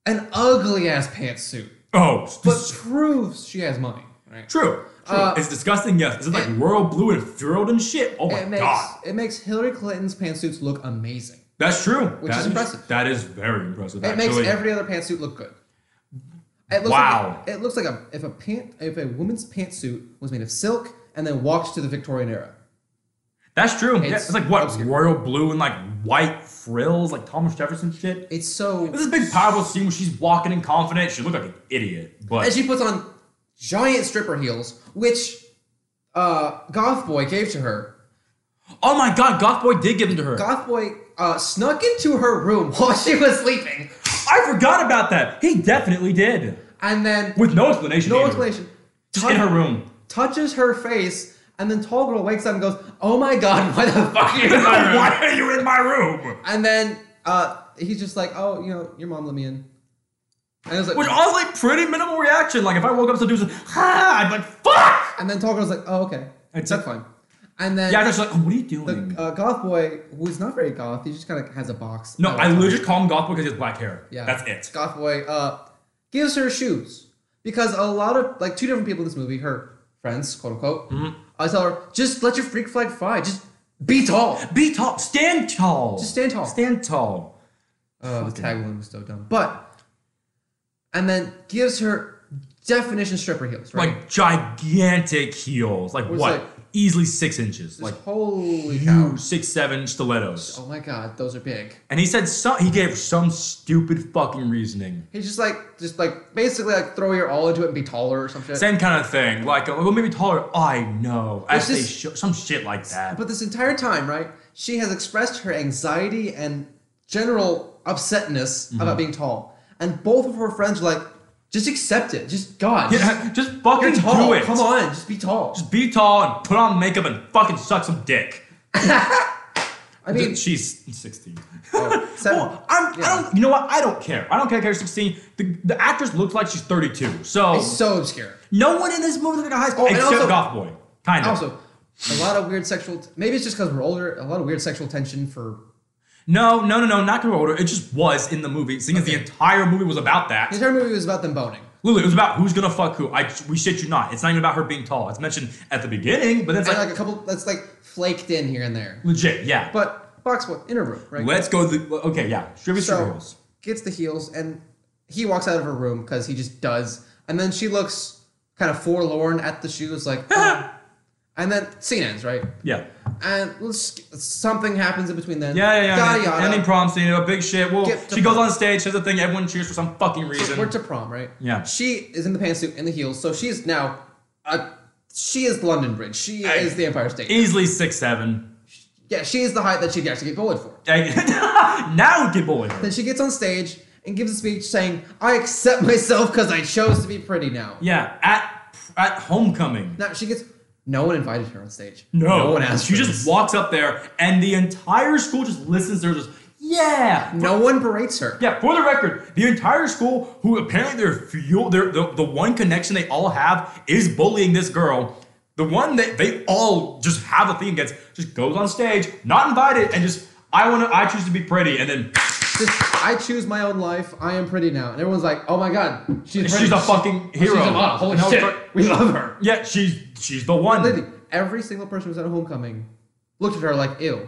An ugly ass pantsuit, Oh, but this is proves she has money. Right. true. True. Uh, it's disgusting, yes. Is it like it- royal blue and furled and shit? Oh my It makes god. it makes Hillary Clinton's pantsuits look amazing. That's true. Which is impressive. That is very impressive. It actually. makes every other pantsuit look good. It looks Wow. Like, it looks like a if a pant if a woman's pantsuit was made of silk and then walked to the Victorian era. That's true. Yeah, It's It's, like what? obscure. Royal blue and like white frills, like Thomas Jefferson shit? It's so This is a big powerful scene where she's walking in confident. She looked like an idiot, but and she puts on giant stripper heels, which uh, Goth Boy gave to her. oh my god, Goth Boy did give them to her. Goth Boy uh, snuck into her room while she was sleeping, I forgot about that. He definitely did, and then with no explanation. no either. explanation, Just tou- in her room. touches her face, and then Tall Girl wakes up and goes, "Oh my God, why the fuck are you in my room?" Why are you in my room? And then uh, he's just like, "Oh, you know, your mom let me in." And it was like, Which honestly, pretty minimal reaction. Like if I woke up, some dude's like, "Ha!" I'd be like, "Fuck!" and then Tall Girl's like, "Oh, okay, It's- that's fine." And then Yeah, they're just like, "What are you doing?" uh, Goth Boy, who's not very goth, he just kind of has a box. no, at all I times. legit call him Goth Boy because he has black hair. Yeah. that's it. Goth boy uh, gives her shoes because a lot of like two different people in this movie, her friends, quote unquote, Mm-hmm. I tell her just let your freak flag fly, just be tall. Be tall. Stand tall. Just stand tall. Stand tall. Uh, the Fucking- tagline was so dumb. But and then gives her definition stripper heels, right? Like gigantic heels. Like was what? like- Easily six inches. Just Like holy cow. huge six seven stilettos. Oh my god, those are big. And he said some he gave some stupid fucking reasoning. He's just like just like basically like throw your all into it and be taller or some shit. Same kind of thing. Like uh, well maybe taller. I know. As It's they just- show, some shit like that. But this entire time, right, she has expressed her anxiety and general upsetness Mm-hmm. about being tall. And both of her friends were like, just accept it. Just God. just, Yeah, uh, just fucking you're tall. do it. Come on, just be tall. Just be tall and put on makeup and fucking suck some dick. I mean, She's 16. oh, seven. Well, I'm, I Yeah. don't. You know what? I don't care. I don't care. if you're 16. The, the actress looks like she's 32. So it's so obscure. no one in this movie looked like a high school Oh, and except also- Goth Boy. Kind of. Also, a lot of weird sexual. maybe it's just because we're older. A lot of weird sexual tension for no, no, no, no. Not because older. It just was in the movie. Seeing as the Okay. entire movie was about that. the entire movie was about them boning. Literally, it was about who's gonna fuck who. I we shit you not. It's not even about her being tall. It's mentioned at the beginning, but that's and like, like a couple that's like flaked in here and there. legit. Yeah. But box boy, inner room, right? Let's go. To the, okay. Yeah. Strip so heels. gets the heels and he walks out of her room because he just does and then she looks kind of forlorn at the shoes like "Oh." and then scene ends right Yeah. and let's, something happens in between then Yeah, yeah, yeah. yada, and- yada. Ending prom scene, a big shit. Well, Get to she goes prom. on stage, says a thing, everyone cheers for some fucking reason. we're to prom right Yeah. she is in the pantsuit and the heels so she's now a, she is london bridge she Hey. is the empire state Easily six seven. yeah she is the height that she'd actually get bullied for Dang- now get boy. then she gets on stage and gives a speech saying i accept myself because i chose to be pretty now Yeah, at at homecoming. Now she gets. No one invited her on stage. No, No one asked. She for just this. walks up there, and the entire school just listens. to her just yeah. No one berates her. Yeah, for the record, the entire school, who apparently their fuel, their the, the one connection they all have is bullying this girl. The one that they all just have a thing against, just goes on stage, not invited, and just I want to, I choose to be pretty, and then Just, I choose my own life. I am pretty now, and everyone's like, "Oh my god, she's pretty. she's a fucking she's hero. a model. Holy And I was shit, like, we love her." Yeah, she's she's the one. Literally, every single person who was at a homecoming looked at her like, "Ew."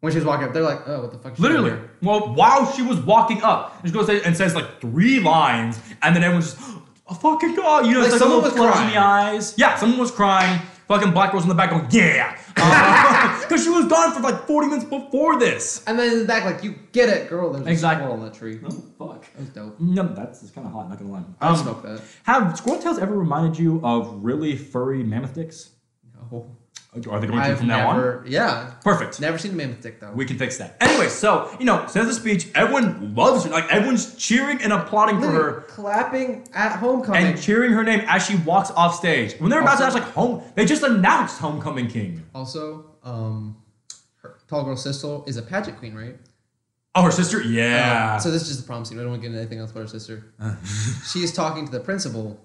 When she was walking up, they're like, "Oh, what the fuck?" is she doing Literally. here?" Well, while she was walking up, she goes and says like three lines, and then everyone's just, oh, fucking god, you know, it's like Like, someone little was flutters in the eyes. Yeah, someone was crying. Fucking black girls in the back going, yeah, because she was gone for like 40 minutes before this. And then in the back, like, "You get it, girl." There's Exactly. a squirrel on that tree. Oh fuck. That was dope. No, that's, kind of hot. Not gonna lie. I Um, smoked that. Have squirrel tails ever reminded you of really furry mammoth dicks? Oh, Are they going to I've from now on? never, yeah, Perfect. never seen a mammoth dick though. We can fix that. Anyway, so you know, says the speech. Everyone loves her. Like everyone's cheering and applauding for Literally, her. clapping at homecoming. and cheering her name as she walks off stage. When they're about to Also- announce like home, they just announced homecoming king. Also, um, her tall girl sister is a pageant queen, right? Oh, her sister. Yeah. Oh, So this is just the prom scene. I don't want to get into anything else about her sister. She's talking to the principal.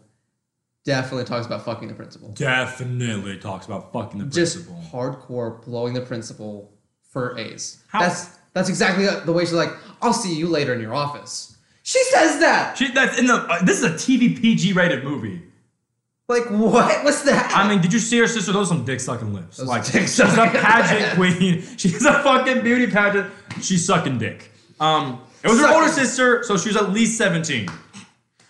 Definitely talks about fucking the principal. Definitely talks about fucking the Just principal. hardcore blowing the principal for A's. How- That's that's exactly the way she's like. I'll see you later in your office. She says that. She, that's in the. Uh, this is a TV PG rated movie. Like what? What's that? I mean, did you see her sister? Those are some dick sucking lips. Those like dick she's a sucking- pageant queen. She's a fucking beauty pageant. She's sucking dick. Um, it was her older Sucking. sister, so she was at least seventeen.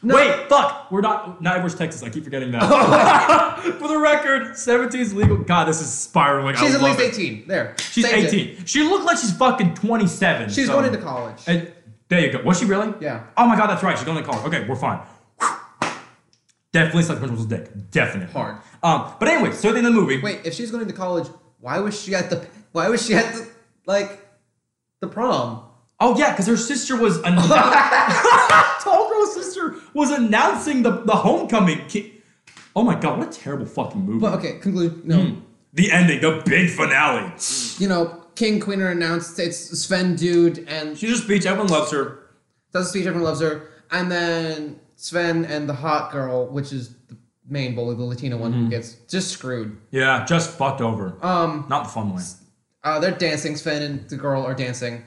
No. Wait, fuck. We're not. Not Edwards, Texas. I keep forgetting that. For the record, 17 is legal. God, this is spiraling. I she's at love least it. eighteen. There. She's Saved it. 18. She looked like she's fucking 27. She's so- going into college. And- there you go. Was she really? Yeah. Oh my god, that's right. She's going to college. Okay, we're fine. Definitely sucked principal's dick. Definitely. Hard. Um, but anyway, so in the movie. Wait, if she's going to college, why was she at the why was she at the like the prom? Oh yeah, because her sister was annou- Tall girl's sister was announcing the, the homecoming. Ki- oh my god, what a terrible fucking movie. But okay, conclusion. No, The ending, the big finale. you know, King Queen are announced. It's Sven dude, and she She's a speech. Everyone loves her. does a speech. Everyone loves her, and then Sven and the hot girl, which is the main bully, the Latina one who gets just screwed. Yeah, just fucked over. Um, Not the fun way. uh, they're dancing. Sven and the girl are dancing,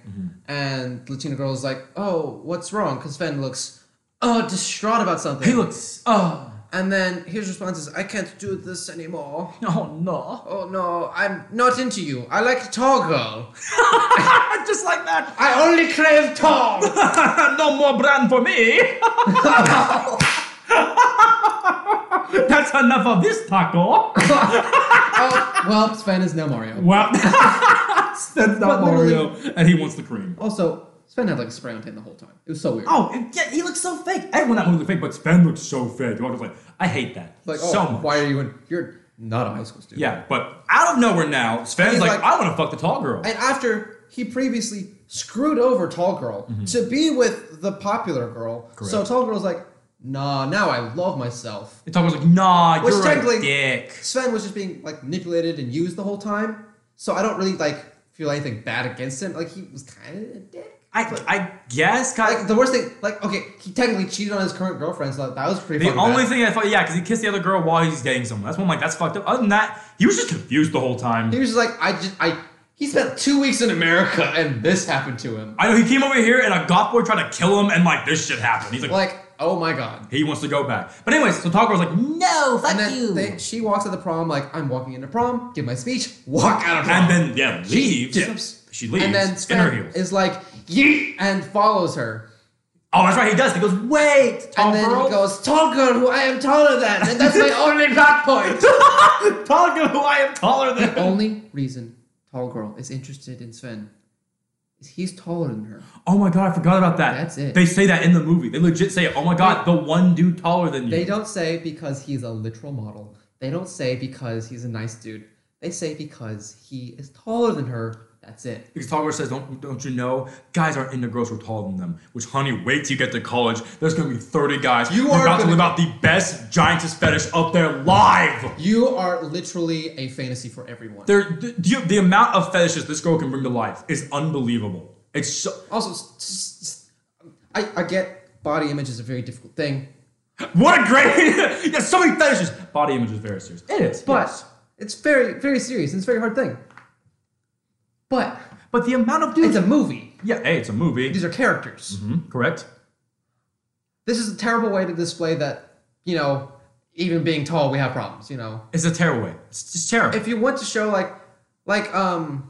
and Latina girl is like, "Oh, what's wrong?" Because Sven looks, oh, uh, distraught about something. He looks. Oh. And then his response is, I can't do this anymore. Oh no! Oh no, I'm not into you. I like tall girl. Just like that. Uh, I only crave tall. no more brand for me. That's enough of this taco. oh, well, Sven is now Mario. Well, that's not But Mario, and he wants the cream. Also, Sven had like a spray on tan the whole time. It was so weird. Oh, and yeah, he looks so fake. Everyone not only fake, but Sven looks so fake. You're always like, I hate that like, oh, so much. why are you in? You're not a high school student. Yeah, but out of nowhere now, Sven's He's like, like- I want to fuck the tall girl. And after he previously screwed over Tall Girl to be with the popular girl, so Mm-hmm. Correct. Tall Girl's like, nah, now I love myself. the tall girl's like, Nah, Which you're a technically- dick. Sven was just being like manipulated and used the whole time, so I don't really like feel anything bad against him. Like he was kind of a dick. I, I guess, kind Like the worst thing, like okay, he technically cheated on his current girlfriend, so that was pretty. The fucking only bad. thing I thought, yeah, because he kissed the other girl while he's dating someone. That's when I'm like, that's fucked up. Other than that, he was just confused the whole time. he was just like, I just I. He spent two weeks in America, and this happened to him. I know he came over here and a goth boy tried to kill him, and like this shit happened. He's like, Like, oh my god. he wants to go back. But anyways, so Tall Girl's like, no, fuck And then you. they- she walks to the prom like, I'm walking into prom, give my speech, walk out of and prom. then yeah, leaves. dips. She leaves. and then in her Sven heels. is like, yeet, and follows her. oh, that's right. He does. He goes, wait, Tall and then Girl. he goes, tall girl who I am taller than, and that's my only plot point. the tall Girl, who I am taller than. only reason tall girl is interested in Sven is he's taller than her. Oh my god, I forgot about that. That's it. They say that in the movie. They legit say, oh my god, the one dude taller than you. They don't say because he's a literal model. They don't say because he's a nice dude. They say because he is taller than her. That's it. Because Tall Girl says, don't, don't you know, guys aren't into girls who are taller than them. Which, honey, wait till you get to college. There's going to be 30 guys. You who are about to gonna- live out the best giantess fetish of their life. You are literally a fantasy for everyone. There, the, the, the amount of fetishes this girl can bring to life is unbelievable. It's so, also, s- s- s- I, I get body image is a very difficult thing, what a great, yeah, so many fetishes. Body image is very serious. It is, but yes. it's very, very serious and it's a very hard thing. But But the amount of it's dudes, a movie. yeah, hey, it's a movie, These are characters. Mhm, correct? This is a terrible way to display that, you know, even being tall, we have problems, you know. It's a terrible way. It's just terrible. If you want to show like, like, um,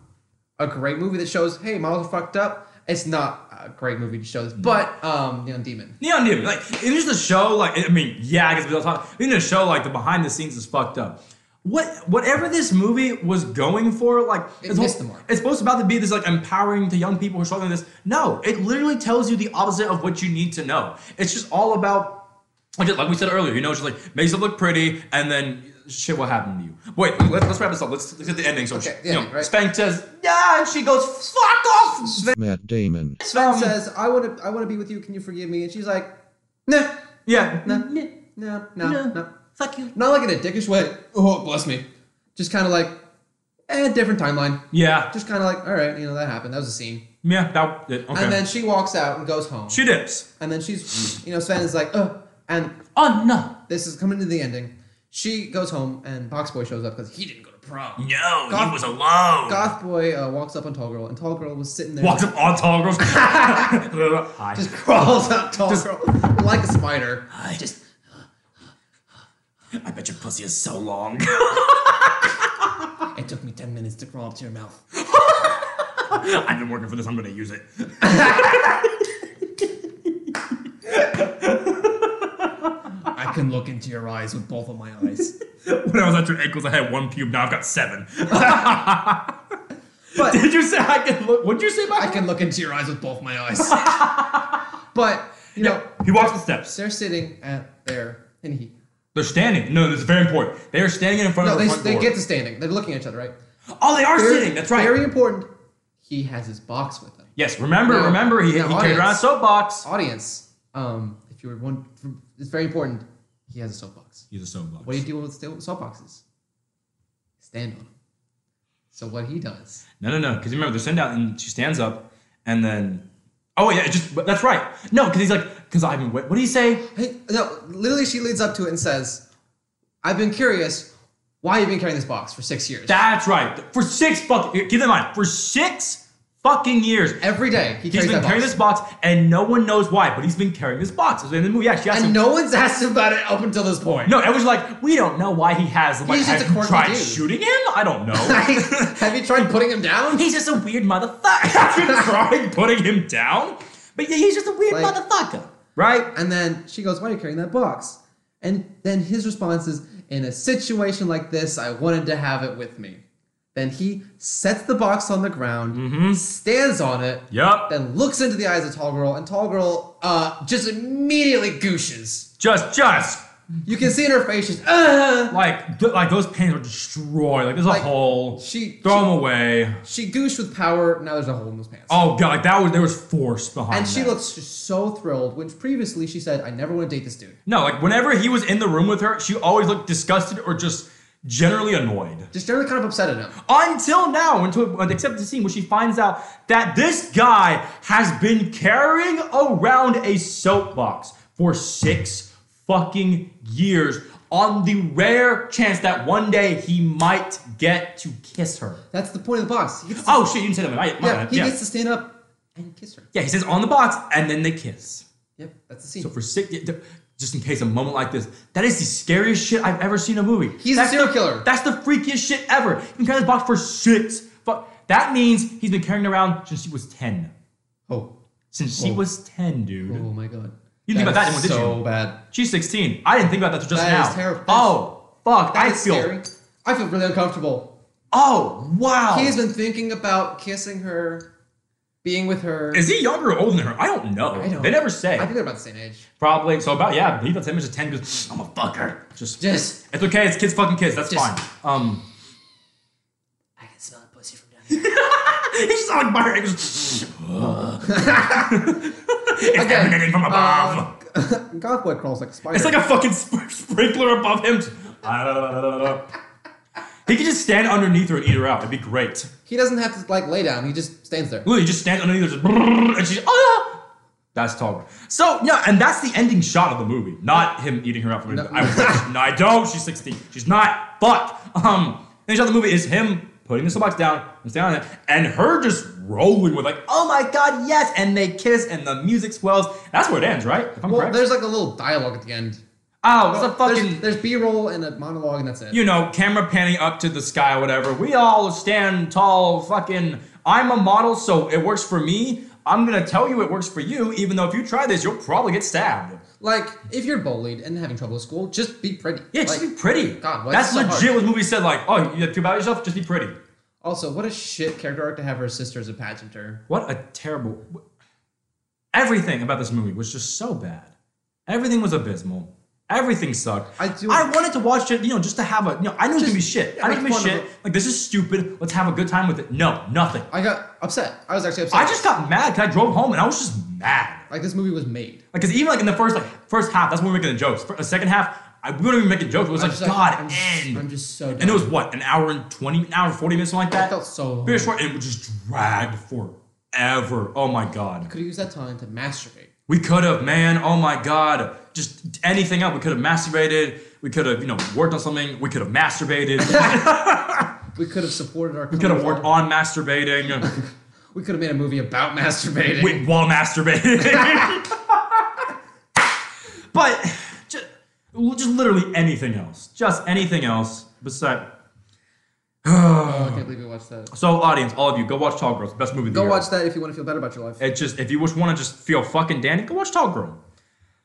a great movie that shows, hey, models are fucked up, it's not a great movie to show this, but, um, Neon Demon. Neon Demon, like it is the show. Like I mean, yeah, I guess we all talk. In the show, like the behind the scenes is fucked up. What whatever this movie was going for, like It it's, missed the mark. it's supposed about to be this like empowering to young people who are struggling with this. No, it literally tells you the opposite of what you need to know. It's just all about like, like we said earlier, you know, she's like makes it look pretty, and then shit will happen to you. Wait, let's, let's wrap this up. Let's, let's get the ending. So Okay, she, yeah, you know, right. Spank says, yeah, and she goes, fuck off. Matt Damon. Sven Um, says, I want to, I want to be with you. Can you forgive me? And she's like, nah, Yeah, nah, no, no, no. no. fuck you. Not like in a dickish way. Oh, bless me. Just kind of like, eh, different timeline. Yeah, Just kind of like, all right, you know, that happened. That was a scene. yeah, that. Okay. And then she walks out and goes home. She dips. and then she's, you know, Sven is like, oh, and Oh no. this is coming to the ending. She goes home, and Box Boy shows up because he didn't go to prom. No, he Goth- was alone. Goth Boy uh, walks up on Tall Girl, and Tall Girl was sitting there. Walks up on tall girls. Hi. Just crawls up Tall Girl like a spider. Just I bet your pussy is so long. it took me ten minutes to crawl up to your mouth. I've been working for this. I'm gonna use it. I can look into your eyes with both of my eyes. When I was at your ankles, I had one pube. Now I've got seven. But Did you say I can look? What'd you say about? I can look into your eyes with both my eyes. but you know, He walks the steps. they're sitting at their and he. They're standing. No, this is very important. They are standing in front No, of they, the front they door. get to standing. They're looking at each other, right? oh, they are Very- sitting. That's right. Very important. He has his box with him. yes. Remember, No. remember. He, No, he carried around a audience. soapbox. Audience, um, if you were one, it's very important. He has a soapbox. He's a soapbox. What do you do with steel- soapboxes? Stand on them. So what he does? No, no, no. Because remember, they're sitting down, and she stands up, and then, oh yeah, it just but that's right. No, because he's like, because I've been. What do you say? Hey, no, literally, she leads up to it and says, "I've been curious why you've been carrying this box for six years." That's right. For six bucks. Keep in mind, for six fucking years. Every day he He's carries been that carrying box. this box, and no one knows why, but he's been carrying this box. It was in the movie. Actually, asked him, and no one's asked him about it up until this point. no, it was like we don't know why he has. I'm Like, He's just a have you quirky tried dude. shooting him? I don't know. Like, have you tried putting him down? he's just a weird motherfucker. I tried putting him down, but yeah, he's just a weird Like- motherfucker, right? And then she goes, Why are you carrying that box? And then his response is, In a situation like this, I wanted to have it with me. Then he sets the box on the ground, Mm-hmm. stands on it, Yup. then looks into the eyes of Tall Girl, and Tall Girl uh, just immediately gooshes. Just, just You can see in her face, she's, uh, like, th- like those pins are destroyed. Like there's Like, a hole. she- throw she- them away. She gooshed with power, now there's a hole in those pants. Oh god, like that was there was force behind. and she that. looks just so thrilled when previously she said, I never want to date this dude. no, like whenever he was in the room with her, she always looked disgusted or just generally annoyed. Just generally kind of upset at him. until now, until except the scene where she finds out that this guy has been carrying around a soapbox for six fucking years on the rare chance that one day he might get to kiss her. That's the point of the box. He gets to, Oh shit, you didn't say that. My, my yeah, bad. he yeah. gets to stand up and kiss her. yeah, he says on the box and then they kiss. Yep, that's the scene. So for six, just in case a moment like this, that is the scariest shit I've ever seen in a movie. He's a that's serial the, killer. That's the freakiest shit ever. He's been carrying this box for six. Fuck. That means he's been carrying it around since she was ten. oh, Since she Oh. was ten, dude. oh my god! You didn't think about that is one, did so you? bad. She's sixteen. I didn't think about that till just That now. is terrible. That's- Oh fuck! I That's feel. scary. I feel really uncomfortable. Oh wow. He's been thinking about kissing her, being with her. is he younger or older than her? I don't know. I don't- They never say. I think they're about the same age. Probably. So about yeah, he thought him as a ten because I'm a fucker. Just, Just- It's okay. It's kids fucking kids. That's Just- fine. Um. I can smell the pussy from down here. He's just like butter. It goes, it's Again, emanating from above. God boy crawls like a spider. it's like a fucking sp- sprinkler above him. he could just stand underneath her and eat her out. It'd be great. he doesn't have to like lay down. He just stands there. Literally, just stand underneath her, just brrrr, and she's ah. That's taller. So no, and that's the ending shot of the movie. Not him eating her out from I wish. no, I don't. She's 16. She's not. Fuck. Um, the shot of the movie is him putting the soapbox down and standing on it, and her just rolling with like, oh my god, yes, and they kiss, and the music swells. That's where it ends, right? If I'm Well, correct. there's like a little dialogue at the end. Oh, it's a There's- fucking There's, B-roll and a monologue, and that's it. you know, camera panning up to the sky, whatever. We all stand tall, fucking. I'm a model, so it works for me. I'm gonna tell you it works for you, even though if you try this, you'll probably get stabbed. like if you're bullied and having trouble at school, just be pretty. Yeah, just Like, be pretty. God, why is That's this so legit hard? what movies said, like, oh, you have to about yourself, just be pretty. Also, what a shit character arc to have her sister as a pageanter. What a terrible. Everything about this movie was just so bad. Everything was abysmal. Everything sucked. I do- I wanted to watch it, you know, just to have a, you know, I knew it was gonna be shit. I knew it make was gonna fun be of shit. it. Like this is stupid. Let's have a good time with it. No, nothing. I got upset. I was actually upset. I just got mad because I drove home and I was just mad. like this movie was made. Like, cause even like in the first like first half, that's when we were making the jokes. For the second half, I, we weren't even making jokes. It was I'm like, just like, God, I'm just- end. I'm just so And it done. was what an hour and twenty, an hour and forty minutes, something like that. felt so long. very short, and it would just dragged forever. Oh my God, Could have used that time to masturbate. we could have, man. Oh my God, just anything else. We could have masturbated. We could have, you know, worked on something. We could have masturbated. we We could have supported our. could have worked on masturbating. We could have made a movie about masturbating. Wait, while masturbating. but just, just literally anything else. Just anything else besides. Oh, I can't believe we watched that. So, audience, all of you, go watch Tall Girls. Best movie of the Go year. watch that if you want to feel better about your life. It's just if you just want to just feel fucking dandy, go watch Tall Girl.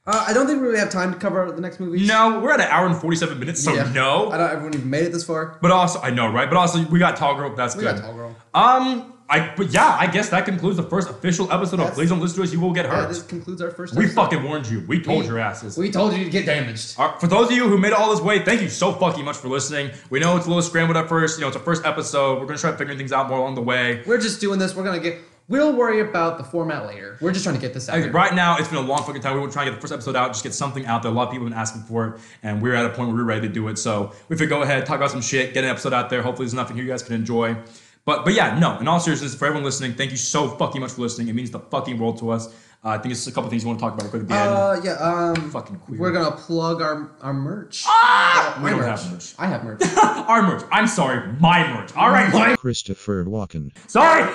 Uh, I don't think we really have time to cover the next movie. No, we're at an hour and forty-seven minutes, so Yeah. I no. don't. Everyone even made it this far. But also, I know, right? But also, we got Tall Girl. That's We good. got Tall Girl. Um, I but yeah, I guess that concludes the first official episode of That's- Please Don't Listen to Us. You will get Yeah, hurt. this concludes our first. we episode. fucking warned you. We told your asses. We told you to get damaged. All right, for those of you who made it all this way, thank you so fucking much for listening. We know it's a little scrambled at first. You know, it's a first episode. We're gonna try figuring things out more along the way. We're just doing this. We're gonna get. We'll worry about the format later. We're just trying to get this out. Like, there. Right now, it's been a long fucking time. We were trying to get the first episode out, just get something out there. A lot of people have been asking for it, and we're at a point where we're ready to do it. So we figured go ahead, talk about some shit, get an episode out there. Hopefully, there's nothing here you guys can enjoy. But but yeah, no. In all seriousness, for everyone listening, thank you so fucking much for listening. It means the fucking world to us. Uh, I think it's a couple things you want to talk about quick at the end. Uh, yeah. Um, Fucking queer. We're gonna plug our our merch. Uh, Ah! we my don't have merch. I have merch. Our merch. I'm sorry, my merch. All right, Christopher Walken. sorry.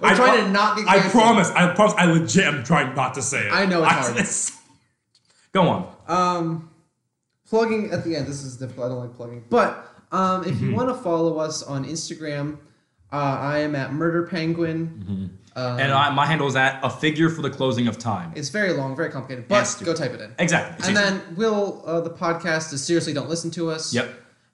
We're I trying pro- to not get I canceled. promise. I promise. I legit am trying not to say it. I know it's I- hard. Go on. Um, plugging at the end. This is difficult. I don't like plugging. But um, if Mm-hmm. you want to follow us on Instagram, uh, I am at Murder Mm-hmm. Penguin. Um, and I, my handle is at a figure for the closing of time. it's very long, very complicated. But Yes, dude. go type it in. Exactly. It's And easy. then will uh, the podcast is seriously don't listen to us. Yep.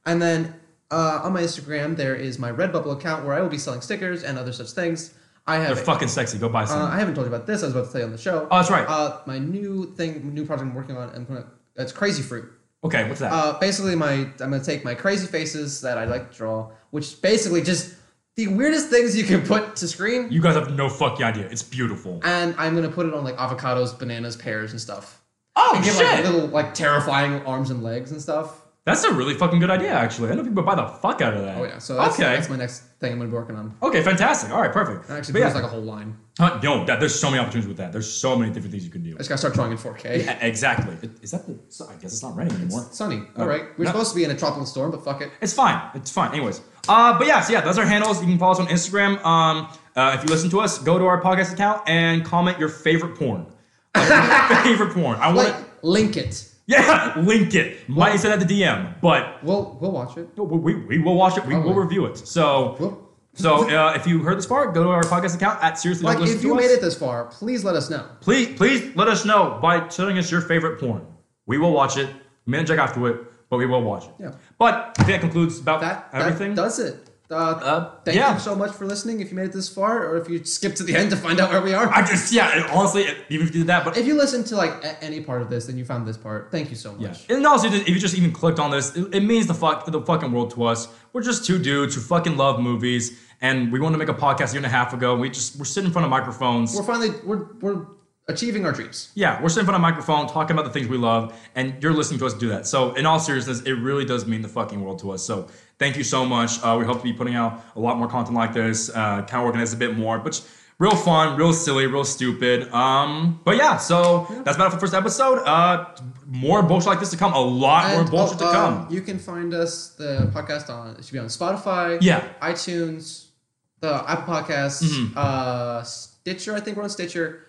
And then uh, on my Instagram there is my Redbubble account where I will be selling stickers and other such things. I they're have fucking sexy. Go buy some. Uh, I haven't told you about this. I was about to tell you on the show. Oh, that's right. Uh, my new thing, new project I'm working on. I'm gonna. That's crazy fruit. okay, what's that? Uh, basically, my I'm gonna take my crazy faces that I like to draw, which basically just the weirdest things you can put to screen, you guys have no fucking idea. It's beautiful. and I'm gonna put it on like avocados, bananas, pears, and stuff. Oh And give like little like terrifying arms and legs and stuff. that's a really fucking good idea, actually. I know people buy the fuck out of that. Oh yeah. So that's, okay. that's my next thing I'm gonna be working on. okay, fantastic. All right, perfect. I actually But produced yeah, like a whole line. huh, yo, that, there's so many opportunities with that. There's so many different things you can do. I just gotta start drawing in 4K. Yeah, exactly. It- Is that the? so I guess it's not raining anymore. Sunny. All right. We're No. supposed to be in a tropical storm, but fuck it. It's fine. It's fine. Anyways, uh, but yeah, so yeah, those are handles. You can follow us on Instagram. Um, uh, if you listen to us, go to our podcast account and comment your favorite porn. Like, your favorite porn. I want. Like to link it. Yeah, link it. Might send out the DM, but We'll we'll watch it. no, we, we will watch it. We will Probably. review it. So, We'll- so uh, if you heard this part, go to our podcast account at seriously. Like Don't Listen if To you Us. made it this far, please let us know. please please let us know by telling us your favorite porn. We will watch it. We may not check after it, but we will watch it. Yeah. But that concludes about That that everything. does it. Uh, thank yeah. you so much for listening. If you made it this far, or if you skipped to the end to find out where we are, I just yeah, it- honestly, it- even if you did that, but if you listened to like a- any part of this, then you found this part. Thank you so much. yeah. And also, if you just even clicked on this, it, it means the fuck the fucking world to us. We're just two dudes who fucking love movies, and we wanted to make a podcast a year and a half ago. We just we're sitting in front of microphones. We're finally we're we're achieving our dreams. yeah, we're sitting in front of a microphone talking about the things we love, and you're listening to us do that. So, in all seriousness, it really does mean the fucking world to us. So, thank you so much. Uh, we hope to be putting out a lot more content like this, uh, kind of organized a bit more, but real fun, real silly, real stupid. Um, but yeah, so that's about it for the first episode. Uh, more bullshit like this to come. A lot And, more bullshit oh, to um, come. You can find us the podcast on it should be on Spotify, Yeah. Mm-hmm. iTunes, the Apple Podcasts, uh, Stitcher. I think we're on Stitcher.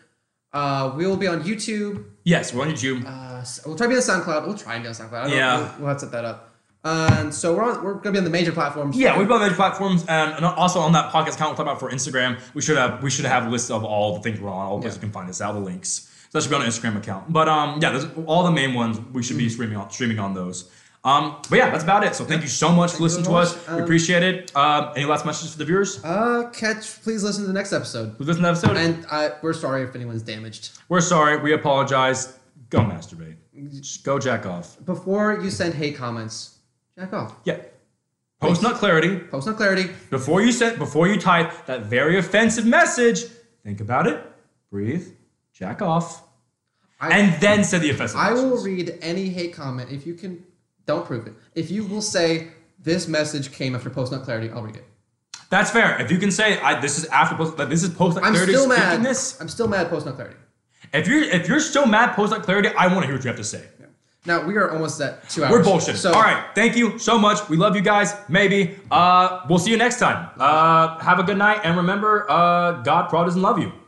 Uh, we will be on YouTube. yes, we're on YouTube. Uh, so we'll try to be on SoundCloud. We'll try and be on SoundCloud. I don't Yeah. know. We'll, we'll have to set that up. And so we're on, we're gonna be on the major platforms. Yeah, we've got major platforms, and and also on that podcast account we talked about for Instagram, we should have we should have a list of all the things we're on, all the places you can find us, all the links. So that should be on an Instagram account. But um, yeah, those, all the main ones we should Mm-hmm. be streaming on streaming on those. Um, but yeah, that's about it. So thank you so much for you listening so to us. much. we Um, appreciate it. Um, any last messages for the viewers? Uh, catch. Please listen to the next episode. We've listened to the episode. And I, we're sorry if anyone's damaged. we're sorry. We apologize. Go masturbate. Mm-hmm. Just go jack off. Before you send hate comments, jack off. Yeah. Post nut clarity. Post no clarity. Before you send, before you type that very offensive message, think about it, breathe, jack off, I- and then send the offensive. I will messages. read any hate comment if you can. Don't prove it. If you will say this message came after post not clarity, I'll read it. That's fair. If you can say, I, "This is after post. Like, this is post like I'm clarity." still speaking mad. This. I'm still mad. Post not clarity. If you're if you're still mad post like clarity, I want to hear what you have to say. Now we are almost at two hours. We're bullshitting. So All right. Thank you so much. We love you guys. Maybe. Uh, we'll see you next time. Uh, have a good night, and remember, uh, God probably doesn't love you. Oh.